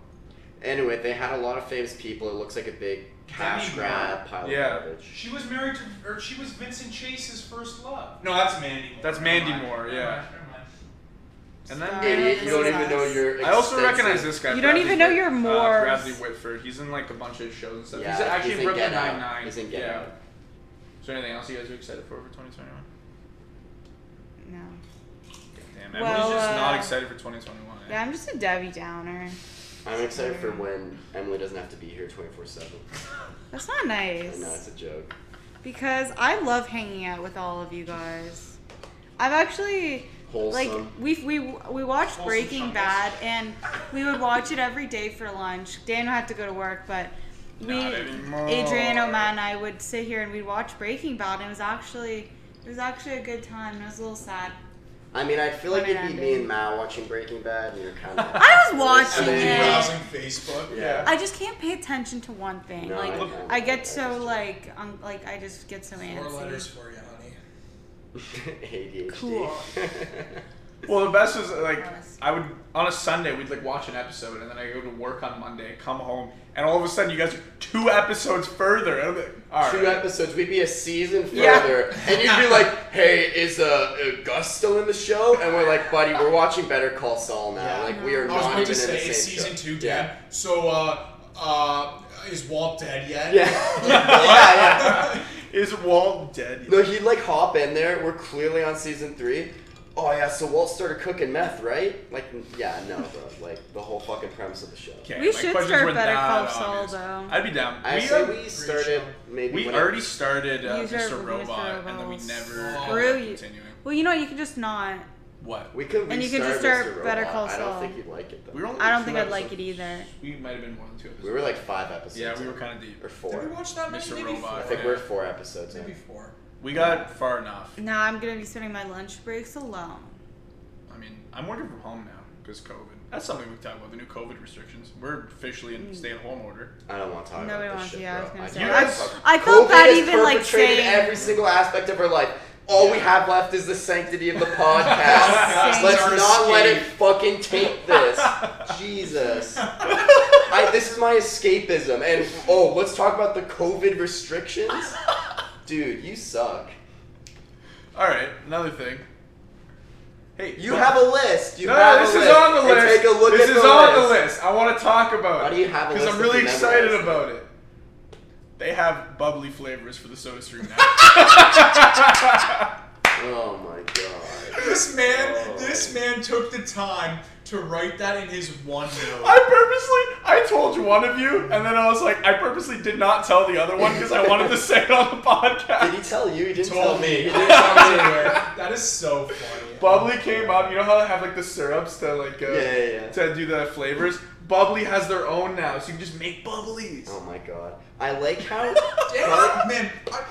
Speaker 2: Anyway, they had a lot of famous people. It looks like a big cash
Speaker 1: Demi
Speaker 2: grab pile
Speaker 3: Yeah.
Speaker 2: of garbage.
Speaker 1: She was married to, or she was Vincent Chase's first love. No, that's Mandy. Moore.
Speaker 3: That's
Speaker 1: Never
Speaker 3: Mandy
Speaker 1: mind.
Speaker 3: Moore,
Speaker 1: Never
Speaker 3: yeah.
Speaker 1: mind, never mind.
Speaker 3: And then
Speaker 4: Stop.
Speaker 2: Idiot,
Speaker 4: Yeah,
Speaker 2: you don't
Speaker 4: this is
Speaker 2: even know
Speaker 4: us.
Speaker 2: your.
Speaker 3: I also
Speaker 2: extensive-
Speaker 3: recognize this guy.
Speaker 4: You don't
Speaker 3: Bradley
Speaker 4: even know
Speaker 3: Whit-
Speaker 4: your
Speaker 3: uh,
Speaker 4: Moores.
Speaker 3: Bradley Whitford. He's in like a bunch of shows and stuff.
Speaker 2: Yeah,
Speaker 3: he's actually
Speaker 2: he's
Speaker 3: in
Speaker 2: in Get
Speaker 3: Brooklyn
Speaker 2: Out.
Speaker 3: Nine Nine.
Speaker 2: He's in Get
Speaker 3: yeah.
Speaker 2: Out.
Speaker 3: Is there anything else you guys are excited for for 2021?
Speaker 4: No.
Speaker 3: Damn,
Speaker 4: Well,
Speaker 3: Emily's just not
Speaker 4: uh,
Speaker 3: excited for 2021. eh?
Speaker 4: Yeah, I'm just a Debbie Downer.
Speaker 2: I'm excited for when Emily doesn't have to be here 24 seven.
Speaker 4: That's not
Speaker 2: I
Speaker 4: nice.
Speaker 2: know it's a joke.
Speaker 4: Because I love hanging out with all of you guys. I've actually like
Speaker 2: Wholesome.
Speaker 4: we we we watched
Speaker 1: Wholesome
Speaker 4: Breaking
Speaker 1: chuckles.
Speaker 4: Bad and we would watch it every day for lunch. Daniel had to go to work, but we
Speaker 3: Not anymore.
Speaker 4: Adrian, Oman, and I would sit here and we'd watch Breaking Bad and it was actually It was actually a good time, and I was a little sad.
Speaker 2: I mean, I feel like
Speaker 4: When it
Speaker 2: it'd be me
Speaker 4: ended.
Speaker 2: and Mal watching Breaking Bad, and you're kind of.
Speaker 4: I was watching
Speaker 2: And then-
Speaker 4: it.
Speaker 1: browsing Facebook.
Speaker 2: Yeah.
Speaker 4: I just can't pay attention to one thing.
Speaker 2: No,
Speaker 4: like
Speaker 2: I
Speaker 4: I,
Speaker 2: know.
Speaker 4: get so like um, like I just get so
Speaker 1: Four
Speaker 4: antsy.
Speaker 1: letters for you, honey.
Speaker 2: ADHD.
Speaker 4: Cool.
Speaker 3: Well, the best was like
Speaker 4: Honest.
Speaker 3: I would on a Sunday we'd like watch an episode, and then I go to work on Monday, come home, and all of a sudden you guys are two episodes further. And I'm like, all
Speaker 2: Two
Speaker 3: right.
Speaker 2: episodes, we'd be a season
Speaker 3: Yeah.
Speaker 2: further, and you'd be like, "Hey, is uh, uh, Gus still in the show?" And we're like, "Buddy, we're watching Better Call Saul now.
Speaker 1: Yeah.
Speaker 2: Like, we are
Speaker 1: I was
Speaker 2: not
Speaker 1: going
Speaker 2: even
Speaker 1: to
Speaker 2: in the
Speaker 1: say
Speaker 2: same
Speaker 1: it's season
Speaker 2: show."
Speaker 1: two, dude.
Speaker 2: Yeah.
Speaker 1: So, uh, uh, is Walt dead yet?
Speaker 2: Yeah. yeah. Yeah.
Speaker 3: Is Walt dead? yet?
Speaker 2: No, he'd like hop in there. We're clearly on season three. Oh yeah, so Walt started cooking meth, right? Like, yeah, no, bro. Like the whole fucking premise of the show.
Speaker 3: Okay,
Speaker 4: We
Speaker 3: my
Speaker 4: should
Speaker 3: questions
Speaker 4: start
Speaker 3: weren't
Speaker 4: Better
Speaker 3: that
Speaker 4: Call Saul,
Speaker 3: obvious.
Speaker 4: though.
Speaker 3: I'd be down.
Speaker 2: I
Speaker 3: we
Speaker 2: say
Speaker 3: are-
Speaker 2: we started
Speaker 1: show.
Speaker 2: maybe.
Speaker 3: we
Speaker 2: when
Speaker 3: already
Speaker 2: It,
Speaker 3: started uh,
Speaker 4: User
Speaker 3: Mr.
Speaker 4: Mr.
Speaker 3: Robot, and then we
Speaker 4: Robots.
Speaker 3: never
Speaker 4: Screw
Speaker 3: ended
Speaker 4: you.
Speaker 3: up continuing.
Speaker 4: Well, you know what? You can just not.
Speaker 3: What?
Speaker 2: we could.
Speaker 4: And you could just
Speaker 2: restart
Speaker 4: start
Speaker 2: Mr.
Speaker 4: Better
Speaker 2: Robot.
Speaker 4: Call
Speaker 2: I don't
Speaker 4: Saul.
Speaker 2: think you'd like it though.
Speaker 3: We were only
Speaker 4: I don't
Speaker 3: two
Speaker 4: think I'd like it
Speaker 3: episodes.
Speaker 4: either.
Speaker 3: We might have been more than two episodes.
Speaker 2: We were like five episodes.
Speaker 3: yeah, we were
Speaker 2: in,
Speaker 3: kind of deep.
Speaker 2: or
Speaker 1: Did we
Speaker 2: four.
Speaker 1: watch that many?
Speaker 3: Mr.
Speaker 1: Maybe
Speaker 3: Robot.
Speaker 2: I
Speaker 1: four.
Speaker 2: think we're four episodes in.
Speaker 1: Maybe four.
Speaker 3: We got far enough.
Speaker 4: Now I'm gonna be spending my lunch breaks alone.
Speaker 3: I mean, I'm working from home now because COVID. That's something we talked about. The new COVID restrictions. We're officially
Speaker 4: Hmm.
Speaker 3: in stay-at-home order.
Speaker 2: I don't want to talk
Speaker 4: No, we
Speaker 2: about
Speaker 4: won't.
Speaker 2: this shit,
Speaker 4: Yeah, I
Speaker 2: bro. I
Speaker 4: was gonna say.
Speaker 2: don't
Speaker 3: I-
Speaker 2: wanna talk-
Speaker 4: I felt
Speaker 2: COVID
Speaker 4: bad
Speaker 2: has
Speaker 4: even like
Speaker 2: perpetrated
Speaker 4: saying.
Speaker 2: every single aspect of our life. All we have left is the sanctity of the podcast.
Speaker 4: Sanctity.
Speaker 2: Let's
Speaker 1: Our
Speaker 2: not let it
Speaker 1: escape.
Speaker 2: fucking taint this. Jesus. I, this is my escapism. And oh, let's talk about the COVID restrictions. Dude, you suck.
Speaker 3: All right, another thing. Hey,
Speaker 2: You have a list. You
Speaker 3: no,
Speaker 2: have
Speaker 3: this
Speaker 2: a
Speaker 3: is
Speaker 2: list.
Speaker 3: on the
Speaker 2: And
Speaker 3: list.
Speaker 2: Take a look
Speaker 3: this
Speaker 2: at
Speaker 3: is
Speaker 2: the
Speaker 3: on
Speaker 2: list.
Speaker 3: the list. I want to talk about
Speaker 2: Why
Speaker 3: it.
Speaker 2: do you have a
Speaker 3: Because
Speaker 2: list
Speaker 3: I'm
Speaker 2: if
Speaker 3: really
Speaker 2: you memorized
Speaker 3: excited
Speaker 2: it?
Speaker 3: about it. They have bubbly flavors for the soda stream now.
Speaker 2: Oh my god.
Speaker 1: This man,
Speaker 2: Oh.
Speaker 1: this man took the time to write that in his one
Speaker 3: I
Speaker 1: note.
Speaker 3: purposely, I told one of you, and then I was like, I purposely did not tell the other one because I wanted to say it on the
Speaker 2: Did he
Speaker 3: podcast.
Speaker 2: tell you? He didn't tell
Speaker 1: Told me.
Speaker 2: He
Speaker 1: He
Speaker 2: didn't
Speaker 1: didn't
Speaker 2: tell
Speaker 1: talk
Speaker 2: me.
Speaker 1: anywhere. That is so funny.
Speaker 3: Bubbly came up. You know how they have like the syrups to like uh,
Speaker 2: Yeah, yeah, yeah.
Speaker 3: to do the flavors. Bubbly has their own now, so you can just make bubblies.
Speaker 2: Oh my god. I like how.
Speaker 1: Dan, man, I,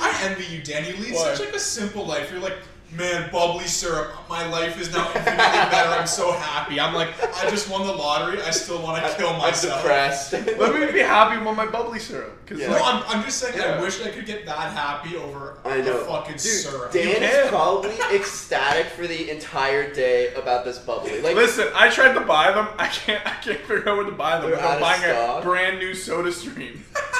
Speaker 1: I envy you, Dan. You lead
Speaker 3: Why?
Speaker 1: such like a simple life. You're like, man, bubbly syrup. My life is now infinitely better. I'm so happy. I'm like, I just won the lottery. I still want to kill myself.
Speaker 2: I'm depressed.
Speaker 3: Let me be happy about my bubbly syrup. 'cause,
Speaker 2: Yeah.
Speaker 1: No,
Speaker 3: like,
Speaker 1: I'm, I'm just saying.
Speaker 3: Yeah.
Speaker 1: I wish I could get that happy over
Speaker 2: I know.
Speaker 1: the fucking
Speaker 2: Dude,
Speaker 1: syrup.
Speaker 3: You
Speaker 2: Dan is
Speaker 3: can.
Speaker 2: probably ecstatic for the entire day about this bubbly. Like,
Speaker 3: Listen, I tried to buy them. I can't. I can't figure out where to buy them.
Speaker 2: They're out
Speaker 3: I'm
Speaker 2: of
Speaker 3: buying a
Speaker 2: stock?
Speaker 3: brand new Soda Stream.
Speaker 2: oh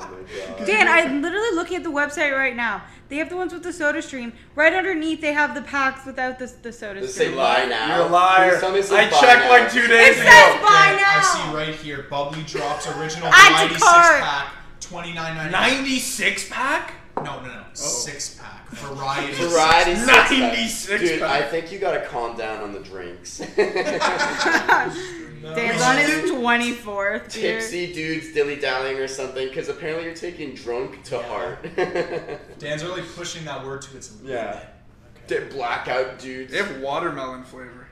Speaker 2: my god.
Speaker 4: Dan, I'm literally looking at the website right now. They have the ones with the soda stream. Right underneath, they have the packs without the, the soda
Speaker 2: Does it say
Speaker 4: stream.
Speaker 2: buy now?
Speaker 3: You're a liar.
Speaker 2: Please tell me it says
Speaker 3: I
Speaker 2: buy
Speaker 3: checked
Speaker 2: now.
Speaker 3: like two days
Speaker 4: It
Speaker 3: ago.
Speaker 4: says buy-
Speaker 1: Dan, I
Speaker 4: now.
Speaker 1: see right here. Bubbly drops original
Speaker 4: Add to
Speaker 1: variety six
Speaker 4: cart.
Speaker 1: pack, twenty nine ninety nine.
Speaker 3: Ninety-six pack.
Speaker 1: No, no, no, six pack variety.
Speaker 2: Variety six pack.
Speaker 3: 96
Speaker 2: Dude,
Speaker 3: pack.
Speaker 2: I think you gotta calm down on the drinks.
Speaker 1: No.
Speaker 4: Dan's
Speaker 2: We
Speaker 4: on
Speaker 2: should
Speaker 4: his
Speaker 2: do
Speaker 4: 24th year.
Speaker 2: Tipsy dudes dilly dallying or something, because apparently you're taking drunk to
Speaker 1: Yeah.
Speaker 2: heart.
Speaker 1: Dan's really pushing that word to its limit.
Speaker 2: Yeah. Di- Blackout dudes.
Speaker 3: They have watermelon flavor.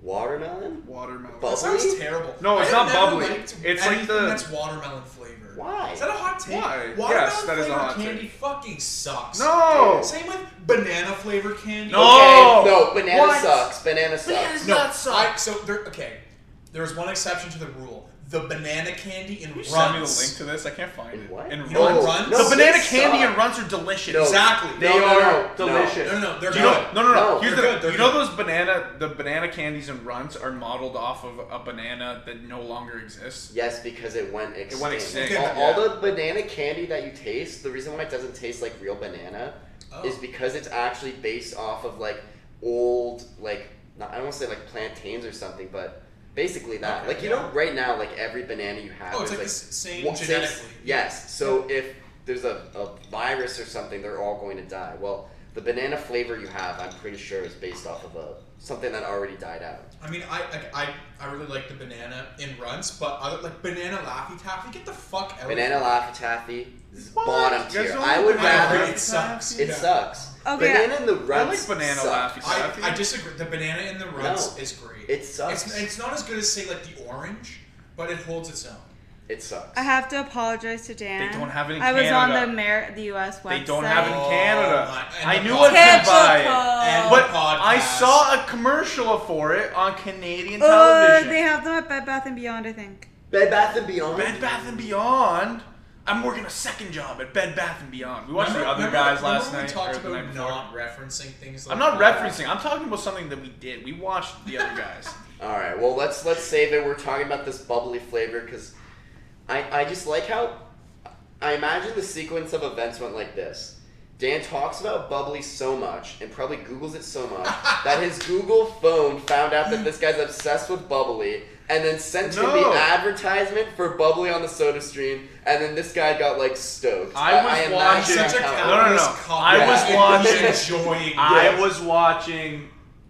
Speaker 2: Watermelon?
Speaker 3: Watermelon.
Speaker 1: That
Speaker 2: Bubble.
Speaker 1: sounds terrible.
Speaker 3: No, it's
Speaker 1: I have
Speaker 3: not
Speaker 1: never
Speaker 3: bubbly.
Speaker 1: liked
Speaker 3: It's like
Speaker 1: anything
Speaker 3: the-
Speaker 1: that's watermelon flavored.
Speaker 2: Why?
Speaker 1: Is that a hot take?
Speaker 3: Why?
Speaker 1: Watermelon
Speaker 3: Yes, that is a
Speaker 1: flavored
Speaker 3: hot take.
Speaker 1: candy fucking sucks.
Speaker 3: No.
Speaker 1: Same with banana flavored candy.
Speaker 3: No.
Speaker 2: Okay, no, banana
Speaker 3: Oh! What?
Speaker 2: sucks. Banana sucks.
Speaker 1: No,
Speaker 3: That
Speaker 1: I,
Speaker 3: sucks.
Speaker 1: so there. Okay, there is one exception to the rule: the banana candy in
Speaker 3: Can you
Speaker 1: runs.
Speaker 3: send me the link to this? I can't find
Speaker 2: In
Speaker 3: it.
Speaker 2: what?
Speaker 3: In
Speaker 1: You know what
Speaker 3: runs.
Speaker 1: runs?
Speaker 2: No,
Speaker 3: the banana
Speaker 2: they
Speaker 3: candy
Speaker 2: suck.
Speaker 3: and runs are delicious.
Speaker 2: No.
Speaker 1: Exactly.
Speaker 3: They
Speaker 2: No, no,
Speaker 3: are
Speaker 2: no, no.
Speaker 3: delicious.
Speaker 1: No, no, no, they're
Speaker 3: Do you know,
Speaker 1: good.
Speaker 3: no, no, no.
Speaker 2: No,
Speaker 3: Here's
Speaker 1: they're
Speaker 3: the,
Speaker 1: good, they're
Speaker 3: you know
Speaker 1: good.
Speaker 3: those banana, the banana candies and runs are modeled off of a banana that no longer exists.
Speaker 2: Yes, because it went extinct.
Speaker 3: went extinct,
Speaker 2: All,
Speaker 1: yeah.
Speaker 2: all the banana candy that you taste, the reason why it doesn't taste like real banana
Speaker 1: Oh.
Speaker 2: is because it's actually based off of like old, like not, I don't want to say like plantains or something, but basically that.
Speaker 1: Okay,
Speaker 2: like you
Speaker 1: yeah.
Speaker 2: know, right now, like every banana you have,
Speaker 1: Oh, it's
Speaker 2: is,
Speaker 1: like the
Speaker 2: like
Speaker 1: s- same
Speaker 2: one-
Speaker 1: genetically.
Speaker 2: yes. So if there's a, a virus or something, they're all going to die. Well, the banana flavor you have, I'm pretty sure, is based off of a something that already died out.
Speaker 1: I mean, I, I I I really like the banana in runs, but other like banana laffy taffy, get the fuck out.
Speaker 2: Banana Laffy Taffy is
Speaker 3: What?
Speaker 2: bottom
Speaker 3: You guys
Speaker 2: tier.
Speaker 3: don't
Speaker 2: I
Speaker 3: like
Speaker 2: would
Speaker 3: banana
Speaker 1: I
Speaker 2: rather
Speaker 1: agree,
Speaker 3: Laffy
Speaker 1: it sucks.
Speaker 3: Taffy?
Speaker 2: It
Speaker 1: Yeah.
Speaker 2: sucks.
Speaker 4: Okay.
Speaker 2: Banana in the
Speaker 3: I
Speaker 2: runs.
Speaker 3: like banana
Speaker 2: suck.
Speaker 3: laffy
Speaker 1: I,
Speaker 3: taffy.
Speaker 1: I disagree. The banana in the runs
Speaker 2: No.
Speaker 1: is great.
Speaker 2: It sucks.
Speaker 1: It's, it's not as good as say like the orange, but it holds its own.
Speaker 2: It sucks.
Speaker 4: I have to apologize to Dan.
Speaker 3: Don't have it in
Speaker 4: I was on the
Speaker 3: Canada.
Speaker 4: Amer- the U.S. website.
Speaker 3: They don't have it in Canada.
Speaker 1: Oh, my- and
Speaker 3: I
Speaker 1: the
Speaker 3: knew I
Speaker 4: podcast.
Speaker 3: could buy
Speaker 1: And
Speaker 3: it,
Speaker 1: the
Speaker 3: but
Speaker 1: podcast.
Speaker 3: I saw a commercial for it on Canadian
Speaker 4: Oh,
Speaker 3: television.
Speaker 4: they have them at Bed Bath and Beyond, I think.
Speaker 2: Bed Bath and Beyond.
Speaker 3: Bed Bath and Beyond. I'm working a second job at Bed Bath and Beyond. We watched
Speaker 1: Remember-
Speaker 3: the other
Speaker 1: remember-
Speaker 3: guys
Speaker 1: remember
Speaker 3: last
Speaker 1: when
Speaker 3: night.
Speaker 1: We talked
Speaker 3: or the night
Speaker 1: about
Speaker 3: before?
Speaker 1: not referencing things. Like
Speaker 3: I'm not
Speaker 1: that?
Speaker 3: referencing. I'm talking about something that we did. We watched the other guys.
Speaker 2: All right. Well, let's let's save it. We're talking about this bubbly flavor because I I just like how I imagine the sequence of events went like this. Dan talks about bubbly so much and probably Googles it so much that his Google phone found out that this guy's obsessed with bubbly and then sent him
Speaker 3: No.
Speaker 2: the advertisement for bubbly on the soda stream and then this guy got like stoked.
Speaker 3: I was
Speaker 2: imagine
Speaker 1: I'm
Speaker 3: watching-
Speaker 1: such a
Speaker 2: how it
Speaker 3: No, no, no.
Speaker 1: capitalist
Speaker 3: I
Speaker 1: cunt.
Speaker 2: was
Speaker 1: Yeah.
Speaker 2: watching-
Speaker 1: enjoying.
Speaker 3: I
Speaker 2: Yes.
Speaker 3: was watching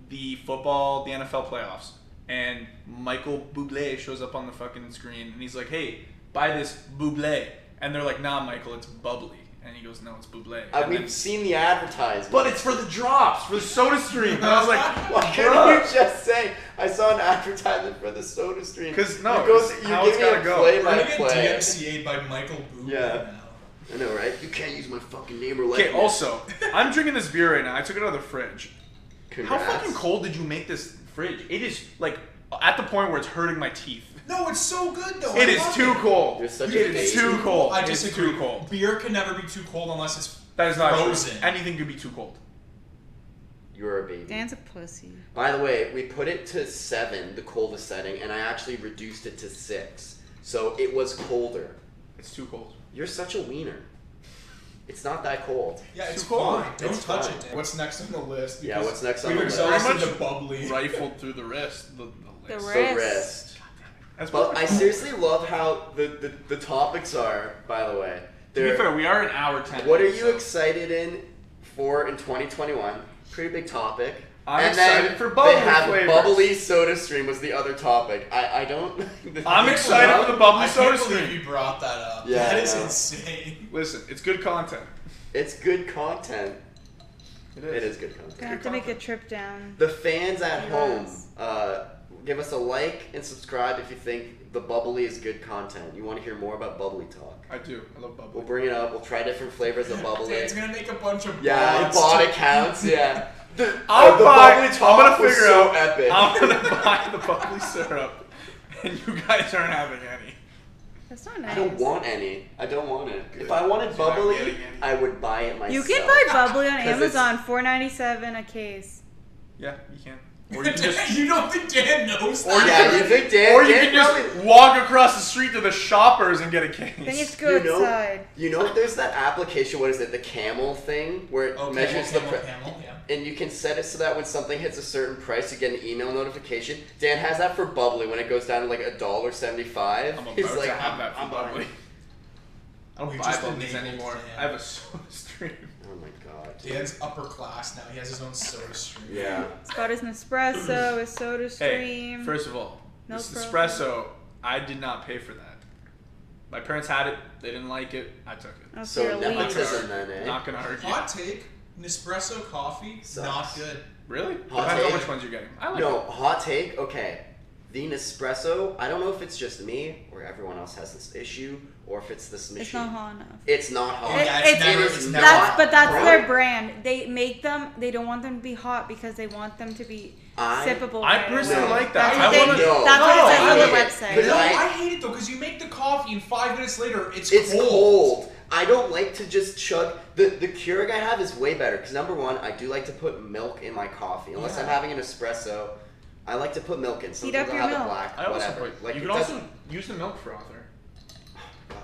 Speaker 3: the football, the NFL playoffs, and Michael Bublé shows up on the fucking screen, and he's like, "Hey, buy this Bublé," and they're like, "Nah, Michael, it's bubbly," and he goes, "No, it's Bublé."
Speaker 2: Uh,
Speaker 3: And then-
Speaker 2: we've seen the advertisement.
Speaker 3: but it's for the drops, for the Soda Stream. And I was like,
Speaker 2: What can
Speaker 3: Bruh.
Speaker 2: you just say? I saw an advertisement for the Soda Stream.
Speaker 3: 'Cause no,
Speaker 2: you, go,
Speaker 3: it's
Speaker 2: you
Speaker 3: how
Speaker 2: give
Speaker 3: it's
Speaker 2: me a
Speaker 3: gotta go.
Speaker 2: play
Speaker 1: We're gonna
Speaker 2: by
Speaker 1: get
Speaker 2: play.
Speaker 1: DMCA'd by Michael Bublé
Speaker 2: Yeah.
Speaker 1: now.
Speaker 2: I know, right? You can't use my fucking name or
Speaker 3: "Okay."
Speaker 2: likeness.
Speaker 3: Also, I'm drinking this beer right now. I took it out of the fridge. How
Speaker 2: Congrats.
Speaker 3: fucking cold did you make this fridge? It is like at the point where it's hurting my teeth.
Speaker 1: No, it's so good though.
Speaker 3: It
Speaker 1: I
Speaker 3: is
Speaker 1: love
Speaker 3: too
Speaker 1: it.
Speaker 3: cold.
Speaker 2: You're such
Speaker 3: It
Speaker 2: a
Speaker 3: is
Speaker 2: baby.
Speaker 3: too cold.
Speaker 1: I
Speaker 3: It's
Speaker 1: disagree.
Speaker 3: too cold.
Speaker 1: Beer can never be too cold unless it's
Speaker 3: That is not
Speaker 1: Frozen.
Speaker 3: true. Anything could be too cold.
Speaker 2: You're a baby.
Speaker 4: Dan's a pussy.
Speaker 2: By the way, we put it to seven, the coldest setting, and I actually reduced it to six. So it was colder.
Speaker 3: It's too cold.
Speaker 2: You're such a wiener. It's not that cold.
Speaker 1: Yeah, it's
Speaker 3: Too cold.
Speaker 1: fine. Don't
Speaker 2: It's
Speaker 1: touch
Speaker 2: fine.
Speaker 1: it. Dan. What's next on the list?
Speaker 2: Yeah,
Speaker 1: Because
Speaker 2: what's next on
Speaker 1: we've
Speaker 2: the list?
Speaker 1: exhausted
Speaker 3: Pretty much
Speaker 1: the bubbly.
Speaker 3: Rifled through the wrist. The, the
Speaker 4: The
Speaker 3: list.
Speaker 4: wrist.
Speaker 2: So rest.
Speaker 3: That's
Speaker 2: But
Speaker 3: what
Speaker 2: I
Speaker 3: we're-
Speaker 2: seriously love how the, the, the topics are, by the way.
Speaker 3: To be
Speaker 2: They're-
Speaker 3: fair, we are an hour ten.
Speaker 2: What are
Speaker 3: in,
Speaker 2: you
Speaker 3: so-
Speaker 2: excited in for in 2021? Pretty big topic.
Speaker 3: I'm
Speaker 2: and then
Speaker 3: excited for bubbly
Speaker 2: They have
Speaker 3: flavors.
Speaker 2: bubbly soda stream was the other topic. I, I don't.
Speaker 3: I'm excited for the bubbly
Speaker 1: I
Speaker 3: soda
Speaker 1: can't believe
Speaker 3: stream.
Speaker 1: you brought that up.
Speaker 2: Yeah,
Speaker 1: that
Speaker 2: I
Speaker 1: is
Speaker 2: know.
Speaker 1: insane.
Speaker 3: Listen, it's good content.
Speaker 2: It's good content.
Speaker 3: It
Speaker 2: It is good content.
Speaker 4: Gonna have to make a trip down.
Speaker 2: The fans at home,
Speaker 4: Yes.
Speaker 2: uh, give us a like and subscribe if you think the bubbly is good content. You want to hear more about bubbly talk.
Speaker 3: I do. I love
Speaker 2: We'll
Speaker 3: bubbly.
Speaker 2: bring it up. We'll try different flavors of bubbly.
Speaker 1: Dan's gonna make a bunch of
Speaker 2: Yeah,
Speaker 1: bots
Speaker 2: bot
Speaker 1: to-
Speaker 2: accounts. Yeah. The,
Speaker 3: I'll
Speaker 2: oh, the
Speaker 3: buy-
Speaker 2: bubbly
Speaker 3: I'm
Speaker 2: talk
Speaker 3: gonna
Speaker 2: was
Speaker 3: figure
Speaker 2: so
Speaker 3: out-
Speaker 2: epic.
Speaker 3: I'm gonna buy the bubbly syrup, and you guys aren't having any.
Speaker 4: That's not nice.
Speaker 2: I don't want any. I don't want it.
Speaker 3: Good.
Speaker 2: If I wanted
Speaker 3: You're not
Speaker 2: bubbly,
Speaker 3: getting any.
Speaker 2: I would buy it myself.
Speaker 4: You can buy bubbly on
Speaker 2: 'Cause it's-
Speaker 4: Amazon, four ninety seven a case.
Speaker 3: Yeah, you can. Or you can
Speaker 1: Dan,
Speaker 3: just
Speaker 1: you don't think Dan knows
Speaker 2: Or
Speaker 1: that?
Speaker 2: yeah, you think Dan?
Speaker 3: Or you
Speaker 2: Dan
Speaker 3: can just
Speaker 2: probably-
Speaker 3: walk across the street to the shoppers and get a
Speaker 4: Then you have
Speaker 3: case.
Speaker 4: to go
Speaker 2: you know,
Speaker 4: outside.
Speaker 2: You know, there's that application. What is it? The camel thing, where it
Speaker 1: Oh,
Speaker 2: measures
Speaker 1: camel,
Speaker 2: the.
Speaker 1: camel,
Speaker 2: Pre-
Speaker 1: camel, yeah.
Speaker 2: and you can set it so that when something hits a certain price, you get an email notification. Dan has that for bubbly when it goes down to like a dollar seventy-five.
Speaker 3: I'm about
Speaker 2: He's
Speaker 3: to
Speaker 2: like,
Speaker 3: have that
Speaker 2: I'm
Speaker 3: for bubbly.
Speaker 2: buying it.
Speaker 3: I don't
Speaker 1: We've
Speaker 3: buy
Speaker 1: just
Speaker 3: bubblies
Speaker 1: enabled
Speaker 3: anymore.
Speaker 1: Sam.
Speaker 3: I have a soda stream.
Speaker 2: Oh my god.
Speaker 1: Dan's upper class now. He has his own soda stream.
Speaker 2: Yeah.
Speaker 4: It's got his Nespresso, his Soda
Speaker 3: Hey,
Speaker 4: Stream.
Speaker 3: first of all,
Speaker 4: No
Speaker 3: this
Speaker 4: problem.
Speaker 3: espresso, I did not pay for that. My parents had it. They didn't like it. I took it.
Speaker 4: Oh,
Speaker 2: So
Speaker 4: you're a
Speaker 2: nepotism
Speaker 4: leech.
Speaker 2: then, eh?
Speaker 3: Not gonna argue.
Speaker 1: Hot take: Nespresso coffee
Speaker 2: Sucks.
Speaker 1: not good.
Speaker 3: Really?
Speaker 2: Hot
Speaker 3: Depends on
Speaker 2: take.
Speaker 3: which ones you're getting. I like
Speaker 2: No, hot take. Okay. The Nespresso, I don't know if it's just me or everyone else has this issue or if it's this machine.
Speaker 4: It's not hot enough.
Speaker 2: It's not hot.
Speaker 1: Yeah, it's Oh, never- it's never
Speaker 4: that's
Speaker 2: hot.
Speaker 4: but that's
Speaker 2: Bro,
Speaker 4: their brand. They make them. They don't want them to be hot because they want them to be
Speaker 2: I-
Speaker 4: sippable.
Speaker 3: I
Speaker 4: right
Speaker 3: personally
Speaker 4: away.
Speaker 3: like that.
Speaker 4: That's
Speaker 3: I
Speaker 4: what they-
Speaker 3: wanna- No.
Speaker 4: That's what it says
Speaker 3: No,
Speaker 4: on
Speaker 3: I
Speaker 4: the
Speaker 2: hate it.
Speaker 4: website.
Speaker 2: But
Speaker 1: No,
Speaker 2: I-
Speaker 1: I, hate it though because you make the coffee and five minutes later it's,
Speaker 2: It's
Speaker 1: cold.
Speaker 2: cold. I don't like to just chug. The the Keurig I have is way better because number one, I do like to put milk in my coffee unless I'm
Speaker 1: Yeah.
Speaker 2: having an espresso. I like to put milk in. Sometimes
Speaker 4: up
Speaker 2: I'll
Speaker 4: your
Speaker 2: have a
Speaker 4: milk.
Speaker 2: black,
Speaker 3: I also
Speaker 2: whatever.
Speaker 3: put.
Speaker 2: Like
Speaker 3: you
Speaker 2: it
Speaker 3: can
Speaker 2: doesn't-
Speaker 3: also use the milk frother.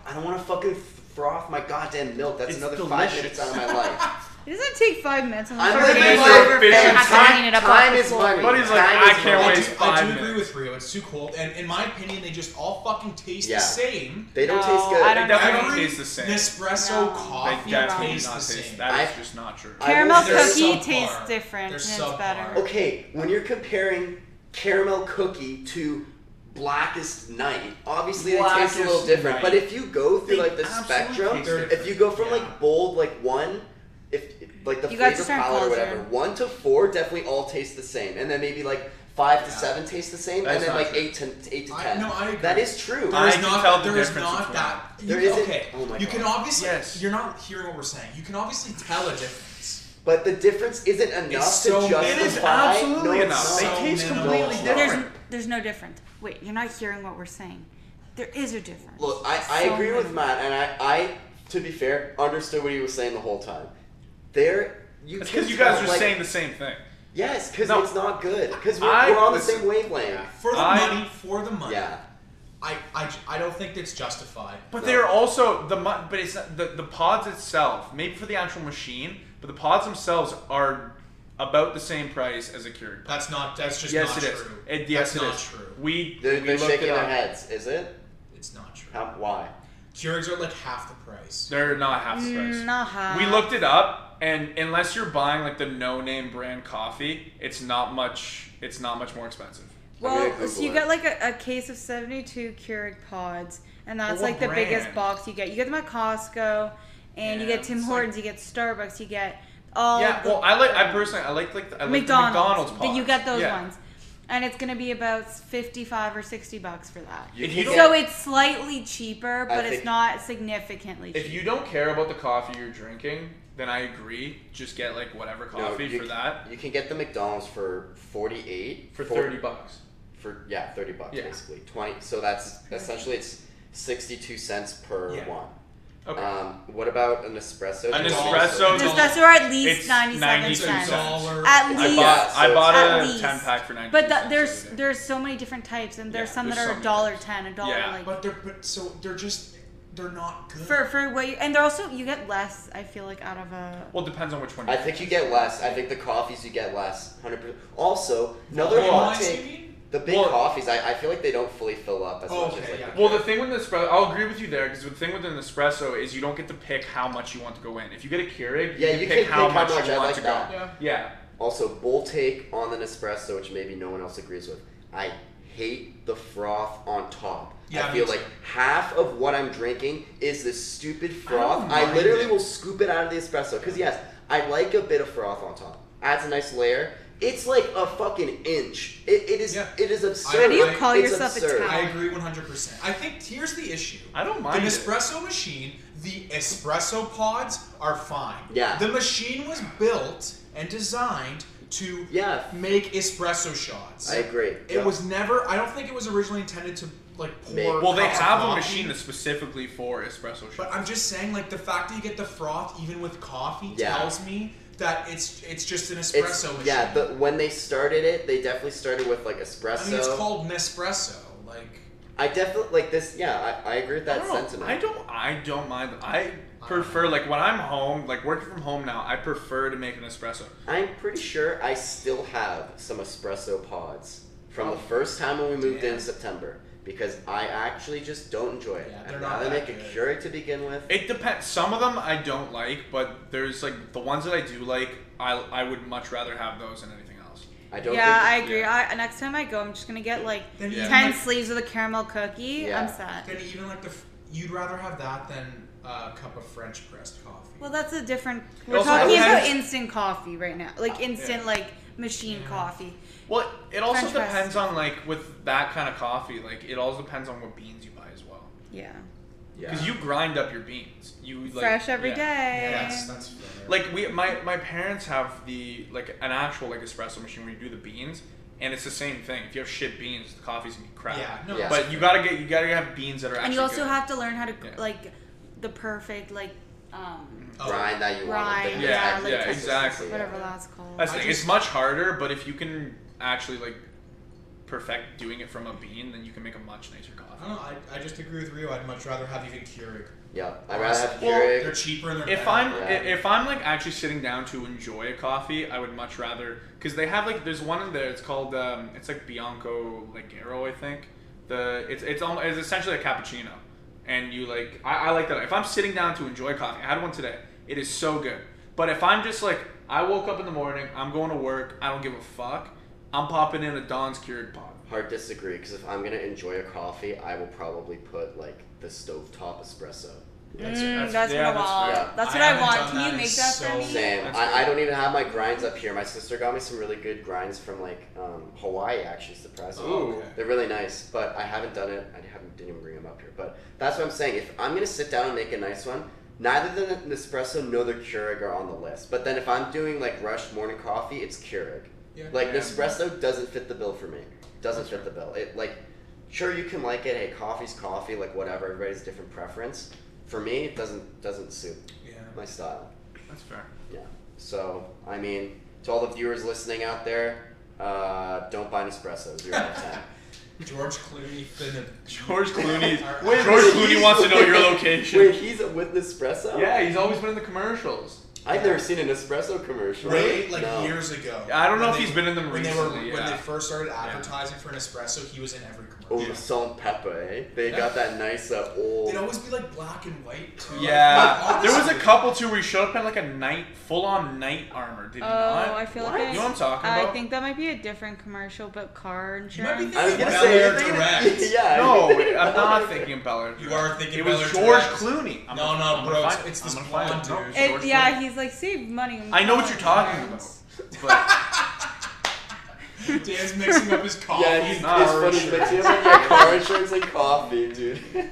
Speaker 2: I don't want to fucking froth my goddamn milk. That's
Speaker 3: It's
Speaker 2: another five
Speaker 3: delicious.
Speaker 2: minutes out of my life.
Speaker 4: It doesn't take five minutes. unless
Speaker 2: I'm
Speaker 4: you're
Speaker 2: living
Speaker 4: really
Speaker 3: my
Speaker 4: hungry
Speaker 3: life
Speaker 4: and
Speaker 3: efficient.
Speaker 4: have to
Speaker 2: Time-
Speaker 4: clean it up
Speaker 2: time
Speaker 4: off
Speaker 2: is
Speaker 4: the floor.
Speaker 2: money.
Speaker 3: But he's like,
Speaker 2: Time
Speaker 3: I
Speaker 2: is
Speaker 3: can't
Speaker 2: money.
Speaker 1: I
Speaker 3: wait
Speaker 1: do,
Speaker 3: five
Speaker 1: I do agree with
Speaker 3: minutes.
Speaker 1: Rio. It's too cold, and in my opinion, they just all fucking taste
Speaker 2: Yeah.
Speaker 1: the same.
Speaker 2: They don't
Speaker 4: No,
Speaker 2: taste good.
Speaker 4: I don't
Speaker 3: They
Speaker 4: know.
Speaker 3: definitely
Speaker 1: Every
Speaker 3: taste the same.
Speaker 1: Nespresso
Speaker 4: No.
Speaker 1: coffee
Speaker 3: They definitely
Speaker 1: tastes
Speaker 3: not
Speaker 1: the
Speaker 3: taste.
Speaker 1: same.
Speaker 2: I-
Speaker 3: That is just not true.
Speaker 2: I- Oh,
Speaker 4: Caramel
Speaker 2: They're
Speaker 4: cookie
Speaker 1: subpar.
Speaker 4: tastes different.
Speaker 1: They're
Speaker 4: and it's
Speaker 1: subpar.
Speaker 4: better.
Speaker 2: Okay, when you're comparing caramel cookie to blackest night, obviously they taste a little
Speaker 3: Blackest
Speaker 2: different.
Speaker 3: Night.
Speaker 2: But if you go through
Speaker 3: They
Speaker 2: like the
Speaker 3: absolutely
Speaker 2: spectrum,
Speaker 3: taste different.
Speaker 2: if you go from
Speaker 1: Yeah.
Speaker 2: like bold, like one, if like the
Speaker 4: You
Speaker 2: flavor
Speaker 4: guys just aren't
Speaker 2: palette or whatever,
Speaker 4: cultured.
Speaker 2: one to four definitely all taste the same, and then maybe like five to
Speaker 1: Yeah.
Speaker 2: seven taste the same,
Speaker 3: That's
Speaker 2: and then
Speaker 3: not
Speaker 2: like
Speaker 3: true.
Speaker 2: eight to eight to
Speaker 1: I-
Speaker 2: ten.
Speaker 1: no, I
Speaker 2: that
Speaker 1: agree.
Speaker 2: is true.
Speaker 3: I
Speaker 1: There is
Speaker 3: can
Speaker 1: not.
Speaker 3: tell the
Speaker 1: there is
Speaker 3: difference
Speaker 1: not
Speaker 3: between
Speaker 1: that. You,
Speaker 2: There isn't-
Speaker 1: okay.
Speaker 2: oh my
Speaker 1: you can
Speaker 2: God.
Speaker 1: obviously.
Speaker 3: Yes.
Speaker 1: You're not hearing what we're saying. You can obviously tell a difference.
Speaker 2: but the difference isn't enough
Speaker 1: It's
Speaker 2: to
Speaker 1: so- it
Speaker 2: justify.
Speaker 1: is
Speaker 2: no,
Speaker 3: absolutely
Speaker 2: it's
Speaker 3: enough. They
Speaker 2: not.
Speaker 1: taste
Speaker 2: No, it's
Speaker 1: completely
Speaker 2: not.
Speaker 1: different.
Speaker 4: There's, there's no difference. Wait, you're not hearing what we're saying. There is a difference.
Speaker 2: Look, I, I
Speaker 4: So
Speaker 2: agree with
Speaker 4: many-
Speaker 2: Matt, and I, I, to be fair, understood what he was saying the whole time. There, you
Speaker 3: It's
Speaker 2: can
Speaker 3: because you guys
Speaker 2: tell,
Speaker 3: are
Speaker 2: like,
Speaker 3: saying the same thing.
Speaker 2: yes, because
Speaker 3: No.
Speaker 2: it's not good. Because we're,
Speaker 3: I-
Speaker 2: we're on the
Speaker 3: listen.
Speaker 2: same wavelength.
Speaker 1: For the
Speaker 3: I-
Speaker 1: money. For the money.
Speaker 2: Yeah,
Speaker 1: I, I, j- I don't think it's justified.
Speaker 3: But
Speaker 2: No.
Speaker 3: they're also the mu- but it's not, the the pods itself. Maybe for the actual machine, but the pods themselves are about the same price as a Keurig. pod.
Speaker 1: That's not. That's just
Speaker 3: yes,
Speaker 1: not
Speaker 3: it is.
Speaker 1: true.
Speaker 3: It, yes,
Speaker 1: that's
Speaker 3: it
Speaker 1: not
Speaker 3: is.
Speaker 1: true.
Speaker 3: We
Speaker 2: they're,
Speaker 3: we
Speaker 2: they're
Speaker 3: looked
Speaker 2: shaking
Speaker 3: it
Speaker 2: their
Speaker 3: up.
Speaker 2: heads. Is it?
Speaker 1: It's not true.
Speaker 2: How, why?
Speaker 1: Keurigs are like half the price.
Speaker 3: They're not half the price.
Speaker 4: Mm, Not half.
Speaker 3: We looked it up, and unless you're buying like the no-name brand coffee, it's not much. It's not much more expensive.
Speaker 2: I'm
Speaker 4: Well,
Speaker 2: gonna
Speaker 4: so you
Speaker 2: Google
Speaker 4: get like a, a case of 72 Keurig pods, and
Speaker 3: But
Speaker 4: that's
Speaker 3: what
Speaker 4: like the biggest
Speaker 3: brand?
Speaker 4: box you get. You get them at Costco, and you
Speaker 1: Yeah,
Speaker 4: get Tim
Speaker 1: it's like-
Speaker 4: Hortons, you get Starbucks, you get all
Speaker 3: yeah.
Speaker 4: the
Speaker 3: Well, I like. I personally, I like like the, I like
Speaker 4: McDonald's.
Speaker 3: The McDonald's
Speaker 4: but you
Speaker 3: pods.
Speaker 4: get those
Speaker 3: Yeah.
Speaker 4: ones. And it's going to be about 55 or 60 bucks for that.
Speaker 2: You
Speaker 3: If
Speaker 2: can
Speaker 3: you
Speaker 2: get-
Speaker 4: So it's slightly cheaper,
Speaker 2: I
Speaker 4: but it's
Speaker 2: think-
Speaker 4: not significantly cheaper.
Speaker 3: If you don't care about the coffee you're drinking, then I agree. Just get like whatever
Speaker 2: No,
Speaker 3: coffee
Speaker 2: you
Speaker 3: for
Speaker 2: c-
Speaker 3: that
Speaker 2: You can get the McDonald's for forty-eight.
Speaker 3: for
Speaker 2: four-
Speaker 3: thirty bucks.
Speaker 2: For yeah, thirty bucks
Speaker 3: Yeah.
Speaker 2: basically. Twenty. So that's essentially it's sixty-two cents per
Speaker 1: Yeah.
Speaker 2: one.
Speaker 3: Okay.
Speaker 2: Um, what about an espresso?
Speaker 3: An
Speaker 2: drink?
Speaker 3: espresso
Speaker 4: An
Speaker 3: don't-
Speaker 4: espresso are at least
Speaker 3: it's
Speaker 4: 97
Speaker 3: 92
Speaker 4: cents.
Speaker 1: It's a dollar.
Speaker 4: At
Speaker 3: I
Speaker 4: least.
Speaker 3: bought I
Speaker 2: So
Speaker 3: bought
Speaker 4: at
Speaker 3: a
Speaker 4: least.
Speaker 3: ten pack for ninety.
Speaker 4: But the, there's there's so many different types, and there's
Speaker 3: Yeah,
Speaker 4: some that
Speaker 3: there's so
Speaker 4: are a
Speaker 3: many
Speaker 4: dollar
Speaker 3: types.
Speaker 4: ten, a dollar
Speaker 3: Yeah.
Speaker 4: like
Speaker 1: But they're but so they're just they're not good.
Speaker 4: for for what you and they're also you get less. I feel like out of a
Speaker 3: well, it depends on which one.
Speaker 2: I
Speaker 3: You
Speaker 2: think you get less. I think the coffees you get less. Hundred percent. Also, another
Speaker 1: Volume
Speaker 2: hot
Speaker 1: wise, you
Speaker 2: take.
Speaker 1: mean?
Speaker 2: The big
Speaker 3: Well-
Speaker 2: coffees, I, I feel like they don't fully fill up as
Speaker 1: Oh,
Speaker 2: much as
Speaker 1: okay,
Speaker 2: like.
Speaker 1: yeah.
Speaker 2: the-
Speaker 3: Well, the thing with an espresso, I'll agree with you there because the thing with an espresso is you don't get to pick how much you want to go in. If you get a Keurig,
Speaker 2: Yeah,
Speaker 3: you
Speaker 2: you
Speaker 3: pick
Speaker 2: can
Speaker 3: how
Speaker 2: pick how
Speaker 3: much,
Speaker 2: much,
Speaker 3: you
Speaker 2: I
Speaker 3: want
Speaker 2: like
Speaker 3: to
Speaker 2: that.
Speaker 3: go.
Speaker 1: Yeah.
Speaker 3: Yeah,
Speaker 2: Also, bold take on the Nespresso, which maybe no one else agrees with. I hate the froth on top.
Speaker 1: Yeah,
Speaker 2: I
Speaker 1: me
Speaker 2: feel
Speaker 1: too.
Speaker 2: like half of what I'm drinking is this stupid froth.
Speaker 3: don't
Speaker 2: I,
Speaker 3: mind
Speaker 2: literally
Speaker 3: it.
Speaker 2: will scoop it out of the espresso because yes, I like a bit of froth on top. Adds a nice layer. It's like a fucking inch. It, it is
Speaker 1: Yeah.
Speaker 2: it is absurd.
Speaker 1: What do you
Speaker 4: call
Speaker 2: It's
Speaker 4: yourself, a
Speaker 2: absurd.
Speaker 4: towel?
Speaker 1: I agree 100%. I think here's the issue.
Speaker 3: I don't
Speaker 1: The
Speaker 3: mind. it.
Speaker 1: Nespresso machine, the espresso pods are fine.
Speaker 2: Yeah.
Speaker 1: The machine was built and designed to
Speaker 2: Yeah.
Speaker 1: make espresso shots.
Speaker 2: I agree.
Speaker 1: It was never. I don't think it was originally intended to like pour.
Speaker 2: Make-
Speaker 3: Well, they
Speaker 1: cups of
Speaker 3: have a
Speaker 1: coffee.
Speaker 3: machine that's specifically for espresso
Speaker 1: But
Speaker 3: shots.
Speaker 1: I'm just saying, like the fact that you get the froth even with coffee
Speaker 2: Yeah.
Speaker 1: tells me that it's it's just an espresso
Speaker 2: It's,
Speaker 1: machine.
Speaker 2: yeah, the, when they started it, they definitely started with like espresso.
Speaker 1: I mean, it's called Nespresso. Like,
Speaker 2: I definitely like this. Yeah, I, I agree with that
Speaker 3: I don't know.
Speaker 2: sentiment.
Speaker 3: I don't. I don't mind. I prefer like when I'm home, like working from home now. I prefer to make an espresso.
Speaker 2: I'm pretty sure I still have some espresso pods from the
Speaker 1: Oh.
Speaker 2: first time when we moved in
Speaker 1: Damn.
Speaker 2: September because I actually just don't enjoy it.
Speaker 1: Yeah,
Speaker 2: And
Speaker 1: they're
Speaker 2: now
Speaker 1: not
Speaker 2: they make
Speaker 1: that
Speaker 2: a
Speaker 1: good.
Speaker 2: Keurig to begin with.
Speaker 3: It depends. Some of them I don't like, but there's like the ones that I do like. I I would much rather have those than anything else.
Speaker 2: I don't.
Speaker 4: yeah, I
Speaker 2: think
Speaker 4: agree.
Speaker 3: yeah.
Speaker 4: I, next time I go, I'm just gonna get like
Speaker 1: then
Speaker 3: Yeah.
Speaker 1: even
Speaker 4: ten
Speaker 1: like,
Speaker 4: sleeves of the caramel cookie.
Speaker 2: Yeah.
Speaker 4: I'm set.
Speaker 1: then even like the f- you'd rather have that than a cup of French pressed coffee.
Speaker 4: Well, that's a different.
Speaker 3: It
Speaker 4: We're
Speaker 3: also
Speaker 4: talking about
Speaker 3: depends-
Speaker 4: instant coffee right now, like instant
Speaker 3: Yeah.
Speaker 4: like machine
Speaker 1: Yeah.
Speaker 4: coffee.
Speaker 3: Well, it also
Speaker 4: French press.
Speaker 3: depends on like with that kind of coffee. Like it also depends on what beans you buy as well.
Speaker 4: Yeah,
Speaker 3: Because you grind up your beans. You like,
Speaker 4: fresh every day.
Speaker 1: yeah, that's that's fair.
Speaker 3: Like we, my my parents have the like an actual like espresso machine where you do the beans, and it's the same thing. If you have shit beans, the coffee's gonna be crap.
Speaker 1: yeah, no,
Speaker 2: Yeah.
Speaker 1: that's
Speaker 3: But you gotta get you gotta have beans that are actually.
Speaker 4: and you also
Speaker 3: good.
Speaker 4: have to learn how to gr
Speaker 3: Yeah.
Speaker 4: like the perfect like um
Speaker 1: Oh,
Speaker 2: grind that you want. with
Speaker 4: Grind,
Speaker 2: the
Speaker 3: yeah,
Speaker 2: exact
Speaker 3: yeah,
Speaker 2: consistency,
Speaker 3: exactly.
Speaker 2: yeah.
Speaker 4: whatever that's called.
Speaker 3: That's
Speaker 1: I
Speaker 3: the thing.
Speaker 1: just-
Speaker 3: It's much harder, but if you can actually like perfect doing it from a bean, then you can make a much nicer
Speaker 1: I
Speaker 3: coffee.
Speaker 1: don't know. I, I just agree with Rio. I'd much rather have even Keurig.
Speaker 2: Yeah, I'd rather have
Speaker 3: Well,
Speaker 2: Keurig.
Speaker 1: They're cheaper and they're
Speaker 3: If
Speaker 1: better.
Speaker 3: I'm
Speaker 2: Yeah.
Speaker 3: i- if I'm like actually sitting down to enjoy a coffee, I would much rather because they have like there's one in there. It's called um, it's like Bianco Leggero, I think. The it's it's almost it's essentially a cappuccino, and you like I, I like that. If I'm sitting down to enjoy coffee, I had one today. It is so good. But if I'm just like I woke up in the morning, I'm going to work, I don't give a fuck. I'm popping in a Don's Keurig pod.
Speaker 2: Hard disagree because if I'm gonna enjoy a coffee, I will probably put like the stovetop espresso
Speaker 3: That's,
Speaker 4: Mm, that's
Speaker 3: yeah,
Speaker 4: been
Speaker 3: that's
Speaker 4: a while.
Speaker 3: fair.
Speaker 2: fair.
Speaker 4: That's what
Speaker 1: I
Speaker 4: I,
Speaker 1: haven't
Speaker 4: want.
Speaker 1: done
Speaker 4: Can
Speaker 1: that
Speaker 4: you
Speaker 1: in
Speaker 4: make that
Speaker 1: so
Speaker 4: for me?
Speaker 1: long.
Speaker 2: Same.
Speaker 3: That's
Speaker 2: I, I
Speaker 3: good.
Speaker 2: don't even have my grinds up here. My sister got me some really good grinds from like um, Hawaii. Actually, surprisingly,
Speaker 1: Oh, okay.
Speaker 2: they're really nice. But I haven't done it. I haven't didn't even bring them up here. But that's what I'm saying. If I'm gonna sit down and make a nice one, neither the Nespresso nor the Keurig are on the list. But then if I'm doing like rushed morning coffee, it's Keurig.
Speaker 1: Yeah.
Speaker 2: Like
Speaker 3: Yeah.
Speaker 2: Nespresso doesn't fit the bill for me. Doesn't fit the bill. It like sure you can like it. Hey, coffee's coffee. Like whatever. Everybody's different preference. For me, it doesn't doesn't suit
Speaker 1: yeah.
Speaker 2: my style.
Speaker 3: That's fair.
Speaker 2: Yeah. So, I mean, to all the viewers listening out there, uh, don't buy Nespresso. Zero out of ten.
Speaker 1: George Clooney, Finn, and
Speaker 3: George Clooney.
Speaker 1: Our-
Speaker 2: Wait,
Speaker 3: George
Speaker 2: wait,
Speaker 3: Clooney
Speaker 2: he's-
Speaker 3: wants to know your
Speaker 2: wait,
Speaker 3: location.
Speaker 2: Wait, he's with Nespresso?
Speaker 3: Yeah, he's always been in the commercials.
Speaker 2: I've never seen an Nespresso commercial.
Speaker 1: Right? Like
Speaker 2: no.
Speaker 1: years ago.
Speaker 3: I don't know
Speaker 1: When
Speaker 3: if he's been in them
Speaker 1: when They
Speaker 3: recently,
Speaker 1: were, When
Speaker 3: yeah.
Speaker 1: they first started advertising for Nespresso, he was in every commercial.
Speaker 2: Oh, the salt and pepper, eh? They
Speaker 3: Yeah.
Speaker 2: got that nice uh, old.
Speaker 1: They'd always be like black and white too.
Speaker 3: Yeah,
Speaker 1: Like,
Speaker 3: there was a
Speaker 1: honestly.
Speaker 3: couple too where he showed up in like a knight, full on knight armor. Did he
Speaker 4: Oh,
Speaker 3: not?
Speaker 4: I feel
Speaker 2: What?
Speaker 4: like I,
Speaker 3: You know what I'm talking
Speaker 4: I
Speaker 3: about?
Speaker 4: think that might be a different commercial, but car
Speaker 1: You might
Speaker 4: insurance.
Speaker 1: be
Speaker 2: I was
Speaker 1: thinking
Speaker 2: gonna
Speaker 1: Bel
Speaker 2: say.
Speaker 1: Air
Speaker 2: you're thinking-
Speaker 1: Direct.
Speaker 2: yeah.
Speaker 3: no,
Speaker 2: you're
Speaker 3: wait,
Speaker 2: thinking
Speaker 3: I'm
Speaker 2: Bel Air.
Speaker 3: not thinking Ballard.
Speaker 1: You are thinking
Speaker 3: It was
Speaker 1: Bel Air
Speaker 3: George
Speaker 1: Direct.
Speaker 3: Clooney.
Speaker 1: No,
Speaker 3: gonna-
Speaker 1: no,
Speaker 3: gonna
Speaker 1: bro,
Speaker 3: find
Speaker 1: it's
Speaker 3: it.
Speaker 1: this
Speaker 3: I'm gonna find
Speaker 1: blonde dude.
Speaker 3: it. No,
Speaker 4: It-
Speaker 3: George
Speaker 4: yeah,
Speaker 3: Clooney.
Speaker 4: he's like save money. on
Speaker 3: I know what
Speaker 4: car
Speaker 3: you're talking about,
Speaker 4: insurance."
Speaker 3: but
Speaker 1: Dan's mixing up his coffee.
Speaker 2: Yeah, he's,
Speaker 3: Not
Speaker 2: it's
Speaker 3: our
Speaker 2: funny, but
Speaker 3: insurance.
Speaker 2: you have like your car insurance and coffee, dude.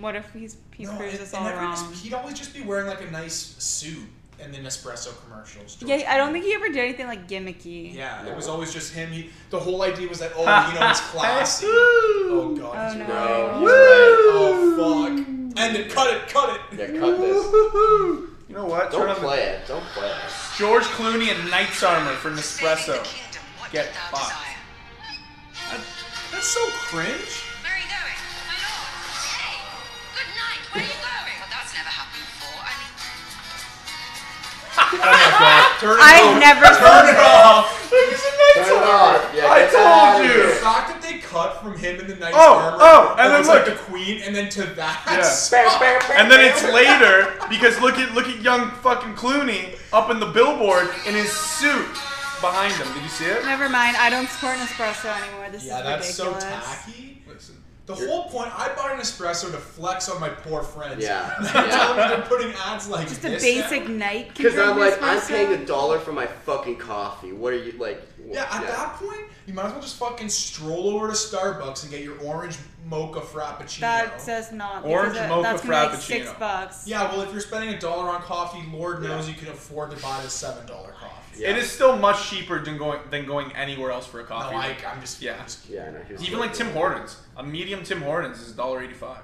Speaker 4: What if he's he
Speaker 1: No,
Speaker 4: proves
Speaker 1: and-
Speaker 4: us
Speaker 1: and
Speaker 4: all
Speaker 1: every-
Speaker 4: wrong?
Speaker 1: He'd always just be wearing like a nice suit in the Nespresso commercials. George
Speaker 4: Yeah, I don't
Speaker 1: Clooney.
Speaker 4: think he ever did anything like gimmicky.
Speaker 1: Yeah,
Speaker 2: No.
Speaker 1: it was always just him. He, the whole idea was that oh, you know, it's classy. oh
Speaker 3: Woo!
Speaker 1: god. he's
Speaker 4: Oh,
Speaker 1: right.
Speaker 2: no, he's
Speaker 4: Woo!
Speaker 2: right.
Speaker 1: Oh fuck! End it! Cut it! Cut it!
Speaker 2: Yeah, cut this.
Speaker 3: Woo-hoo-hoo. You know what? Turn
Speaker 2: Don't
Speaker 3: on the-
Speaker 2: play it. Don't play it.
Speaker 3: George Clooney and Knight's Armor for Nespresso. Get
Speaker 5: Get
Speaker 3: fucked.
Speaker 5: fucked.
Speaker 1: That's so cringe.
Speaker 5: Where are you going? My lord. Hey, good night. Where are you going? Well, that's never happened before. I mean,
Speaker 1: Turn it
Speaker 4: I've
Speaker 1: off.
Speaker 4: never
Speaker 1: Turn it
Speaker 4: seen
Speaker 1: off.
Speaker 2: Turn it off. Yeah,
Speaker 3: I
Speaker 2: get
Speaker 3: told
Speaker 2: out of
Speaker 3: you.
Speaker 1: The
Speaker 2: here.
Speaker 1: fact that they cut from him in the Knight's
Speaker 3: Oh,
Speaker 1: armor.
Speaker 3: oh, and
Speaker 1: it
Speaker 3: then
Speaker 1: looks like
Speaker 3: look.
Speaker 1: the Queen, and then to that.
Speaker 3: Yeah.
Speaker 2: Bam, bam, bam,
Speaker 3: And then
Speaker 2: bam.
Speaker 3: it's later because look at look at young fucking Clooney up in the billboard in his suit behind him. Did you see it?
Speaker 4: Never mind, I don't support Nespresso anymore. This
Speaker 1: Yeah,
Speaker 4: is
Speaker 1: that's
Speaker 4: ridiculous.
Speaker 1: so tacky.
Speaker 3: Listen.
Speaker 1: The whole point, I bought an espresso to flex on my poor friends.
Speaker 2: Yeah.
Speaker 1: Now
Speaker 2: Yeah.
Speaker 1: tell me they're putting ads like
Speaker 4: Just a
Speaker 1: this
Speaker 4: basic
Speaker 1: now?
Speaker 4: night.
Speaker 2: Because
Speaker 4: control
Speaker 2: I'm like, I'm
Speaker 4: Nespresso?
Speaker 2: paying a dollar for my fucking coffee. What are you like? wh-
Speaker 1: Yeah, at that point, you might as well just fucking stroll over to Starbucks and get your orange mocha frappuccino.
Speaker 4: That says not. because
Speaker 3: Orange
Speaker 4: that-
Speaker 3: mocha
Speaker 4: that's gonna be like six
Speaker 3: frappuccino.
Speaker 4: bucks.
Speaker 1: yeah, well, if you're spending a dollar on coffee, Lord
Speaker 2: Yeah.
Speaker 1: knows you can afford to buy the seven dollar coffee.
Speaker 2: Yeah.
Speaker 3: It is still much cheaper than going than going anywhere else for a
Speaker 1: No,
Speaker 3: coffee.
Speaker 1: I, I'm just.
Speaker 3: Yeah.
Speaker 1: I'm just
Speaker 2: Yeah, I know. here's
Speaker 3: Even like Tim Hortons, a medium Tim Hortons is $1.85.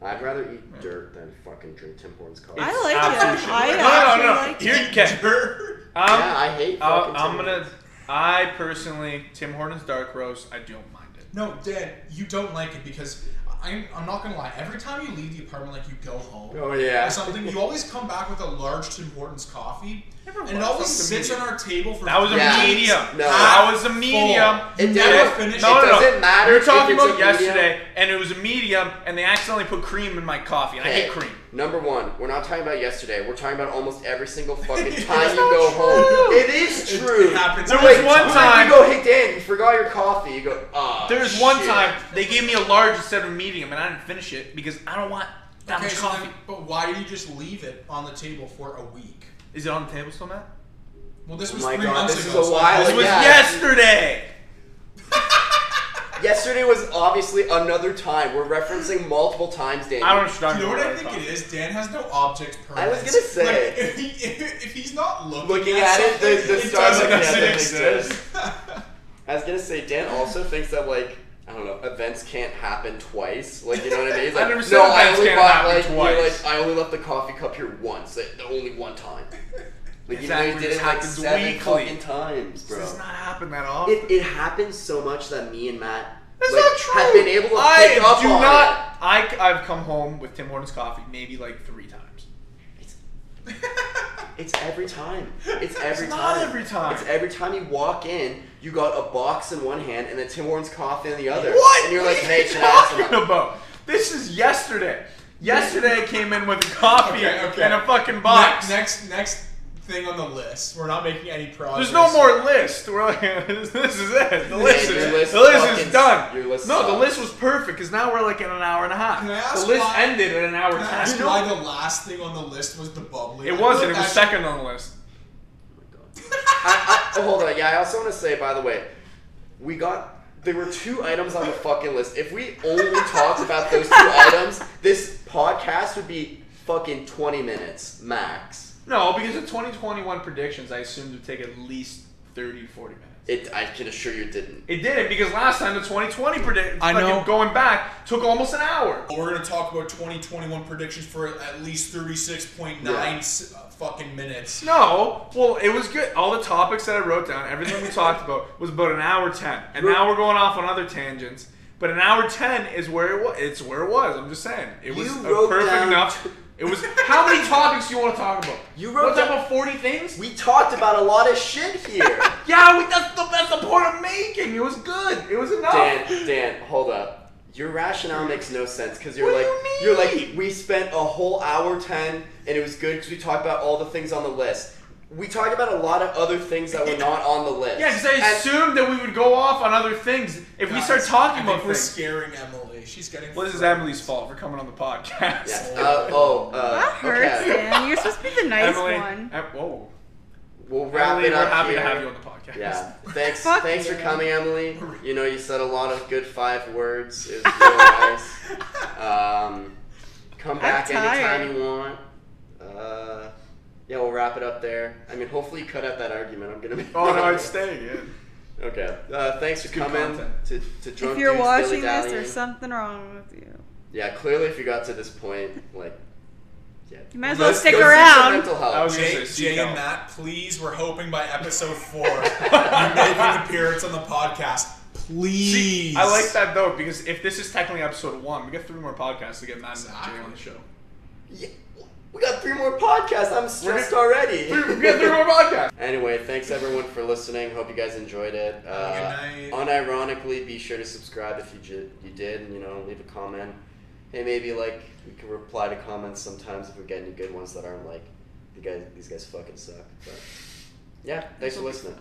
Speaker 2: I'd rather eat dirt than fucking drink Tim Hortons coffee.
Speaker 4: I
Speaker 3: It's
Speaker 4: like
Speaker 3: absolute
Speaker 4: it.
Speaker 3: shit.
Speaker 4: I
Speaker 3: no, no, no, no.
Speaker 4: actually like
Speaker 3: Here you
Speaker 4: it.
Speaker 3: can.
Speaker 1: Sure.
Speaker 3: Um,
Speaker 2: yeah, I hate.
Speaker 3: uh,
Speaker 2: Fucking
Speaker 3: I'm
Speaker 2: Tim
Speaker 3: gonna.
Speaker 2: Hortons.
Speaker 3: I personally, Tim Hortons dark roast. I don't mind it.
Speaker 1: No, Dan, you don't like it because I'm, I'm not gonna lie. Every time you leave the apartment, like you go home.
Speaker 2: Oh yeah.
Speaker 1: or something, you always come back with a large Tim Hortons coffee,
Speaker 3: Never
Speaker 1: and it
Speaker 3: was.
Speaker 1: always
Speaker 3: That's a
Speaker 1: sits on
Speaker 3: medium.
Speaker 1: our table for.
Speaker 3: That was a
Speaker 2: Yeah.
Speaker 3: medium.
Speaker 2: No.
Speaker 3: That was a medium.
Speaker 1: You
Speaker 2: It
Speaker 1: never
Speaker 2: doesn't-
Speaker 1: finished.
Speaker 2: it
Speaker 3: No, no, no.
Speaker 2: doesn't matter.
Speaker 3: We
Speaker 2: if
Speaker 3: were talking
Speaker 2: it's a
Speaker 3: about
Speaker 2: medium.
Speaker 3: yesterday, and it was a medium, and they accidentally put cream in my coffee, and I hate cream.
Speaker 2: Number one, we're not talking about yesterday. We're talking about almost every single fucking
Speaker 1: It's
Speaker 2: time
Speaker 1: not
Speaker 2: you go home.
Speaker 1: true.
Speaker 2: It is
Speaker 1: It-
Speaker 2: true.
Speaker 1: it happens
Speaker 3: There
Speaker 1: every
Speaker 3: was one
Speaker 1: time.
Speaker 3: time-
Speaker 2: You go, hey Dan, you forgot your coffee. You go, ah.
Speaker 3: There was one
Speaker 2: shit."
Speaker 3: time they gave me a large instead of a medium, and I didn't finish it because I don't want that
Speaker 1: Okay,
Speaker 3: much
Speaker 1: so then-
Speaker 3: coffee.
Speaker 1: but why do you just leave it on the table for a week?
Speaker 3: Is it on the table still, Matt?
Speaker 1: Well, this
Speaker 2: Oh
Speaker 1: was
Speaker 2: my
Speaker 1: three
Speaker 2: God,
Speaker 1: months
Speaker 2: this
Speaker 1: ago.
Speaker 2: is a
Speaker 1: so
Speaker 2: while
Speaker 1: this
Speaker 3: It was
Speaker 2: yeah.
Speaker 3: yesterday.
Speaker 2: Yesterday was obviously another time. We're referencing multiple times, Dan.
Speaker 3: I don't know what you're
Speaker 1: You
Speaker 3: talking
Speaker 1: know what
Speaker 3: about.
Speaker 1: I think it is? Dan has no object permits.
Speaker 2: I was gonna say.
Speaker 1: Like, if, he, if, if he's not looking,
Speaker 2: Looking at it, the, the
Speaker 1: something, it
Speaker 2: Starbucks
Speaker 1: doesn't
Speaker 2: doesn't
Speaker 1: exist.
Speaker 2: exist. I was gonna say Dan also thinks that like I don't know events can't happen twice. Like you know what I mean? He's
Speaker 3: I
Speaker 2: like,
Speaker 3: never
Speaker 2: no,
Speaker 3: said
Speaker 2: I
Speaker 3: events
Speaker 2: only
Speaker 3: can't
Speaker 2: bought
Speaker 3: happen
Speaker 2: like you're
Speaker 3: twice."
Speaker 2: like I only left the coffee cup here once, like, the only one time. Like you know
Speaker 3: Exactly,
Speaker 2: you did
Speaker 3: this
Speaker 2: it like
Speaker 3: happens
Speaker 2: seven
Speaker 3: weekly.
Speaker 2: fucking times,
Speaker 3: This
Speaker 2: bro.
Speaker 3: does not happen that often.
Speaker 2: it it happens so much that me and Matt
Speaker 3: That's
Speaker 2: like,
Speaker 3: not true.
Speaker 2: have been able to
Speaker 3: I
Speaker 2: pick up
Speaker 3: do
Speaker 2: on
Speaker 3: not. I, I've come home with Tim Hortons coffee maybe like three times.
Speaker 2: it. It's, it's every time. It's every
Speaker 3: it's
Speaker 2: time.
Speaker 3: not every time.
Speaker 2: It's every time you walk in, you got a box in one hand and then Tim Hortons coffee in the other.
Speaker 3: What?
Speaker 2: And you're like,
Speaker 3: What are
Speaker 2: hey,
Speaker 3: you
Speaker 2: can I have some?"
Speaker 3: talking about? This is yesterday. Yesterday I came in with a coffee
Speaker 1: Okay, okay.
Speaker 3: and a fucking box.
Speaker 1: Ne- next, next thing on the list. We're not making any progress.
Speaker 3: There's no more list. We're like, this is it. The list,
Speaker 2: your
Speaker 3: is,
Speaker 2: list
Speaker 3: the list
Speaker 2: fucking-
Speaker 3: is done.
Speaker 2: your list
Speaker 3: no, the
Speaker 2: sucks.
Speaker 3: list was perfect because now we're like in an hour and a half.
Speaker 1: Can I ask
Speaker 3: the list
Speaker 1: why-
Speaker 3: ended in an hour
Speaker 1: Can
Speaker 3: and a
Speaker 1: I
Speaker 3: half.
Speaker 1: ask why the last thing on the list was the bubbly? I
Speaker 3: it
Speaker 1: feel
Speaker 3: wasn't. It
Speaker 1: like
Speaker 3: was
Speaker 1: that-
Speaker 3: second on the list.
Speaker 2: I, I, oh, hold on. Yeah, I also want to say, by the way, we got there were two items on the fucking list. If we only talked about those two items, this podcast would be fucking twenty minutes max.
Speaker 3: No, because the 2021 predictions, I assumed would take at least 30, 40 minutes.
Speaker 2: It, I can assure you, it didn't.
Speaker 3: It didn't because last time the 2020 prediction,
Speaker 1: I know.
Speaker 3: going back, took almost an hour.
Speaker 1: We're gonna talk about 2021 predictions for at least 36.9
Speaker 2: Yeah.
Speaker 1: s- uh, fucking minutes.
Speaker 3: No, well, it was good. All the topics that I wrote down, everything we talked about, was about an hour ten, and now we're going off on other tangents. But an hour ten is where it was. It's where it was. I'm just saying, it was
Speaker 2: You
Speaker 3: a
Speaker 2: wrote
Speaker 3: perfect
Speaker 2: down
Speaker 3: enough.
Speaker 2: t-
Speaker 3: it was. How many topics do you want to talk about?
Speaker 2: You wrote
Speaker 3: What's up
Speaker 2: down-
Speaker 3: about 40 things?
Speaker 2: We talked about a lot of shit here.
Speaker 3: yeah, we, that's the that's the point I'm making. It was good. It was enough.
Speaker 2: Dan, Dan, hold up. Your rationale makes no sense because you're
Speaker 3: What
Speaker 2: like
Speaker 3: do you
Speaker 2: are like
Speaker 3: mean?
Speaker 2: we spent a whole hour ten and it was good because we talked about all the things on the list. We talked about a lot of other things that were not on the list.
Speaker 3: Yeah, because I
Speaker 2: And-
Speaker 3: assumed that we would go off on other things if we
Speaker 1: Guys,
Speaker 3: start
Speaker 1: I
Speaker 3: talking
Speaker 1: think
Speaker 3: about
Speaker 1: we're
Speaker 3: things.
Speaker 1: scaring Emily. She's getting.
Speaker 3: Well, this is
Speaker 1: afraid.
Speaker 3: Emily's fault for coming on the podcast.
Speaker 2: Yeah. Uh, oh, uh,
Speaker 4: That hurts,
Speaker 2: okay.
Speaker 4: man. You're supposed to be the nice
Speaker 3: Emily,
Speaker 4: one.
Speaker 3: Em- whoa.
Speaker 2: We'll wrap
Speaker 3: Emily,
Speaker 2: it
Speaker 3: we're
Speaker 2: up
Speaker 3: happy
Speaker 2: here.
Speaker 3: to have you on the podcast.
Speaker 2: Yeah. Thanks.
Speaker 4: Fuck
Speaker 2: thanks
Speaker 4: you.
Speaker 2: for coming, Emily. You know, you said a lot of good five words. It was real nice. Um, come back anytime
Speaker 4: tired.
Speaker 2: you want. Uh, yeah, we'll wrap it up there. I mean, hopefully, you cut out that argument. I'm gonna. Make
Speaker 3: Oh no, it's staying in.
Speaker 2: Okay. Uh, thanks for
Speaker 3: good
Speaker 2: coming
Speaker 3: content.
Speaker 2: to to drunk
Speaker 4: If you're
Speaker 2: Dudes
Speaker 4: watching this,
Speaker 2: Dilly-dallying.
Speaker 4: there's something wrong with you.
Speaker 2: Yeah, clearly, if you got to this point, like, yeah.
Speaker 4: You might as
Speaker 1: Let's
Speaker 4: well stick
Speaker 2: Go seek some
Speaker 4: around.
Speaker 2: Mental health.
Speaker 3: I was
Speaker 1: Jay,
Speaker 3: Jesus,
Speaker 1: Jay
Speaker 3: Seagal.
Speaker 1: and Matt, please, we're hoping by episode four you make an appearance on the podcast. Please.
Speaker 3: I like that though because if this is technically episode one, we got three more podcasts to get Matt and Jay
Speaker 1: Exactly.
Speaker 3: on the show.
Speaker 2: Yeah, we got three more podcasts. I'm stressed already.
Speaker 3: We got three more podcasts.
Speaker 2: anyway, thanks everyone for listening. Hope you guys enjoyed it. Uh,
Speaker 1: Good night.
Speaker 2: unironically, be sure to subscribe if you j- you did, and you know, leave a comment. Hey, maybe like we can reply to comments sometimes if we get any good ones that aren't like the guys. These guys fucking suck. But yeah, thanks for listening.